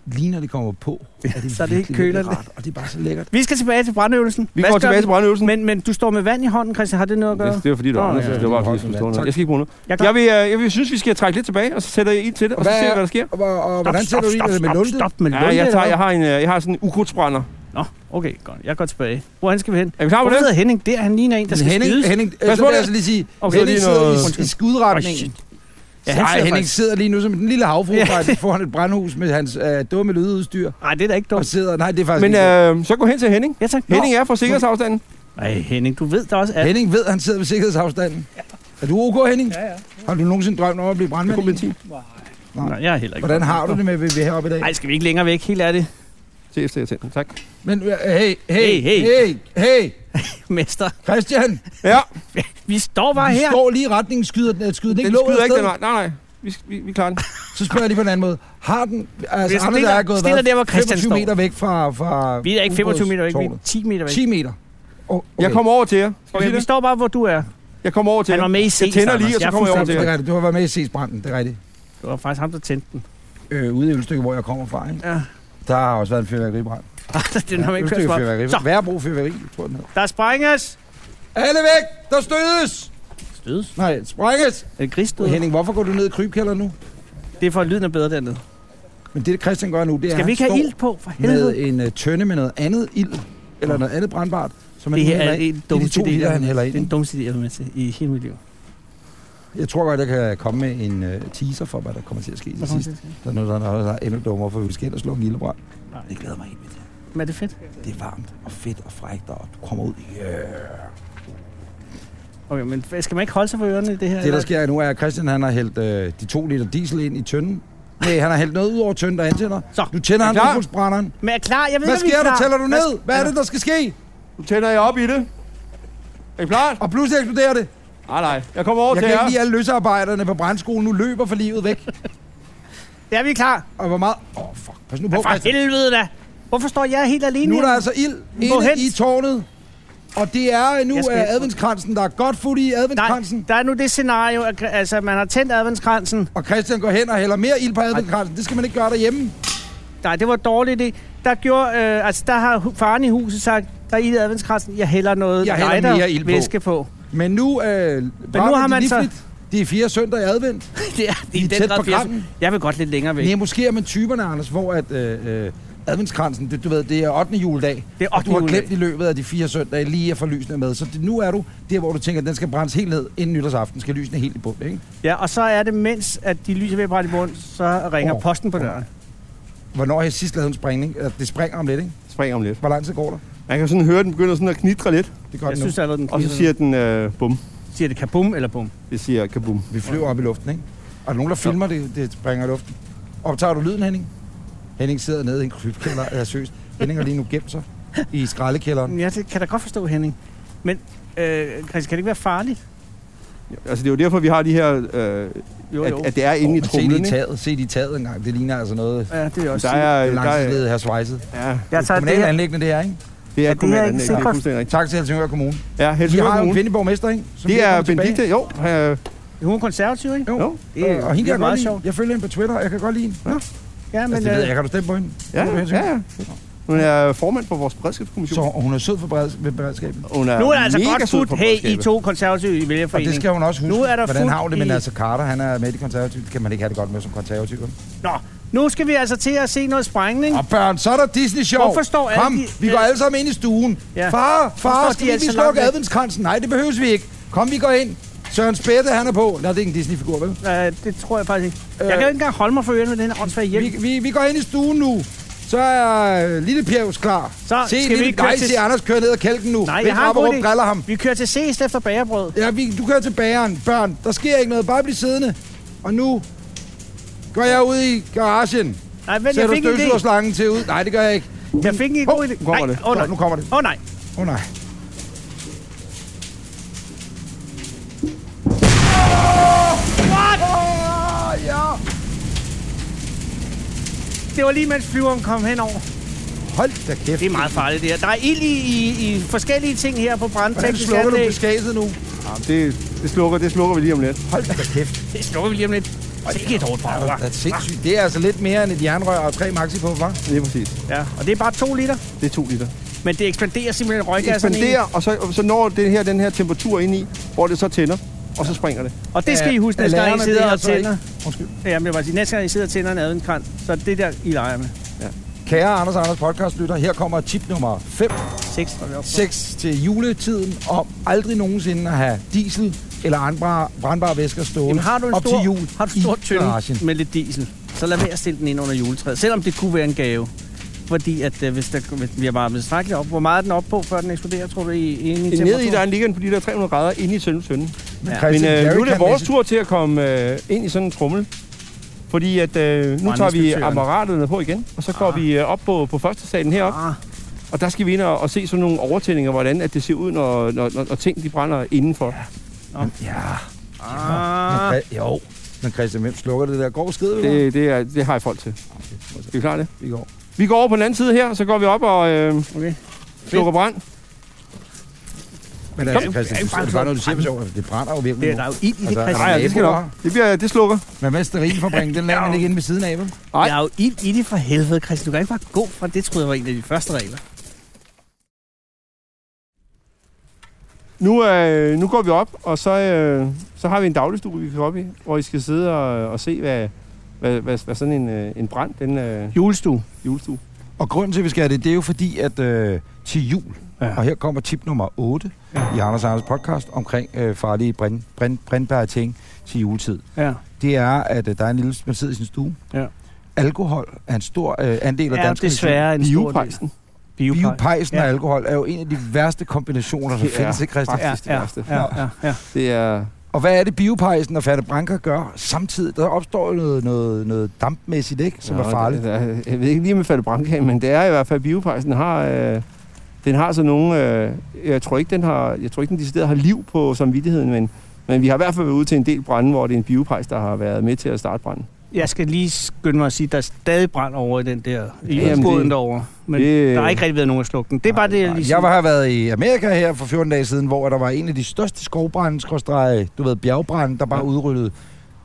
Speaker 2: Lige når det kommer på, er det
Speaker 3: Så er det ikke
Speaker 2: virkelig,
Speaker 3: køler
Speaker 2: virkelig rart, og det er bare så lækkert.
Speaker 3: Vi skal tilbage til brandøvelsen.
Speaker 4: Vi
Speaker 3: Hvad
Speaker 4: går
Speaker 3: skal
Speaker 4: tilbage
Speaker 3: vi?
Speaker 4: til brandøvelsen.
Speaker 3: Men, men du står med vand i hånden, Christian. Har det noget at gøre?
Speaker 4: Det, det var fordi, du
Speaker 3: Nå,
Speaker 4: var
Speaker 3: ja,
Speaker 4: Anders.
Speaker 2: ja,
Speaker 4: Det var
Speaker 2: ja.
Speaker 4: faktisk forstående.
Speaker 2: Tak.
Speaker 4: Jeg skal ikke bruge noget.
Speaker 3: Jeg er klar.
Speaker 4: Jeg, vil, øh, jeg vil synes, vi skal trække lidt tilbage, og så sætter jeg ild til det, og så
Speaker 2: Hvad
Speaker 4: ser vi,
Speaker 2: er-
Speaker 4: hvad der sker.
Speaker 2: Og, og, og hvordan sætter du ind i det med lunde?
Speaker 3: Stop med lunde.
Speaker 4: Ja, jeg, tager,
Speaker 3: eller
Speaker 4: jeg, har en, øh, jeg har sådan en ukrudtsbrænder.
Speaker 3: hvad? Nå, okay, godt. Jeg går tilbage. Hvorhen skal vi hen?
Speaker 4: Er vi klar på
Speaker 3: Hvor
Speaker 4: det?
Speaker 3: sidder Henning? Der han ligner en, der skal
Speaker 2: Henning,
Speaker 3: skydes.
Speaker 2: Henning,
Speaker 4: Hvad
Speaker 2: øh, så
Speaker 4: tror
Speaker 2: vil
Speaker 4: du?
Speaker 2: jeg altså lige sige,
Speaker 3: Okay.
Speaker 2: okay, Henning
Speaker 4: Lige
Speaker 2: sidder
Speaker 4: noget-
Speaker 2: i, i
Speaker 3: Åh,
Speaker 2: skudretningen.
Speaker 3: Ja, han
Speaker 2: Nej,
Speaker 3: sidder
Speaker 2: Henning
Speaker 3: faktisk...
Speaker 2: sidder lige nu som en lille havfruebræt
Speaker 3: Ja.
Speaker 2: foran et brandhus med hans øh, dumme lydudstyr.
Speaker 3: Nej, det er da ikke
Speaker 2: Og
Speaker 3: dumt.
Speaker 2: sidder, nej, det er faktisk
Speaker 4: Men
Speaker 2: ikke
Speaker 4: øh, så gå hen til Henning.
Speaker 3: Ja, tak. Nå.
Speaker 4: Henning er fra sikkerhedsafstanden.
Speaker 3: Ej, Henning, du ved da også,
Speaker 2: det.
Speaker 3: at...
Speaker 2: Henning ved, at han sidder ved sikkerhedsafstanden. Er du ok, Henning?
Speaker 3: Ja, ja.
Speaker 2: Har du nogensinde drømt om at blive brandmand?
Speaker 4: Kom benzin.
Speaker 3: Nej, jeg er heller ikke.
Speaker 2: Hvordan har du det med, at vi er heroppe i dag?
Speaker 3: Nej, skal vi ikke længere væk? Helt ærligt,
Speaker 4: Til efter jeg tænder. Tak.
Speaker 2: Men øh, hey,
Speaker 3: Hey,
Speaker 2: hey,
Speaker 3: hey.
Speaker 2: hey, hey, hey,
Speaker 3: mester.
Speaker 2: Christian,
Speaker 4: Ja,
Speaker 3: Vi står bare
Speaker 2: vi
Speaker 3: her.
Speaker 2: står lige i retningen, skyder den, øh, skyder den
Speaker 4: den
Speaker 2: ikke låget
Speaker 4: skyder ikke den
Speaker 2: afsted?
Speaker 4: vej. Nej, nej. Vi, vi, vi klarer den.
Speaker 2: Så spørger jeg lige på en anden måde. Har den, altså
Speaker 3: Vi
Speaker 2: Anders
Speaker 3: stiller-
Speaker 2: der er gået
Speaker 3: stiller der, hvor Christian
Speaker 2: 25
Speaker 3: står.
Speaker 2: meter væk fra, fra
Speaker 3: Vi er ikke 25 meter væk, vi er
Speaker 2: ubådstårnet?
Speaker 3: 10 meter væk.
Speaker 2: 10 meter. Oh, okay.
Speaker 4: Jeg kommer over til jer. Skal vi
Speaker 3: Okay,
Speaker 4: sige
Speaker 3: vi
Speaker 4: det?
Speaker 3: står bare, hvor du er.
Speaker 4: Jeg kommer over til
Speaker 3: Han var
Speaker 4: jer.
Speaker 3: med i
Speaker 4: Jeg
Speaker 3: Cæsar,
Speaker 4: tænder lige, og
Speaker 3: Anders.
Speaker 4: så
Speaker 3: Jeg
Speaker 4: kommer jeg over
Speaker 2: over
Speaker 4: til
Speaker 2: det er
Speaker 4: jer.
Speaker 2: rigtigt. Du har været med i Ses-branden, det er rigtigt.
Speaker 3: Det var faktisk ham, der tændte den.
Speaker 2: Øh, ude i Ølstykke, hvor jeg kommer fra, ikke?
Speaker 3: Ja.
Speaker 2: Der har også været en fyrværkeribrand.
Speaker 3: den har man ikke kørt for.
Speaker 2: fyrværkeri.
Speaker 3: Så.
Speaker 2: Værbro fyrværkeri, tror jeg den hedder.
Speaker 3: Der sprænges!
Speaker 2: Alle væk! Der stødes!
Speaker 3: Stødes.
Speaker 2: Nej, sprænges!
Speaker 3: Er det grisstød?
Speaker 2: Henning, hvorfor går du ned i krybkælderen nu?
Speaker 3: Det er for, at lyden er bedre dernede.
Speaker 2: Men det, Christian gør nu, det er,
Speaker 3: Skal vi
Speaker 2: han
Speaker 3: ikke have
Speaker 2: står-
Speaker 3: ild på, for helvede?
Speaker 2: med en uh, tønde med noget andet ild, eller noget andet brandbart, som
Speaker 3: Det
Speaker 2: han
Speaker 3: her
Speaker 2: hælder
Speaker 3: er
Speaker 2: ind.
Speaker 3: en
Speaker 2: Det er de
Speaker 3: dummeste
Speaker 2: to
Speaker 3: idé, jeg
Speaker 2: liter,
Speaker 3: har
Speaker 2: han hælder
Speaker 3: Det er
Speaker 2: ind.
Speaker 3: den dummeste idé, jeg har været med til i hele mit liv.
Speaker 2: Jeg tror godt, jeg kan komme med en uh, teaser for, hvad der kommer til at ske til sidst. Der er noget, der er, der er endnu dummere, for vi skal ind og slå en ildebrand.
Speaker 3: Nej.
Speaker 2: Det glæder mig helt vildt.
Speaker 3: Men er det fedt?
Speaker 2: Det er varmt og fedt og frækt, og du kommer ud. Yeah.
Speaker 3: Okay, men skal man ikke holde sig for ørerne i det her?
Speaker 2: Det, der
Speaker 3: eller?
Speaker 2: sker nu, er, at Christian han har hældt uh, de to liter diesel ind i tønden. Nej, han har hældt noget ud over tønden, der antænder.
Speaker 3: Så.
Speaker 2: Nu tænder
Speaker 4: Er
Speaker 2: han
Speaker 4: klar?
Speaker 2: udbrudsbrænderen.
Speaker 3: Men er klar? Jeg ved,
Speaker 2: Hvad
Speaker 3: at vi er
Speaker 2: sker der?
Speaker 3: klar.
Speaker 2: Tæller du
Speaker 3: Hvad-
Speaker 2: ned? Hvad er det, der skal ske?
Speaker 4: Nu tænder jeg op i det. Er I klar?
Speaker 2: Og pludselig eksploderer det.
Speaker 3: Ah.
Speaker 4: Nej, nej. Jeg kommer over
Speaker 2: Jeg
Speaker 4: til
Speaker 2: kan
Speaker 4: jer.
Speaker 2: ikke lide at alle løsarbejderne på brandskolen nu løber for livet væk.
Speaker 3: Ja, vi er klar.
Speaker 2: Og hvor meget... Åh, oh, fuck. Pas nu på,
Speaker 3: Men for
Speaker 2: Christian.
Speaker 3: helvede da. Hvorfor står jeg helt alene
Speaker 2: Nu er der
Speaker 3: her?
Speaker 2: altså ild
Speaker 3: hen.
Speaker 2: inde i tårnet. Og det er øh, nu
Speaker 3: Jeg skal
Speaker 2: er
Speaker 3: hen.
Speaker 2: adventskransen. Der er godt fut i adventskransen.
Speaker 3: Nej, der er nu det scenario, at altså, man har tændt adventskransen.
Speaker 2: Og Christian går hen og hælder mere ild på adventskransen. Det skal man ikke gøre derhjemme.
Speaker 3: Nej, det var dårligt det. Der, gjorde, øh, altså, der har hu- faren i huset sagt, der er ild i adventskransen, jeg hælder noget
Speaker 2: Jeg hælder
Speaker 3: lighter
Speaker 2: mere ild på.
Speaker 3: væske på.
Speaker 2: Men nu, øh, Men
Speaker 3: nu har man så-
Speaker 2: Det er fire søndag i advent.
Speaker 3: det er, det
Speaker 2: I
Speaker 3: er
Speaker 2: er
Speaker 3: den
Speaker 2: tæt
Speaker 3: grad,
Speaker 2: på
Speaker 3: bliver-
Speaker 2: grænsen.
Speaker 3: Jeg vil godt lidt længere væk.
Speaker 2: Nej, måske er man typerne, Anders, hvor at, øh, øh, adventskransen, det, du ved, det er 8. juledag.
Speaker 3: Det er
Speaker 2: og du har
Speaker 3: 8.
Speaker 2: glemt i løbet af de fire søndage lige at få lysene med. Så det, nu er du der, hvor du tænker, at den skal brændes helt ned inden nytårsaften. Skal lysene helt i bund, ikke?
Speaker 3: Ja, og så er det, mens at de lyser ved at brænde i bund, så ringer
Speaker 2: Åh,
Speaker 3: posten på døren.
Speaker 2: Hvornår har jeg sidst lavet en sprængning? Øh, Det springer om lidt, ikke?
Speaker 4: Spring om lidt.
Speaker 2: Hvor lang tid går der?
Speaker 4: Man kan sådan høre, den begynder sådan at knitre lidt.
Speaker 2: Det gør
Speaker 3: Jeg
Speaker 2: den nu.
Speaker 3: synes allerede, den
Speaker 4: Og så
Speaker 3: kniber.
Speaker 4: siger den øh, bum.
Speaker 3: Siger det kabum eller bum?
Speaker 4: Det siger kabum.
Speaker 2: Vi flyver op i luften, ikke? Og der nogen, der filmer det, det springer i luften. Optager du lyden, Henning? Henning sidder nede i en krybkælder. Ja, seriøst. Henning har lige nu gemt sig i skraldekælderen.
Speaker 3: Ja, det kan da godt forstå, Henning. Men, øh, Chris, kan det ikke være farligt?
Speaker 4: Altså, det er jo derfor, vi har de her... Øh,
Speaker 3: Jo,
Speaker 4: at, at, det er inde i
Speaker 2: Men se
Speaker 4: trumlen,
Speaker 2: lige
Speaker 4: ikke?
Speaker 2: taget, se lige taget engang. Det ligner altså noget...
Speaker 3: Ja, det vil jeg også
Speaker 4: Der
Speaker 3: sige.
Speaker 4: er,
Speaker 2: Det er
Speaker 4: der er,
Speaker 2: langtidslede her svejset. Det
Speaker 4: ja,
Speaker 2: er
Speaker 3: Jeg tager det
Speaker 2: kommunale
Speaker 3: her.
Speaker 2: anlæggende, det er, ikke?
Speaker 4: det er
Speaker 3: er
Speaker 4: kommunalt anlæg.
Speaker 3: ikke
Speaker 4: Det er
Speaker 3: sikkert.
Speaker 4: fuldstændig rigtigt.
Speaker 2: Tak til Helsingør Kommune.
Speaker 4: Ja,
Speaker 2: Vi
Speaker 4: Helsingør
Speaker 2: har jo en
Speaker 4: Kommune.
Speaker 2: kvindelig borgmester, ikke? Som
Speaker 4: Det
Speaker 2: lige
Speaker 4: er
Speaker 2: kommet tilbage.
Speaker 4: Benedikte, jo. øh,
Speaker 3: Hun er konservativ, ikke?
Speaker 2: Jo.
Speaker 4: Jo.
Speaker 3: Det er,
Speaker 2: Og hende
Speaker 3: det
Speaker 2: kan
Speaker 3: er
Speaker 2: jeg godt
Speaker 3: meget
Speaker 2: lide.
Speaker 3: sjovt.
Speaker 2: Jeg følger hende på Twitter, og jeg kan godt lide hende. Ja,
Speaker 3: Ja, men
Speaker 2: altså, det ved
Speaker 3: øh,
Speaker 2: jeg, jeg kan du stemme på hende?
Speaker 4: Ja,
Speaker 2: Hun er
Speaker 4: ja, ja. Hun er formand for vores
Speaker 2: Så
Speaker 4: beredskabskommission.
Speaker 2: og hun er sød for bered- ved beredskabet.
Speaker 4: Hun er
Speaker 3: nu er der altså
Speaker 4: mega
Speaker 3: godt
Speaker 4: sød for
Speaker 3: fuldt. Hey, I
Speaker 4: beredskabet.
Speaker 3: to konservative i
Speaker 2: Og det
Speaker 3: Vælgerforeningen.
Speaker 2: skal hun også huske,
Speaker 3: Nu er der
Speaker 2: hvordan
Speaker 3: fuldt
Speaker 2: har hun det, men
Speaker 3: i-
Speaker 2: altså Carter, han er med i de konservative, det kan man ikke have det godt med som konservativ. vel?
Speaker 3: Nå, nu skal vi altså til at se noget sprængning.
Speaker 2: Og børn, så er der Disney Show.
Speaker 3: Hvorfor står alle
Speaker 2: Kom,
Speaker 3: de-
Speaker 2: vi går alle sammen ind i stuen.
Speaker 3: Ja.
Speaker 2: Ja. Far,
Speaker 3: Hvorfor står
Speaker 2: far,
Speaker 3: de
Speaker 2: skal vi
Speaker 3: altså
Speaker 2: lige
Speaker 3: langt
Speaker 2: slukke
Speaker 3: væk?
Speaker 2: adventskransen? Nej, det behøves vi ikke. Kom, vi går ind. Søren Spætte, han er på. Nej, det er ikke en Disney-figur, vel?
Speaker 3: Øh, det tror jeg faktisk ikke. Jeg
Speaker 2: Øh.
Speaker 3: kan jo ikke engang holde mig for ørerne med den her åndsfærdige hjelm.
Speaker 2: Vi, vi, vi går ind i stuen nu. Så er øh, Lille Pjerus klar.
Speaker 3: Så
Speaker 2: Se,
Speaker 3: skal vi
Speaker 2: lille,
Speaker 3: ikke køre
Speaker 2: Nej,
Speaker 3: til-
Speaker 2: se, Anders kører ned ad kælken nu.
Speaker 3: Nej, jeg
Speaker 2: Mikkel
Speaker 3: har en god
Speaker 2: Rapperup
Speaker 3: idé.
Speaker 2: driller ham.
Speaker 3: Vi kører til ses efter bagerbrød.
Speaker 2: Ja, vi, du kører til bageren. Børn, der sker ikke noget. Bare bliv siddende. Og nu går jeg ud i garagen.
Speaker 3: Nej, vent, jeg
Speaker 2: Sætter
Speaker 3: fik en idé.
Speaker 2: støvsugerslangen til ud. Nej, det gør jeg ikke.
Speaker 3: Jeg fik en
Speaker 2: Hov,
Speaker 3: god idé.
Speaker 4: nu
Speaker 3: Nej,
Speaker 4: kommer det.
Speaker 3: Åh, nej.
Speaker 2: Nå, nu kommer det.
Speaker 3: Åh, nej.
Speaker 2: Åh oh, nej.
Speaker 3: What?
Speaker 2: Åh, ja.
Speaker 3: Det var lige, mens flyveren kom henover.
Speaker 2: Hold da kæft.
Speaker 3: Det er meget farligt, det her. Der er ild i, i, i forskellige ting her på
Speaker 2: Hvordan
Speaker 3: brandteknisk
Speaker 2: slukker du
Speaker 3: anlæg.
Speaker 2: buskaget nu?
Speaker 4: Jamen, Det, det, slukker, det slukker vi lige om lidt.
Speaker 2: Hold da kæft.
Speaker 3: Det slukker vi lige om lidt. Det er et hårdt brand,
Speaker 2: Det
Speaker 3: hva'?
Speaker 2: er sindssygt. Det er altså lidt mere end et jernrør og tre maxi på, hva'?
Speaker 4: Det er præcis.
Speaker 3: Ja, og det er bare to liter.
Speaker 4: Det er to liter.
Speaker 3: Men det ekspanderer simpelthen
Speaker 4: Det
Speaker 3: røggasserne
Speaker 4: ekspanderer, og så, og så når det her, den her temperatur ind i, hvor det så tænder, og så springer det.
Speaker 3: ind. Og det altså skal I huske,
Speaker 2: Er-
Speaker 3: næste
Speaker 2: er
Speaker 3: gang I
Speaker 2: lærerne
Speaker 3: sidder
Speaker 2: der
Speaker 3: og
Speaker 2: så ikke?
Speaker 3: tænder.
Speaker 2: Undskyld.
Speaker 3: Jamen, jeg vil bare sige, næste gang I sidder og tænder en adventskrans, så er det der, I leger med.
Speaker 2: Kære Anders og Anders podcastlytter, her kommer tip nummer 5,
Speaker 3: Seks. var vi oppe på.
Speaker 2: 6 til juletiden om aldrig nogensinde at have diesel eller andre brandbare væsker stående
Speaker 3: Jamen, har du en
Speaker 2: op
Speaker 3: stor,
Speaker 2: til jul
Speaker 3: har du en stor
Speaker 2: i garagen.
Speaker 3: tynde med lidt diesel, så lad være at stille den ind under juletræet, selvom det kunne være en gave. Fordi at øh, hvis, der, hvis den bliver varmet tilstrækkeligt op, hvor meget er den op på, før den eksploderer, tror du, i, i, i
Speaker 4: Ned i, der ligger den på de der 300 grader inde i selve sønden. Men
Speaker 2: Christian
Speaker 4: øh,
Speaker 2: Jerry
Speaker 4: nu er det
Speaker 2: kan
Speaker 4: vores
Speaker 2: læse-
Speaker 4: tur til at komme øh, ind i sådan en trummel. Fordi at øh, nu tager vi
Speaker 3: Brandinspektøren.
Speaker 4: apparaterne på igen, og så går
Speaker 3: Ah.
Speaker 4: vi øh, op på, på første salen heroppe.
Speaker 3: Ah,
Speaker 4: Og der skal vi ind og, og se sådan nogle overtændinger, hvordan at det ser ud, når, når, når, når ting de brænder indenfor.
Speaker 2: Ja,
Speaker 3: ah.
Speaker 2: men, Chri- jo. Men Christian, hvem slukker det der? Går skide det...
Speaker 4: Det, det, er, det har jeg folk til. Skal vi klare det?
Speaker 2: i går?
Speaker 4: Vi går over på den anden side her, og så går vi op og øh,
Speaker 3: Okay.
Speaker 4: slukker brand.
Speaker 2: Men altså, Christian,
Speaker 3: Jeg er
Speaker 2: det er
Speaker 3: bare
Speaker 2: det bare noget, du siger, men så- altså, det brænder jo virkelig
Speaker 3: Det er,
Speaker 2: nu.
Speaker 3: der er jo ild i det,
Speaker 2: Altså,
Speaker 3: Christian.
Speaker 4: Nej, ja, det skal nok. Det, bliver, det slukker.
Speaker 2: Men hvad sterinfabrikken, den lader man ikke inde ved siden af, vel?
Speaker 4: Nej.
Speaker 3: Der er jo ild i det for helvede, Christian. Du kan ikke bare gå fra det. det, troede jeg var en af de første regler.
Speaker 4: Nu, øh, nu går vi op, og så, øh, så har vi en dagligstue, vi kan gå op i, hvor I skal sidde og, og se, hvad, hvad, hvad, hvad sådan en, øh, en brand, den øh,
Speaker 3: Julestue.
Speaker 4: julestue.
Speaker 2: Og grunden til, at vi skal have det, det er jo fordi, at øh, til jul,
Speaker 4: Ja.
Speaker 2: ja. og her kommer tip nummer 8 ja. i Anders Anders podcast omkring øh, farlige brænd, brænd, brændbare ting til juletid.
Speaker 3: Ja.
Speaker 2: Det er, at øh, der er en lille, man sidder i sin stue.
Speaker 3: Ja.
Speaker 2: Alkohol er en stor øh, andel af
Speaker 3: Ja,
Speaker 2: dansk
Speaker 3: desværre en stor del.
Speaker 4: Biopejsen.
Speaker 3: Biopejs.
Speaker 2: Biopejsen
Speaker 3: Ja.
Speaker 2: ja. og alkohol er jo en af de værste kombinationer, der
Speaker 4: Det er
Speaker 2: findes, ikke, Christian?
Speaker 3: Ja,
Speaker 4: faktisk det
Speaker 3: ja,
Speaker 4: værste.
Speaker 3: ja, ja, ja.
Speaker 4: Det er...
Speaker 2: Og hvad er det, biopejsen og Fata Branca gør samtidig? Der opstår jo noget, noget, noget dampmæssigt, ikke? Som
Speaker 4: Nå,
Speaker 2: er farligt.
Speaker 4: det er- Jeg ved ikke lige med falde brandkage, men det er i hvert fald, at biopejsen har... Øh, den har sådan nogle... Øh, jeg tror ikke, den har... Jeg tror ikke, den decideret har liv på samvittigheden, men, men vi har i hvert fald været ude til en del brænde, hvor det er en biopejs, der har været med til at starte branden.
Speaker 3: Jeg skal lige skynde mig at sige, at der er stadig brand over i den der i
Speaker 4: Jamen,
Speaker 3: ubåden
Speaker 4: det-
Speaker 3: derovre. Men
Speaker 4: det-
Speaker 3: der er ikke rigtig været nogen at slukke den. Det er bare det, jeg lige siger.
Speaker 2: Jeg var- har været i Amerika her for 14 dage siden, hvor der var en af de største skovbrænde, skråstrege, du ved, bjergbrænde, der bare
Speaker 4: Ja.
Speaker 2: udryllede,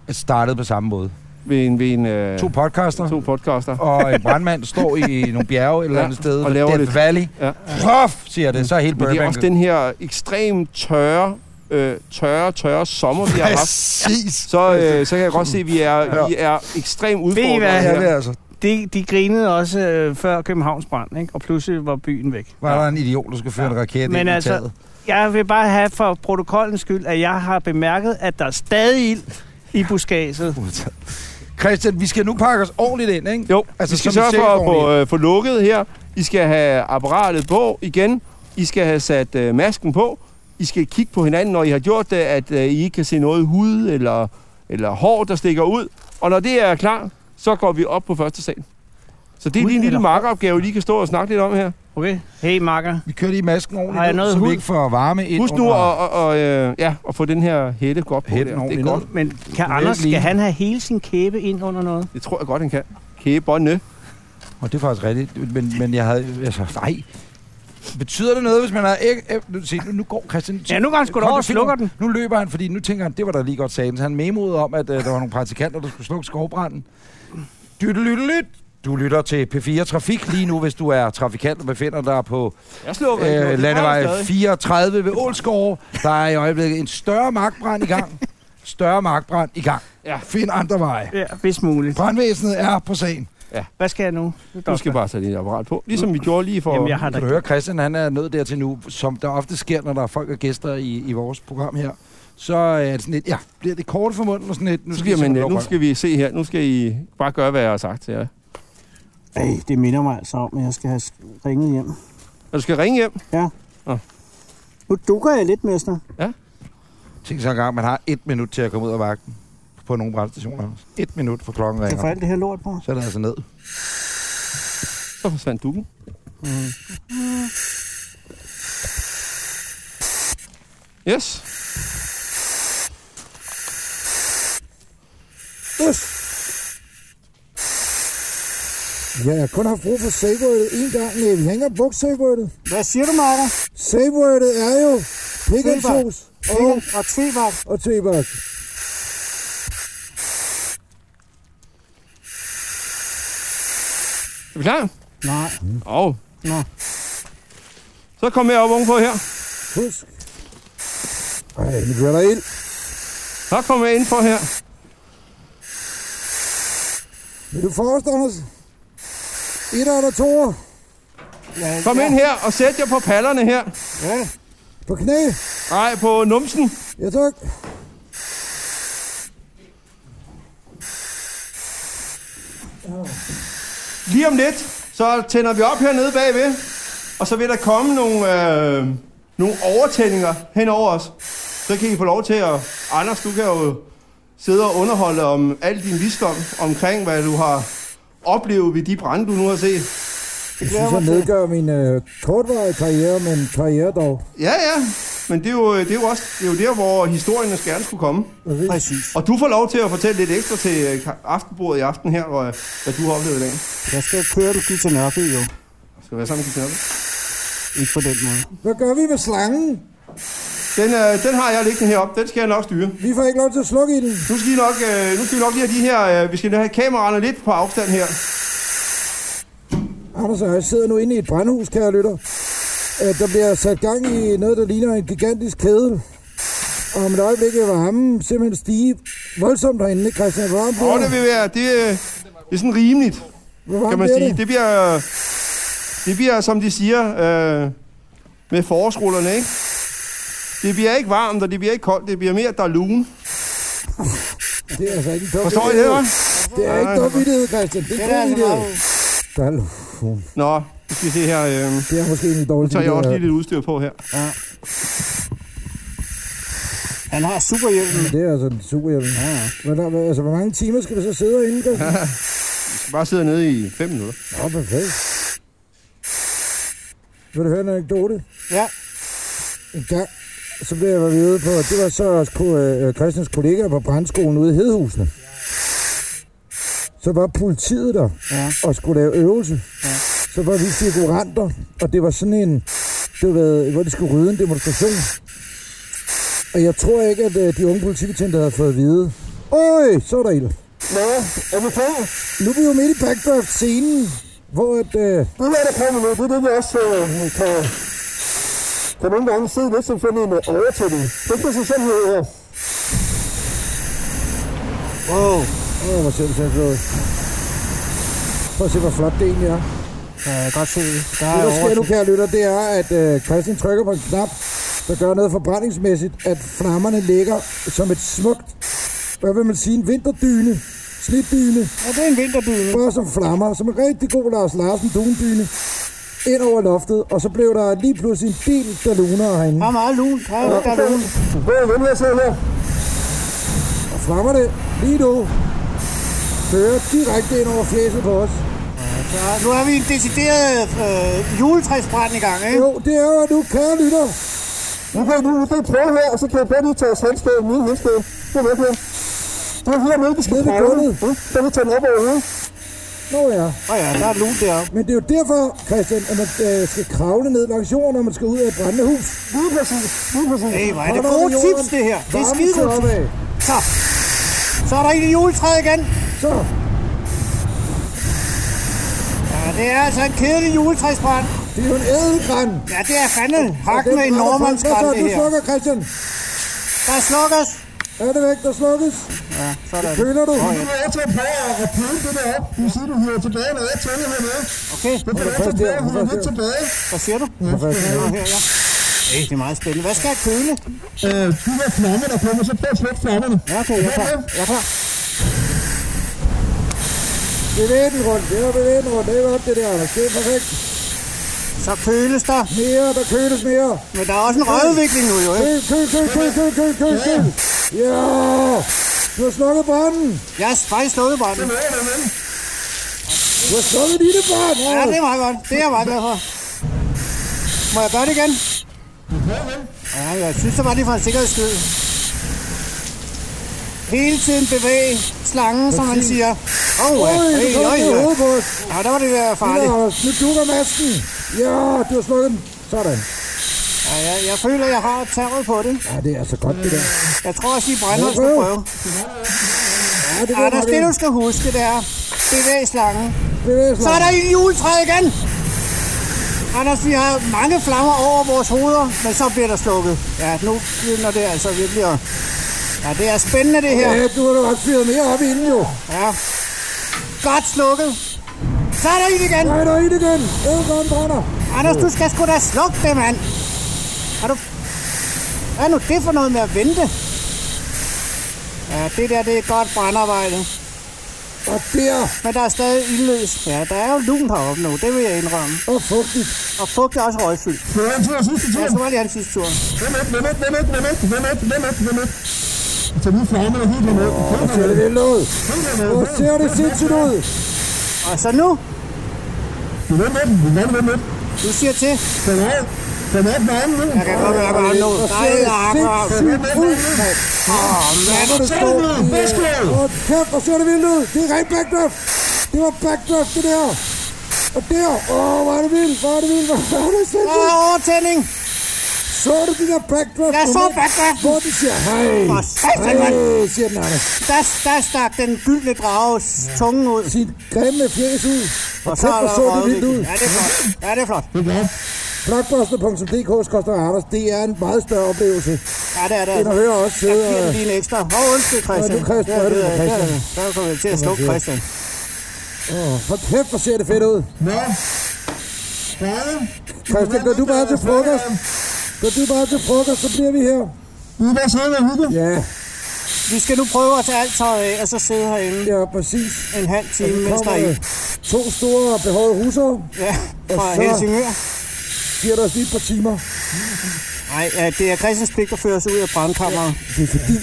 Speaker 2: startede på samme måde.
Speaker 4: Ved en... Ved en øh,
Speaker 2: To podcaster,
Speaker 4: to podcaster.
Speaker 2: og en brandmand står i nogle bjerge et eller
Speaker 4: Ja,
Speaker 2: andet sted.
Speaker 4: og laver
Speaker 2: Death
Speaker 4: lidt.
Speaker 2: Valley.
Speaker 4: Ja.
Speaker 2: Ruff, siger det, så er hele
Speaker 4: Men det er
Speaker 2: Burbank.
Speaker 4: også den her ekstremt tørre, øh, tørre, tørre sommer, vi har haft.
Speaker 2: Præcis.
Speaker 4: Så, øh, så kan jeg godt se, at vi er, vi er ekstremt
Speaker 3: I
Speaker 4: udfordret.
Speaker 3: hvad?
Speaker 2: Ja, det
Speaker 4: her.
Speaker 2: er altså.
Speaker 3: De, de grinede også øh, før Københavns brand, ikke? og pludselig var byen væk.
Speaker 2: Var der en idiot, der skulle føre en raket
Speaker 3: Men
Speaker 2: ind
Speaker 3: altså-
Speaker 2: i taget?
Speaker 3: Jeg vil bare have for protokollens skyld, at jeg har bemærket, at der er stadig ild i buskaget.
Speaker 2: Christian, vi skal nu pakke os ordentligt ind, ikke?
Speaker 4: Jo, altså,
Speaker 2: Altså,
Speaker 4: vi skal
Speaker 2: som
Speaker 4: sørge
Speaker 2: en
Speaker 4: for at
Speaker 2: selvvogn
Speaker 4: få, øh, få lukket her. I skal have apparatet på igen. I skal have sat øh, masken på. I skal kigge på hinanden, når I har gjort det, at øh, I ikke kan se noget hud eller, eller hår, der stikker ud. Og når det er klar, så går vi op på første sal. Så det er
Speaker 3: Hud
Speaker 4: lige en lille
Speaker 3: eller hår?
Speaker 4: markeropgave, I lige kan stå og snakke lidt om her.
Speaker 3: Okay. Hey, makker.
Speaker 2: Vi kører lige masken
Speaker 3: Har jeg
Speaker 2: ordentligt, ned,
Speaker 3: noget
Speaker 2: så vi
Speaker 3: hud?
Speaker 2: ikke får varme ind
Speaker 4: Husk nu
Speaker 2: under-
Speaker 4: at, og, og, øh, ja, at få den her hætte godt på.
Speaker 2: Hætten
Speaker 4: der. Det er
Speaker 2: ordentligt
Speaker 4: godt.
Speaker 3: Men kan Anders,
Speaker 2: lige.
Speaker 3: skal han have hele sin kæbe ind under noget?
Speaker 4: Det tror jeg godt, han kan. Kæbånde.
Speaker 2: Og det er faktisk rigtigt, men, men jeg havde... Altså, nej. Betyder det noget, hvis man har æg... æg- Nu, se, nu, nu går Christian...
Speaker 3: Ja, nu går han sgu da
Speaker 2: Kom,
Speaker 3: over og
Speaker 2: find mig.
Speaker 3: slukker den.
Speaker 2: Nu løber han, fordi nu tænker han, det var da lige godt sagen. Så han memoede om, at øh, der var nogle praktikanter, der skulle slukke skovbranden. Dyttelyttelyt. Du lytter til P4 Trafik lige nu, hvis du er trafikant og befinder dig på
Speaker 4: Jeg slår
Speaker 2: øh, landevej 34 ved Ålskov. Der er i øjeblikket en større magtbrand i gang. Større magtbrand i gang.
Speaker 4: Ja.
Speaker 2: Find andre veje.
Speaker 3: Ja, hvis muligt.
Speaker 2: Brandvæsenet er på sagen.
Speaker 3: Hvad skal jeg nu? Det er
Speaker 4: Du skal bare sætte dit apparat på. Ligesom vi gjorde lige for...
Speaker 3: Jamen, jeg har da...
Speaker 2: Kan du høre, Christian, han er nødt dertil nu, som der ofte sker, når der er folk og gæster i, i vores program her. Så øh, er det sådan et, ja, bliver det korte for munden og sådan et, nu
Speaker 4: Nu
Speaker 2: skal
Speaker 4: skal,
Speaker 2: jeg
Speaker 4: man, "Øh, nu skal vi se her. Nu skal I bare gøre, hvad jeg har sagt til jer.
Speaker 6: Ej, det minder mig altså om, at jeg skal have ringet hjem.
Speaker 4: Og du skal ringe hjem.
Speaker 6: Nu dukker jeg lidt, mester.
Speaker 2: Tænk så engang, man har et minut til at komme ud af vagten på nogle brandstationer. Anders. Et minut for klokken
Speaker 6: Jeg får
Speaker 2: ringer.
Speaker 6: alt det her lort på.
Speaker 2: Så er det altså ned.
Speaker 4: Så forsvandt dukken. Yes.
Speaker 5: Ja, jeg har kun haft brug for safewordet en gang, men vi har ikke engang brugt safewordet.
Speaker 6: Hvad siger du, Marker?
Speaker 5: Safewordet er jo Pekansås og,
Speaker 6: Sikkert og tvivl.
Speaker 5: og tebak.
Speaker 4: Er vi klar?
Speaker 6: Nej.
Speaker 4: Og.
Speaker 6: Nå.
Speaker 4: Så kom jeg op ovenpå her.
Speaker 5: Husk. Ej, nu bliver der ild.
Speaker 4: Så kom jeg indenfor her.
Speaker 5: Vil du forrest, Anders? Et eller to
Speaker 6: Ja,
Speaker 4: Kom
Speaker 6: ja.
Speaker 4: ind her og sæt jer på pallerne her.
Speaker 6: Ja.
Speaker 5: På knæ.
Speaker 4: Nej, på numsen.
Speaker 5: Ja, tak.
Speaker 4: Lige om lidt, så tænder vi op hernede bagved, og så vil der komme nogle, øh, nogle overtændinger hen over os. Så kan I få lov til at... Anders, du kan jo sidde og underholde om al din visdom omkring, hvad du har oplevet ved de brænde, du nu har set.
Speaker 5: Jeg synes, jeg nedgør min øh, kortvarige karriere, men karriere dog.
Speaker 4: Ja, ja, men det er jo, øh, det er jo også det er jo der, hvor historien gerne skulle komme.
Speaker 6: Præcis.
Speaker 4: Og du får lov til at fortælle lidt ekstra til øh, ka- aftenbordet i aften her, og, øh, hvad du har oplevet i dag.
Speaker 6: Jeg skal køre du til Nørby, jo.
Speaker 4: Skal vi være sammen, Christian?
Speaker 6: Ikke på den måde.
Speaker 5: Hvad gør vi med slangen?
Speaker 4: Den, øh, den har jeg liggende heroppe. Den skal jeg nok styre.
Speaker 5: Vi får ikke lov til at slukke i den.
Speaker 4: Nu skal, I nok, øh, nu skal vi nok lige have de her... Øh, vi skal have kameraerne lidt på afstand her.
Speaker 5: Anders og jeg sidder nu inde i et brændhus, kære lytter. Øh, Der bliver sat gang i noget, der ligner en gigantisk kæde. Og om et øjeblik vil varmen simpelthen stige voldsomt herinde. Christian, hvor varmt
Speaker 4: Og
Speaker 5: bliver
Speaker 4: det vil være... Det, øh, det er sådan rimeligt,
Speaker 5: Hvor varmt
Speaker 4: kan man
Speaker 5: bliver
Speaker 4: sige.
Speaker 5: det?
Speaker 4: Det bliver... øh, Det bliver, som de siger, øh, med forårsrullerne, ikke? Det bliver ikke varmt, og det bliver ikke koldt. Det bliver mere, der er lune.
Speaker 5: Det er altså ikke en dum
Speaker 4: Forstår I
Speaker 5: idé.
Speaker 4: det, hva'?
Speaker 5: Det er ikke dum idé, Christian. Det er
Speaker 4: altså
Speaker 5: en god idé. Der er lu-
Speaker 4: Nå, nu skal vi se her. Øh,
Speaker 5: Det er måske en dårlig
Speaker 4: så har jeg
Speaker 5: idé,
Speaker 4: også
Speaker 5: det
Speaker 4: lige lidt udstyr på her.
Speaker 6: Han har superhjelmen.
Speaker 5: her. Det er altså en super hjælp. Ja, ja. Men der, altså, hvor mange timer skal vi så sidde herinde, Christian?
Speaker 4: Vi skal bare sidde nede i 5 minutter.
Speaker 5: Nå, perfekt. Vil du høre en anekdote?
Speaker 6: Ja.
Speaker 5: En gang, så blev jeg været ude på, det var så også ko- øh, Christians kollegaer på brandskolen ude i Hedhusene. Så var politiet der
Speaker 6: Ja.
Speaker 5: og skulle lave øvelse. Ja. Så var vi figuranter, og det var sådan en, du ved, hvor de skulle rydde en demonstration. Og jeg tror ikke, at øh, de unge politibetjente havde fået at vide. Øj, så er der ild.
Speaker 6: Nå, er vi på?
Speaker 5: Nu er vi jo midt i backdraft-scenen, hvor at, øh,
Speaker 6: Det der, der kommer nu, det er det, vi også øh, kan, kan nogle gange se lidt som sådan en øh, overtælling. Det kan sig selv her. Wow.
Speaker 5: Åh, hvor ser det sådan ud. Prøv at se, hvor flot det egentlig er.
Speaker 6: Ja, jeg kan godt se det. Der
Speaker 5: Det,
Speaker 6: er
Speaker 5: der sker nu,
Speaker 6: overtælling.
Speaker 5: kære lytter, det er, at øh, Christian trykker på en knap, der gør noget forbrændingsmæssigt, at flammerne ligger som et smukt, hvad vil man sige, en vinterdyne, snitdyne,
Speaker 6: Ja, det er en vinterdyne.
Speaker 5: bare som flammer, som en rigtig god Lars Larsen dundyne. ind over loftet, og så blev der lige pludselig en bil, der luner herinde.
Speaker 6: Der er meget lun. Der er, der er lun.
Speaker 5: Og flammer det lige nu. Fører direkte ind over flæset på os.
Speaker 6: Så nu har vi en decideret øh, juletræsbrænd i gang, ikke?
Speaker 5: Jo, det er jo nu, kære lytter.
Speaker 8: Nu kan du lige prøve her, og så kan jeg bare lige tage os håndskab, min håndskab. Det er med på. Det er her med, vi skal
Speaker 5: Nede ved
Speaker 8: prøve.
Speaker 5: gulvet.
Speaker 8: Ja, Så vil vi tage den op over hovedet.
Speaker 5: Nå ja.
Speaker 6: Og ja, der er lun deroppe.
Speaker 5: Men det er jo derfor, Christian, at man øh, skal kravle ned langs jorden, når man skal ud af et brændende hus.
Speaker 8: Lige præcis. Lige præcis.
Speaker 6: Hey, hvor er det
Speaker 5: Kravle
Speaker 6: gode
Speaker 5: ned ad
Speaker 6: tips,
Speaker 5: jorden,
Speaker 6: det her. Det er
Speaker 5: varmen
Speaker 6: skide
Speaker 5: til
Speaker 6: godt.
Speaker 5: opad.
Speaker 6: Så. Så er der en i juletræet igen.
Speaker 5: Så,
Speaker 6: Ja, det er altså en kedelig juletræsbrænd.
Speaker 5: det er jo en ædelgræn.
Speaker 6: Ja, det er fandme hak med en nordmandsgræn, det
Speaker 5: Du
Speaker 6: her.
Speaker 5: slukker, Christian.
Speaker 6: Der slukkes.
Speaker 5: Er det væk, der slukkes?
Speaker 6: Ja, sådan.
Speaker 5: Køler du?
Speaker 8: Nu er jeg til at prøve at pille det der op. Du siger, du hører tilbage, når jeg tæller hernede.
Speaker 6: Okay,
Speaker 8: Det er
Speaker 5: først
Speaker 8: tilbage,
Speaker 5: der,
Speaker 8: hun er
Speaker 5: først
Speaker 8: lidt
Speaker 5: der.
Speaker 8: tilbage.
Speaker 6: hvad siger du? Ja, her, ja. Hey, det er meget spændende. Hvad skal jeg køle?
Speaker 8: Øh, du har flammerne på mig, så prøv at slukke flammerne.
Speaker 6: Ja, okay, jeg er klar. Jeg er klar.
Speaker 5: Bevæg den rundt. Ja, bevæg den rundt. Det er godt, det der, Anders. Det er perfekt.
Speaker 6: Så køles der.
Speaker 5: Mere, der køles mere.
Speaker 6: Men der er også en rødudvikling nu, jo, ikke?
Speaker 5: Køl, køl, køl, køl, køl, køl, køl, køl. Ja! Du har slukket branden.
Speaker 6: Jeg har faktisk slået branden.
Speaker 5: Du har slukket dine brand.
Speaker 6: Ja, det er meget godt. Det er jeg meget glad for. Må jeg gøre det igen? Ja, jeg synes, det var lige for en sikkerheds skyld. Hele tiden bevæge slangen, som man siger. Åh, oh, ja.
Speaker 5: Øj, du
Speaker 6: Hey,
Speaker 5: kommer
Speaker 6: øj,
Speaker 5: til
Speaker 6: ja.
Speaker 5: hovedet på os.
Speaker 6: ja, der var det der
Speaker 5: Lille
Speaker 6: farligt.
Speaker 5: Anders, nu dukker masken. Ja, du har slukket den. Sådan.
Speaker 6: Ja, jeg, jeg føler, jeg har taget på det.
Speaker 5: Ja, det er så godt, det der.
Speaker 6: Jeg tror også, I brænder skal prøve.
Speaker 5: Ja, det der
Speaker 6: Anders, det du skal huske, det er bevæg slangen. Så er der en juletræ igen. Anders, vi har mange flammer over vores hoveder, men så bliver der slukket. Ja, nu begynder det altså virkelig at... Ja, det er spændende det her.
Speaker 5: Ja, du har da også fyret mere op i den, jo.
Speaker 6: Ja. Godt slukket. Så er der en igen.
Speaker 5: Nej, der er en igen. Ædelgræn brænder.
Speaker 6: Anders, du skal sgu da slukke det, mand. Har du... Hvad er nu det for noget med at vente? Ja, det der, det er godt brandarbejde.
Speaker 5: Og der,
Speaker 6: Men der er stadig ildløs. Ja, der er jo lun heroppe nu, det vil jeg indrømme.
Speaker 5: og fugtigt.
Speaker 6: Og fugt er også røgfyldt.
Speaker 8: Det er altid den sidste tur.
Speaker 6: Ja, så var det hans sidste tur.
Speaker 8: Hvem er det? Hvem er det? Hvem er det? Hvem er det? Hvem er det? Hvem er det? Hvem er det? Tag nu flammerne helt hernede. Følg
Speaker 5: Og ser det
Speaker 8: hernede.
Speaker 5: vel ud.
Speaker 8: Følg hernede.
Speaker 5: Og ser det sindssygt ud.
Speaker 6: Og så nu,
Speaker 8: Du er med den. Du er med den.
Speaker 6: du siger til.
Speaker 8: Den er... Den er varme nu.
Speaker 6: Jeg kan godt mærke, at han nå. Nej, Jacob.
Speaker 8: Den er varme nu.
Speaker 6: Åh, mand.
Speaker 5: Og det
Speaker 8: Sådan
Speaker 5: står
Speaker 8: ud.
Speaker 5: i, øh,
Speaker 8: Værsgo.
Speaker 5: Og kæft, og ser det vildt ud. Det er rent backdraft. Det var backdraft, det der. Og der. Åh, hvor er det vildt. Hvor er det vildt. Hvor er det
Speaker 6: Der er
Speaker 5: sindssygt.
Speaker 6: overtænding.
Speaker 5: Så du det der backdraft?
Speaker 6: Jeg så
Speaker 5: moment,
Speaker 6: backdraften.
Speaker 5: Hvor de siger, hej.
Speaker 6: For satan, mand.
Speaker 5: Hej, siger den anden.
Speaker 6: Der, der stak den gyldne drages tunge ud.
Speaker 5: Sin grimme fjæs ud. Og
Speaker 6: Og så
Speaker 5: kæft,
Speaker 6: er
Speaker 5: hvor
Speaker 6: der
Speaker 5: så det vildt ud.
Speaker 6: røgudvikling. Ja, det er flot. Ja, det er flot.
Speaker 5: Blockbuster.dk's koster Anders. Det er en meget større oplevelse.
Speaker 6: Ja, det er det.
Speaker 5: End at
Speaker 6: altså.
Speaker 5: høre os
Speaker 6: Jeg
Speaker 5: sidde
Speaker 6: giver den
Speaker 5: og...
Speaker 6: lige en ekstra. Åh, undskyld, Christian.
Speaker 5: Ja, du, Christian,
Speaker 6: Ja,
Speaker 5: er det
Speaker 6: det
Speaker 5: for
Speaker 6: er-
Speaker 5: Christian.
Speaker 6: ja, Der kommer jeg til at slukke Christian.
Speaker 5: Åh, Hvor kæft, hvor ser det fedt ud.
Speaker 8: Nå. Hvad?
Speaker 5: Christian, går du bare til frokost? Går du bare til frokost, så bliver vi her.
Speaker 8: Du er bare siddet og hygget.
Speaker 5: Ja,
Speaker 6: Vi skal nu prøve at tage alt tøjet af, og så sidde herinde
Speaker 5: ja, præcis.
Speaker 6: en halv
Speaker 5: Og
Speaker 6: time,
Speaker 5: så
Speaker 6: mens der
Speaker 5: kommer
Speaker 6: er i.
Speaker 5: to store behårede husser,
Speaker 6: Ja, fra
Speaker 5: Og så-
Speaker 6: Helsingør.
Speaker 5: giver der os lige et par timer.
Speaker 6: Nej, ja, det er Christians pligt at føre os ud af brandkammeret.
Speaker 5: Det er fordi,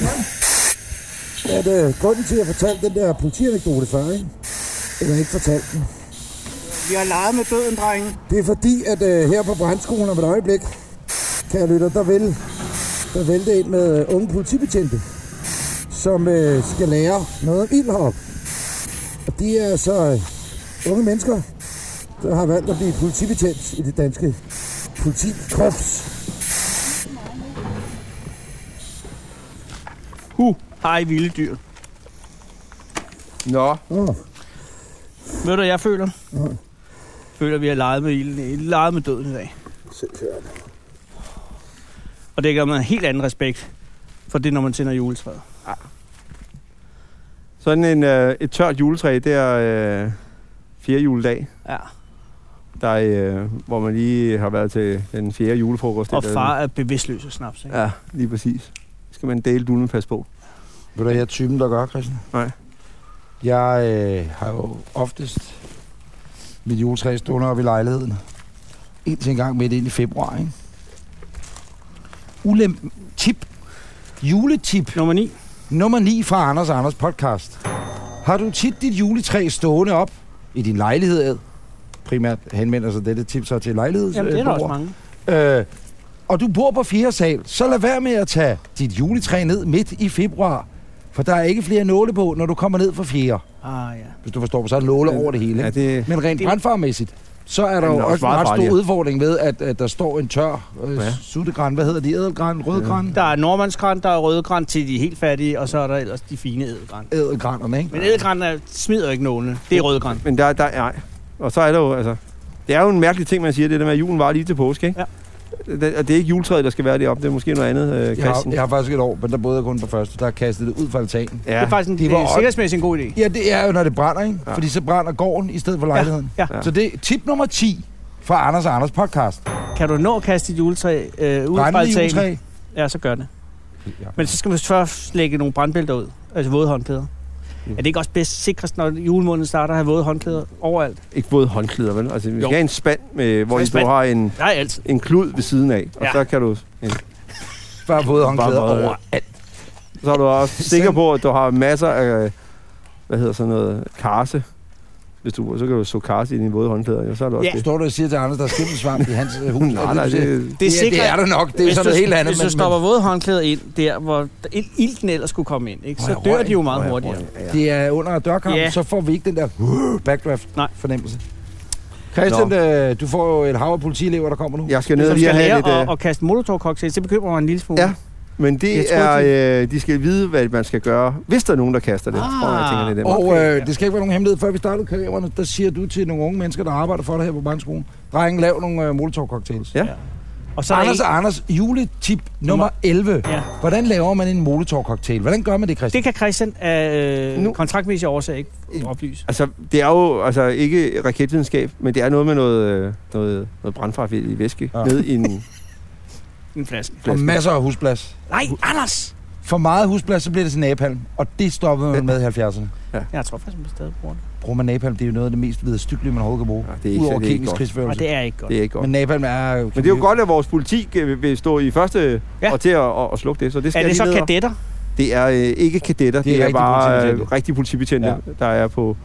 Speaker 5: at øh, grunden til, at jeg fortalte den der politianekdote før, ikke? Eller ikke fortalte den.
Speaker 6: Vi har leget med døden, drenge.
Speaker 5: Det er fordi, at øh, her på brandskolen om et øjeblik, kan jeg lytte, der vil der vælte ind med øh, unge politibetjente, som øh, skal lære noget om ild heroppe. Og de er så øh, unge mennesker, der har valgt at blive politibetjent i det danske politikorps.
Speaker 3: Hu, ej, vilde dyr.
Speaker 4: Nå,
Speaker 5: Mm.
Speaker 3: Ved du, hvad jeg føler? Føler, vi har leget med ilden. Leget med døden i dag. Og det gør man en helt anden respekt for det, når man tænder juletræet.
Speaker 4: sådan en, øh, et tørt juletræ, det er øh, fjerde juledag,
Speaker 3: Ja.
Speaker 4: der, er, øh, hvor man lige har været til den fjerde julefrokost.
Speaker 3: Og
Speaker 4: et eller
Speaker 3: far er bevidstløs og snaps. Ikke?
Speaker 4: andet. Ja, lige præcis. Det skal man dele dulen pas på.
Speaker 2: Ved du, jeg er typen, der gør, Christian?
Speaker 4: Nej.
Speaker 2: Jeg øh, har jo oftest mit juletræ stående oppe i lejligheden. indtil en gang midt ind i februar, ikke? Ulem tip. Juletip.
Speaker 3: Nummer 9.
Speaker 2: Nummer 9 fra Anders og Anders podcast. Har du tit dit juletræ stående op i din lejlighed? Ed? Primært henvender sig dette tip så til lejlighed.
Speaker 3: Jamen, det er der også mange.
Speaker 2: Øh, og du bor på 4. sal, så lad være med at tage dit juletræ ned midt i februar. For der er ikke flere nåle på, når du kommer ned fra 4.
Speaker 3: Ah, ja.
Speaker 2: Hvis du forstår mig, så er der nåle over det hele.
Speaker 7: Ja,
Speaker 2: ikke?
Speaker 7: det...
Speaker 2: Men rent
Speaker 3: Det-
Speaker 2: brandfarmæssigt, så er der
Speaker 4: Den er
Speaker 2: jo
Speaker 4: også
Speaker 2: også en
Speaker 4: meget
Speaker 2: ret stor
Speaker 4: farligere.
Speaker 2: udfordring ved, at, at der står en tør øh,
Speaker 7: Ja.
Speaker 2: suttegran. Hvad hedder de? Ædelgran? Rødgran?
Speaker 3: Der er nordmandsgræn, der er rødgræn til de helt fattige, og så er der ellers de fine ædelgræn.
Speaker 2: Ædelgranerne, ikke?
Speaker 3: Men ædelgræn er, smider ikke nålene. Det er rødgræn.
Speaker 4: Men der, der er... Og så er der jo, altså... Det er jo en mærkelig ting, man siger, det der med, at julen var lige til påske, ikke?
Speaker 3: Ja.
Speaker 4: Det, og det er ikke juletræet, der skal være deroppe. Det er måske noget andet, øh,
Speaker 2: Jeg har,
Speaker 4: Christian.
Speaker 2: jeg har faktisk et år, men der boede jeg kun på første. Der kastede det ud fra altanen.
Speaker 4: Ja.
Speaker 3: Det er faktisk en,
Speaker 2: Det
Speaker 3: det
Speaker 2: var
Speaker 3: er
Speaker 2: også-
Speaker 3: sikkerhedsmæssigt en god idé.
Speaker 2: Ja, det er jo, når det brænder, ikke?
Speaker 4: Ja.
Speaker 2: Ja. Fordi så brænder gården i stedet for lejligheden.
Speaker 3: ja.
Speaker 4: Ja.
Speaker 2: Så det er tip nummer 10 fra Anders og Anders podcast.
Speaker 3: Kan du nå at kaste dit juletræ øh, ud fra
Speaker 2: Brændende
Speaker 3: altanen?
Speaker 2: juletræ.
Speaker 3: Ja, så gør det.
Speaker 2: Ja.
Speaker 3: Men så skal man først lægge nogle brandbælter ud. Altså våde håndklæder. Er det ikke også bedst sikrest, når julemåneden starter, at have våde håndklæder overalt?
Speaker 4: Ikke både håndklæder, vel? Altså, vi
Speaker 3: Jo.
Speaker 4: skal have en spand, med, hvor
Speaker 3: Så en
Speaker 4: du
Speaker 3: spand.
Speaker 4: har en,
Speaker 3: Nej, altid.
Speaker 4: en klud ved siden af. Og
Speaker 3: Ja.
Speaker 4: så kan du... En,
Speaker 2: Bare våde håndklæder
Speaker 4: Bare våde-
Speaker 2: over.
Speaker 4: så er du også sikker på, at du har masser af... Hvad hedder sådan noget? Karse. Hvis du, så kan du så karse i dine våde håndklæder. Jo, så er du også
Speaker 3: Ja.
Speaker 4: det.
Speaker 2: Står du og siger til Anders, der er skimmelsvamp i hans øh, hus?
Speaker 4: Nej, nej, det,
Speaker 3: Det er,
Speaker 2: ja, det er
Speaker 3: sikkert-
Speaker 2: der nok. Det er jo
Speaker 3: Hvis
Speaker 2: sådan
Speaker 3: du-
Speaker 2: noget helt andet.
Speaker 3: Hvis du stopper våde håndklæder ind der, hvor il- ilten ellers skulle komme ind, ikke? så
Speaker 2: Røg,
Speaker 3: dør
Speaker 2: røg,
Speaker 3: de jo meget
Speaker 4: Nå, ja,
Speaker 3: hurtigere.
Speaker 4: ja, ja.
Speaker 2: det er under dørkampen,
Speaker 3: Ja.
Speaker 2: yeah. så får vi ikke den der uh,
Speaker 3: Nej.
Speaker 2: backdraft-fornemmelse. Christian, øh, du får jo et hav af politielever, der kommer nu.
Speaker 4: Jeg skal ned
Speaker 3: Som
Speaker 4: og lige
Speaker 3: skal
Speaker 4: have
Speaker 3: lære
Speaker 4: lidt...
Speaker 3: at,
Speaker 4: øh,
Speaker 3: at kaste molotov-cocktails, det bekymrer mig en lille smule.
Speaker 4: Ja, men
Speaker 2: Jeg
Speaker 4: det
Speaker 2: troede,
Speaker 4: er... Øh, de skal vide, hvad man skal gøre, hvis der er nogen, der kaster det. tror jeg, jeg tænker, det er det.
Speaker 2: Og øh, det skal ikke være nogen hemmelighed. Før vi startede karrieren, der siger du til nogle unge mennesker, der arbejder for dig her på brandskolen, drenge, lav nogle øh, molotov-cocktails.
Speaker 4: Ja.
Speaker 3: Og så
Speaker 2: Så
Speaker 3: er der
Speaker 2: Anders
Speaker 3: en,
Speaker 2: og Anders, juletip nummer 11.
Speaker 3: Ja.
Speaker 2: Hvordan laver man en molotov-cocktail? Hvordan gør man det, Christian?
Speaker 3: det kan Christian af
Speaker 4: Nu-
Speaker 3: øh, kontraktmæssige årsager ikke oplyse.
Speaker 4: Altså, det er jo altså, ikke raketvidenskab, men det er noget med noget, øh, noget, noget brandfarlig væske
Speaker 2: Ja.
Speaker 4: ja. ned i en
Speaker 3: En flaske.
Speaker 2: Og
Speaker 4: flaske.
Speaker 2: masser af husplads.
Speaker 3: Nej, Anders!
Speaker 2: For meget husplads, så bliver det til napalm. Og det stoppede man med i 70'erne.
Speaker 3: Jeg tror faktisk, man stadig bruger det.
Speaker 2: Bruger man napalm, det er jo noget af det mest vidstykkelige, man overhovedet kan bruge.
Speaker 4: Ja, det er ikke-
Speaker 2: Udover
Speaker 4: det er ikke
Speaker 2: kemisk
Speaker 4: godt.
Speaker 3: Og
Speaker 2: krigsførelse.
Speaker 3: det er ikke godt.
Speaker 4: Det er ikke godt.
Speaker 2: Men
Speaker 4: Men,
Speaker 2: napalm er...
Speaker 4: men det er jo godt, at vores politi øh, vil stå i første
Speaker 3: Ja.
Speaker 4: ja. og til at og, og slukke det, så det skal
Speaker 3: Er
Speaker 4: jeg
Speaker 3: det så
Speaker 4: lige ned og-
Speaker 3: kadetter?
Speaker 4: Det er øh, ikke kadetter,
Speaker 2: Det er
Speaker 4: det er,
Speaker 2: rigtige
Speaker 4: bare øh,
Speaker 2: politibetjente.
Speaker 4: rigtige politibetjente,
Speaker 2: Ja.
Speaker 4: ja. der er på...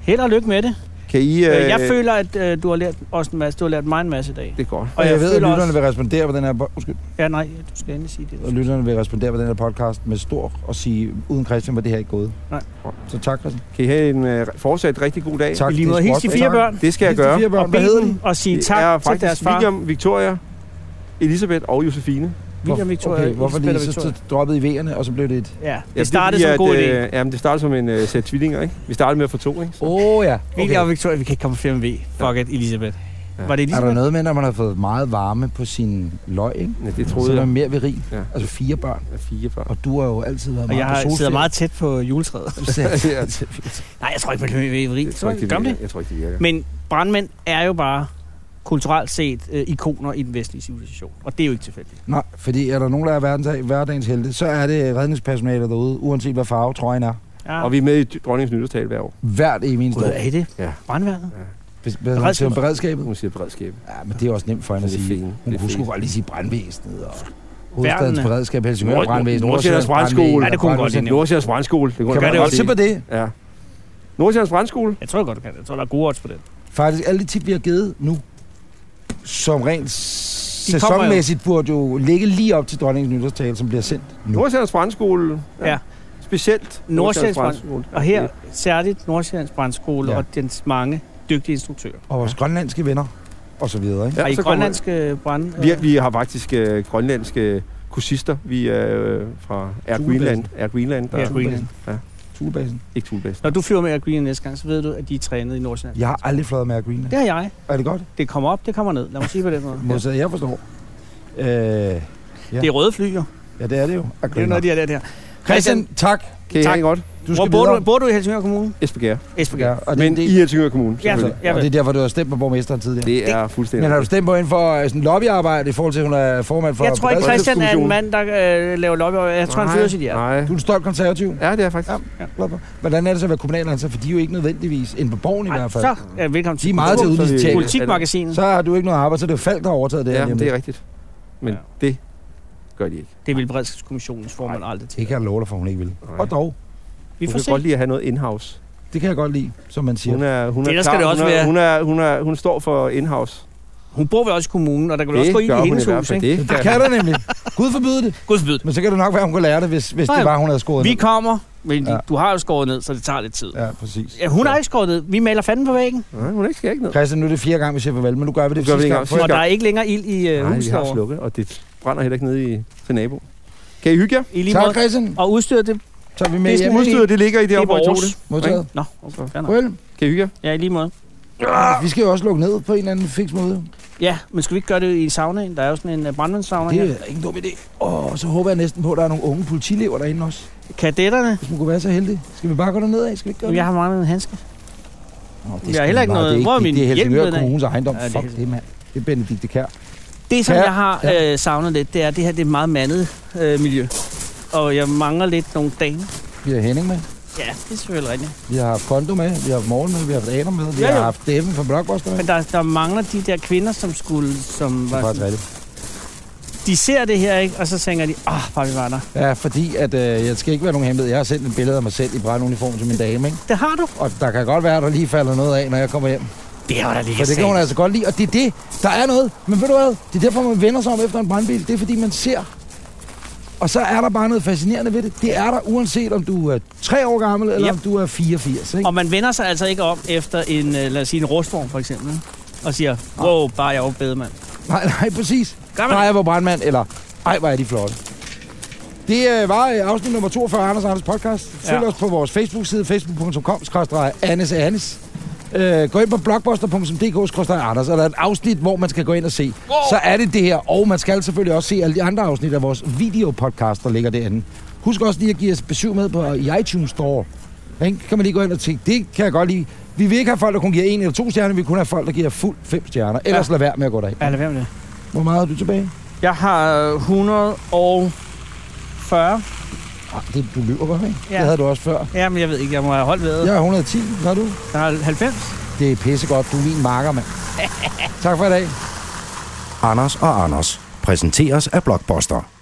Speaker 3: Held og lykke med det.
Speaker 4: Kan I...
Speaker 3: Øh, jeg føler, at øh, du har lært os en masse. Du har lært mig en masse i dag.
Speaker 4: Det er godt.
Speaker 2: Og jeg, jeg ved, at
Speaker 3: føler
Speaker 2: lytterne
Speaker 3: også-
Speaker 2: vil respondere på den her... po- Undskyld.
Speaker 3: Ja, nej, du skal endelig sige det.
Speaker 2: Og lytterne vil respondere på den her podcast med stor og sige, uden Christian var det her ikke gået.
Speaker 3: Nej.
Speaker 2: Så tak, Christian.
Speaker 4: Kan I have en øh, fortsat rigtig god dag?
Speaker 2: Tak.
Speaker 3: I lige
Speaker 2: det er
Speaker 3: måde, hils de
Speaker 2: småt.
Speaker 3: fire
Speaker 2: Tak.
Speaker 3: børn
Speaker 4: Det skal jeg
Speaker 2: Hils de
Speaker 4: gøre.
Speaker 2: fire børn.
Speaker 3: og
Speaker 2: Hvad hedder de?
Speaker 3: bilen og sige
Speaker 4: Det er
Speaker 3: tak til
Speaker 4: faktisk
Speaker 3: deres far.
Speaker 4: William, Victoria, Elisabeth og Josefine.
Speaker 3: William Victoria.
Speaker 2: Okay, hvorfor
Speaker 3: Isabella
Speaker 2: lige? Så,
Speaker 3: Victoria.
Speaker 2: så droppede I V'erne, og så blev det et...
Speaker 3: Ja,
Speaker 4: Ja,
Speaker 3: det startede som en god idé.
Speaker 4: Øh, jamen, det startede som en øh, sæt tvillinger, ikke? Vi startede med at få to, ikke? Så.
Speaker 2: Åh oh, ja. Okay.
Speaker 3: William og Victoria, vi kan ikke komme flere med V. Fuck it, Elisabeth.
Speaker 4: Ja.
Speaker 3: Var det
Speaker 2: Er der
Speaker 3: Elisabeth?
Speaker 2: noget med, når man har fået meget varme på sin løg, ikke?
Speaker 4: Ja, det
Speaker 2: så er
Speaker 4: troede
Speaker 2: der
Speaker 4: jeg.
Speaker 2: mere viril.
Speaker 4: Ja.
Speaker 2: Altså fire børn.
Speaker 4: Ja, Fire børn.
Speaker 2: Og du har jo altid været
Speaker 3: Og
Speaker 2: meget
Speaker 3: jeg
Speaker 2: på
Speaker 3: har
Speaker 2: solferie.
Speaker 3: sidder meget tæt på juletræet.
Speaker 2: Du sagde-
Speaker 4: Ja,
Speaker 3: Nej, jeg tror ikke, man kan være ved
Speaker 4: Jeg tror ikke, det
Speaker 3: Gør man
Speaker 4: virker.
Speaker 3: det?
Speaker 4: Jeg tror ikke, det virker.
Speaker 3: Men brandmænd er jo bare kulturelt set øh, ikoner i den vestlige civilisation. Og det er jo ikke tilfældigt.
Speaker 2: Nej, fordi er der nogen, der er verdens, hverdagens helte, så er det redningspersonalet derude, uanset hvad farve trøjen er.
Speaker 3: Ja.
Speaker 4: Og vi er med i dronningens nytårstal hver år.
Speaker 2: Hvert i min
Speaker 3: Gud,
Speaker 2: sted.
Speaker 3: er I det?
Speaker 4: Ja.
Speaker 3: Brandværnet?
Speaker 2: Beredskabet. beredskabet.
Speaker 4: Hun siger beredskab.
Speaker 2: Ja, men det er også nemt for hende at
Speaker 4: Det er fint.
Speaker 2: sige. Hun
Speaker 4: Det er
Speaker 2: kunne sgu
Speaker 4: fint.
Speaker 2: godt lige sige brandvæsenet og hovedstadens
Speaker 3: Værnene.
Speaker 2: beredskab, Helsingør
Speaker 4: Nord-
Speaker 2: brandvæsen,
Speaker 4: Nordsjællands brandskole.
Speaker 3: Ja, det kunne hun godt lide.
Speaker 4: Nordsjællands Brandskole. Det
Speaker 2: Kan
Speaker 4: jeg
Speaker 2: man
Speaker 4: godt
Speaker 2: godt se
Speaker 4: lide.
Speaker 2: på det?
Speaker 4: Ja. Nordsjællands Brandskole.
Speaker 3: Jeg tror godt, du kan det. Jeg tror, der er gode odds på det.
Speaker 2: Faktisk alle de tip, vi har givet nu, som rent sæsonmæssigt burde jo ligge lige op til dronningens nytårstale, som bliver sendt nu.
Speaker 4: Nordsjællands Brandskole.
Speaker 3: Ja.
Speaker 4: Specielt
Speaker 3: Nordsjællands
Speaker 4: Brandskole.
Speaker 3: Og her særligt Nordsjællands Brandskole
Speaker 2: Ja.
Speaker 3: ja. og dens mange dygtige instruktører.
Speaker 2: Og vores grønlandske venner, og så videre, ikke?
Speaker 3: Ja, og i
Speaker 4: så kommer-
Speaker 3: grønlandske brand...
Speaker 4: Vi, vi har faktisk øh, grønlandske kursister. Vi er øh, fra Air
Speaker 2: Thulebasen.
Speaker 4: Greenland. Air Greenland. Der,
Speaker 3: Air Greenland.
Speaker 4: Ja.
Speaker 2: Thulebasen.
Speaker 4: Ikke Thulebasen.
Speaker 3: Øh, Når du flyver med Air Greenland næste gang, så ved du, at de er trænet i Nordsjælland.
Speaker 2: Jeg har aldrig fløjet med Air Greenland.
Speaker 3: Det har jeg.
Speaker 2: Er det godt?
Speaker 3: Det kommer op, det kommer ned. Lad mig sige på den måde. Ja.
Speaker 2: Modsat, jeg forstår. Øh,
Speaker 3: Det er røde fly, jo.
Speaker 2: ja, det er det jo.
Speaker 3: Det er jo noget, de har lært her.
Speaker 2: Christian, tak.
Speaker 4: Det
Speaker 3: Tak.
Speaker 4: er ikke godt.
Speaker 2: Du
Speaker 3: Hvor
Speaker 2: skal
Speaker 3: bor
Speaker 2: videre.
Speaker 3: du, bor du i Helsingør Kommune?
Speaker 4: Esbjerg.
Speaker 3: Esbjerg.
Speaker 2: Ja, og det,
Speaker 4: Men
Speaker 2: det,
Speaker 4: i Helsingør Kommune,
Speaker 3: Ja,
Speaker 4: selvfølgelig.
Speaker 3: ja,
Speaker 2: og
Speaker 3: vel.
Speaker 2: det er derfor, du har stemt på borgmesteren tidligere.
Speaker 4: Det er fuldstændig.
Speaker 2: Men har du stemt på hende for øh, sådan lobbyarbejde i forhold til, at hun er formand for...
Speaker 3: jeg tror ikke,
Speaker 4: Frederiks-
Speaker 3: Christian er en
Speaker 4: Frederikskommissionen.
Speaker 3: mand, der øh, laver lobby. Jeg tror, han
Speaker 4: Nej,
Speaker 3: fyrer sit hjerte.
Speaker 4: Nej.
Speaker 2: Du er en stolt konservativ.
Speaker 4: Ja, det er jeg faktisk.
Speaker 2: Ja. Glad for. Hvordan er det så at være kommunalansat? For de er jo ikke nødvendigvis en på borgen i
Speaker 3: Ej,
Speaker 2: hvert fald.
Speaker 3: Så, ja, velkommen
Speaker 2: De
Speaker 3: til
Speaker 2: er meget til
Speaker 4: Så er det-
Speaker 2: udlicitering.
Speaker 3: Politikmagasinet.
Speaker 2: Så har du ikke noget arbejde, så er det jo Falk, der har overtaget det
Speaker 4: Ja,
Speaker 2: her.
Speaker 4: men
Speaker 2: lige om lidt.
Speaker 4: det er rigtigt. Men
Speaker 3: Ja.
Speaker 4: det gør de ikke.
Speaker 3: Det vil Beredskabskommissionens formand aldrig til.
Speaker 2: Det kan jeg love dig for, hun ikke vil.
Speaker 4: Nej.
Speaker 2: Og dog,
Speaker 3: Vi
Speaker 4: hun
Speaker 3: får
Speaker 4: kan
Speaker 3: se.
Speaker 4: godt lide at have noget in-house.
Speaker 2: det kan jeg godt lide, som man siger.
Speaker 4: Hun er, hun er
Speaker 3: Ellers skal
Speaker 4: klar.
Speaker 3: det også
Speaker 4: hun, er,
Speaker 3: være-
Speaker 4: hun, er, hun, er, hun står for in-house.
Speaker 3: Hun bor vel også i kommunen, og der kan vel også gå
Speaker 4: Det
Speaker 3: ind
Speaker 4: gør
Speaker 3: i
Speaker 4: hun i
Speaker 3: hendes
Speaker 4: hvert
Speaker 3: hus,
Speaker 4: fald.
Speaker 3: ikke?
Speaker 4: Det
Speaker 2: Det kan der nemlig. Gud forbyde det.
Speaker 3: Gud forbyde det.
Speaker 2: Men så kan det nok være, hun kunne lære det, hvis, hvis
Speaker 3: Nej,
Speaker 2: det var, hun havde skåret
Speaker 3: Vi
Speaker 2: ned.
Speaker 3: kommer, men
Speaker 2: Ja.
Speaker 3: ja. du har jo skåret ned, så det tager lidt tid. Ja.
Speaker 2: Ja, præcis.
Speaker 3: Ja, hun har ikke skåret ned. Vi maler fanden på væggen,
Speaker 4: Nej, hun er ikke, skal ikke ned.
Speaker 2: Christian, nu er det fire gange, vi siger farvel, men nu gør vi det
Speaker 4: Nu gør vi
Speaker 2: sidste
Speaker 4: det
Speaker 2: gang.
Speaker 4: en gang.
Speaker 3: og der er ikke længere ild i uh,
Speaker 4: Nej, vi
Speaker 3: huset
Speaker 4: har
Speaker 3: derovre.
Speaker 4: slukket, og det brænder heller ikke nede i, til nabo. Kan I hygge jer?
Speaker 3: I lige
Speaker 2: Tak,
Speaker 3: måde.
Speaker 2: Christian.
Speaker 3: Og udstyret, det,
Speaker 2: Så er vi med
Speaker 3: Det er
Speaker 2: hjem.
Speaker 3: sådan-
Speaker 4: Udstyret, det ligger i
Speaker 3: det
Speaker 4: det
Speaker 3: er
Speaker 4: her, hvor I tog
Speaker 3: vores.
Speaker 4: det.
Speaker 2: Modtaget.
Speaker 3: Nå, okay. fair nok.
Speaker 2: Well,
Speaker 4: Kan I hygge jer?
Speaker 3: Ja, i lige måde.
Speaker 2: vi skal jo også lukke ned på en eller anden fiks måde.
Speaker 3: Ja, men skal vi ikke gøre det i saunaen? Der er jo sådan en uh, brandmandssauna
Speaker 2: Det
Speaker 3: her.
Speaker 2: er ikke en dum idé. Og så håber jeg næsten på, at der er nogle unge politilever derinde også.
Speaker 3: Kadetterne,
Speaker 2: Hvis man kunne være så heldig. Skal vi bare gå derned af? Skal vi ikke gøre
Speaker 3: Jamen, jeg har manglet en handske.
Speaker 2: det? Nå, det
Speaker 3: jeg har
Speaker 2: sgu
Speaker 3: heller ikke
Speaker 2: meget.
Speaker 3: noget-
Speaker 2: Det er,
Speaker 3: hvor er
Speaker 2: det,
Speaker 3: min
Speaker 2: det er Helsingør
Speaker 3: hjemmeved af?
Speaker 2: Kommunes ejendom.
Speaker 3: Ja,
Speaker 2: Ja,
Speaker 3: det er
Speaker 2: Fuck
Speaker 3: helt-
Speaker 2: det, mand. Det er Benedikte Kær.
Speaker 3: Det, som
Speaker 2: Ja,
Speaker 3: jeg har
Speaker 2: ja.
Speaker 3: øh, savnet lidt, det er, at det her det er et meget mandet øh, miljø. Og jeg mangler lidt nogle dage.
Speaker 2: Vi har Henning med.
Speaker 3: Ja, det er selvfølgelig rigtigt.
Speaker 2: Vi har haft Kondo med. Vi har haft Morgen med. Vi har haft Adam med. Vi
Speaker 3: Ja,
Speaker 2: har
Speaker 3: ja.
Speaker 2: haft Deffen fra Blockbuster med.
Speaker 3: Men der, der mangler de der kvinder, som skulle... Som
Speaker 2: Det er
Speaker 3: var
Speaker 2: faktisk
Speaker 3: sådan,
Speaker 2: rigtigt.
Speaker 3: de ser det her, ikke? Og så tænker de, ah, bare vi var der.
Speaker 2: Ja, fordi at, øh, jeg skal ikke være nogen hemmelighed. Jeg har sendt et billede af mig selv i branduniform til min dame, ikke?
Speaker 3: Det har du.
Speaker 2: Og der kan godt være, at der lige falder noget af, når jeg kommer hjem.
Speaker 3: Det har der lige
Speaker 2: For det kan hun altså godt lide, og det er det, der er noget. Men ved du hvad, det er derfor, man vender sig om efter en brandbil. Det er fordi, man ser. Og så er der bare noget fascinerende ved det. Det er der, uanset om du er 3 år gammel, eller
Speaker 3: Yep.
Speaker 2: om du er 84. Ikke?
Speaker 3: Og man vender sig altså ikke om efter en, øh, lad os sige, en rustvogn for eksempel, og siger, wow, bare jeg er jo bedre, mand.
Speaker 2: Nej, nej, præcis.
Speaker 3: Gør man
Speaker 2: Der er jeg på brandmand, eller ej, hvor er de flotte. Det øh, var øh, afsnit nummer 42 af Anders og Anders podcast. Følg
Speaker 3: Ja.
Speaker 2: os på vores Facebook-side, facebook.com, skrådstræk Annes Annes. Øh, gå ind på blogbuster.dk, skrådstræk Anders, og der er et afsnit, hvor man skal gå ind og se. Wow. Så er det det her, og man skal selvfølgelig også se alle de andre afsnit af vores videopodcast, der ligger derinde. Husk også lige at give os besøg med på øh, i iTunes Store. Ikke? Kan man lige gå ind og tænke, det kan jeg godt lide. Vi vil ikke have folk, der kun giver en eller to stjerner, vi vil kun have folk, der giver fuld fem stjerner. Ellers ja. lad være med at gå derind.
Speaker 3: Ja, lad være med det.
Speaker 2: Hvor meget har du tilbage?
Speaker 3: Jeg har øh, 140.
Speaker 2: Ah, det, du lyver bare, ikke? Ja.
Speaker 3: Ja.
Speaker 2: Det havde du også før.
Speaker 3: Jamen, jeg ved ikke, jeg må have holdt ved.
Speaker 2: Jeg er 110, har du?
Speaker 3: Jeg har 90.
Speaker 2: Det er pissegodt, du er min marker, mand. tak for i dag.
Speaker 1: Anders og Anders præsenteres af Blockbuster.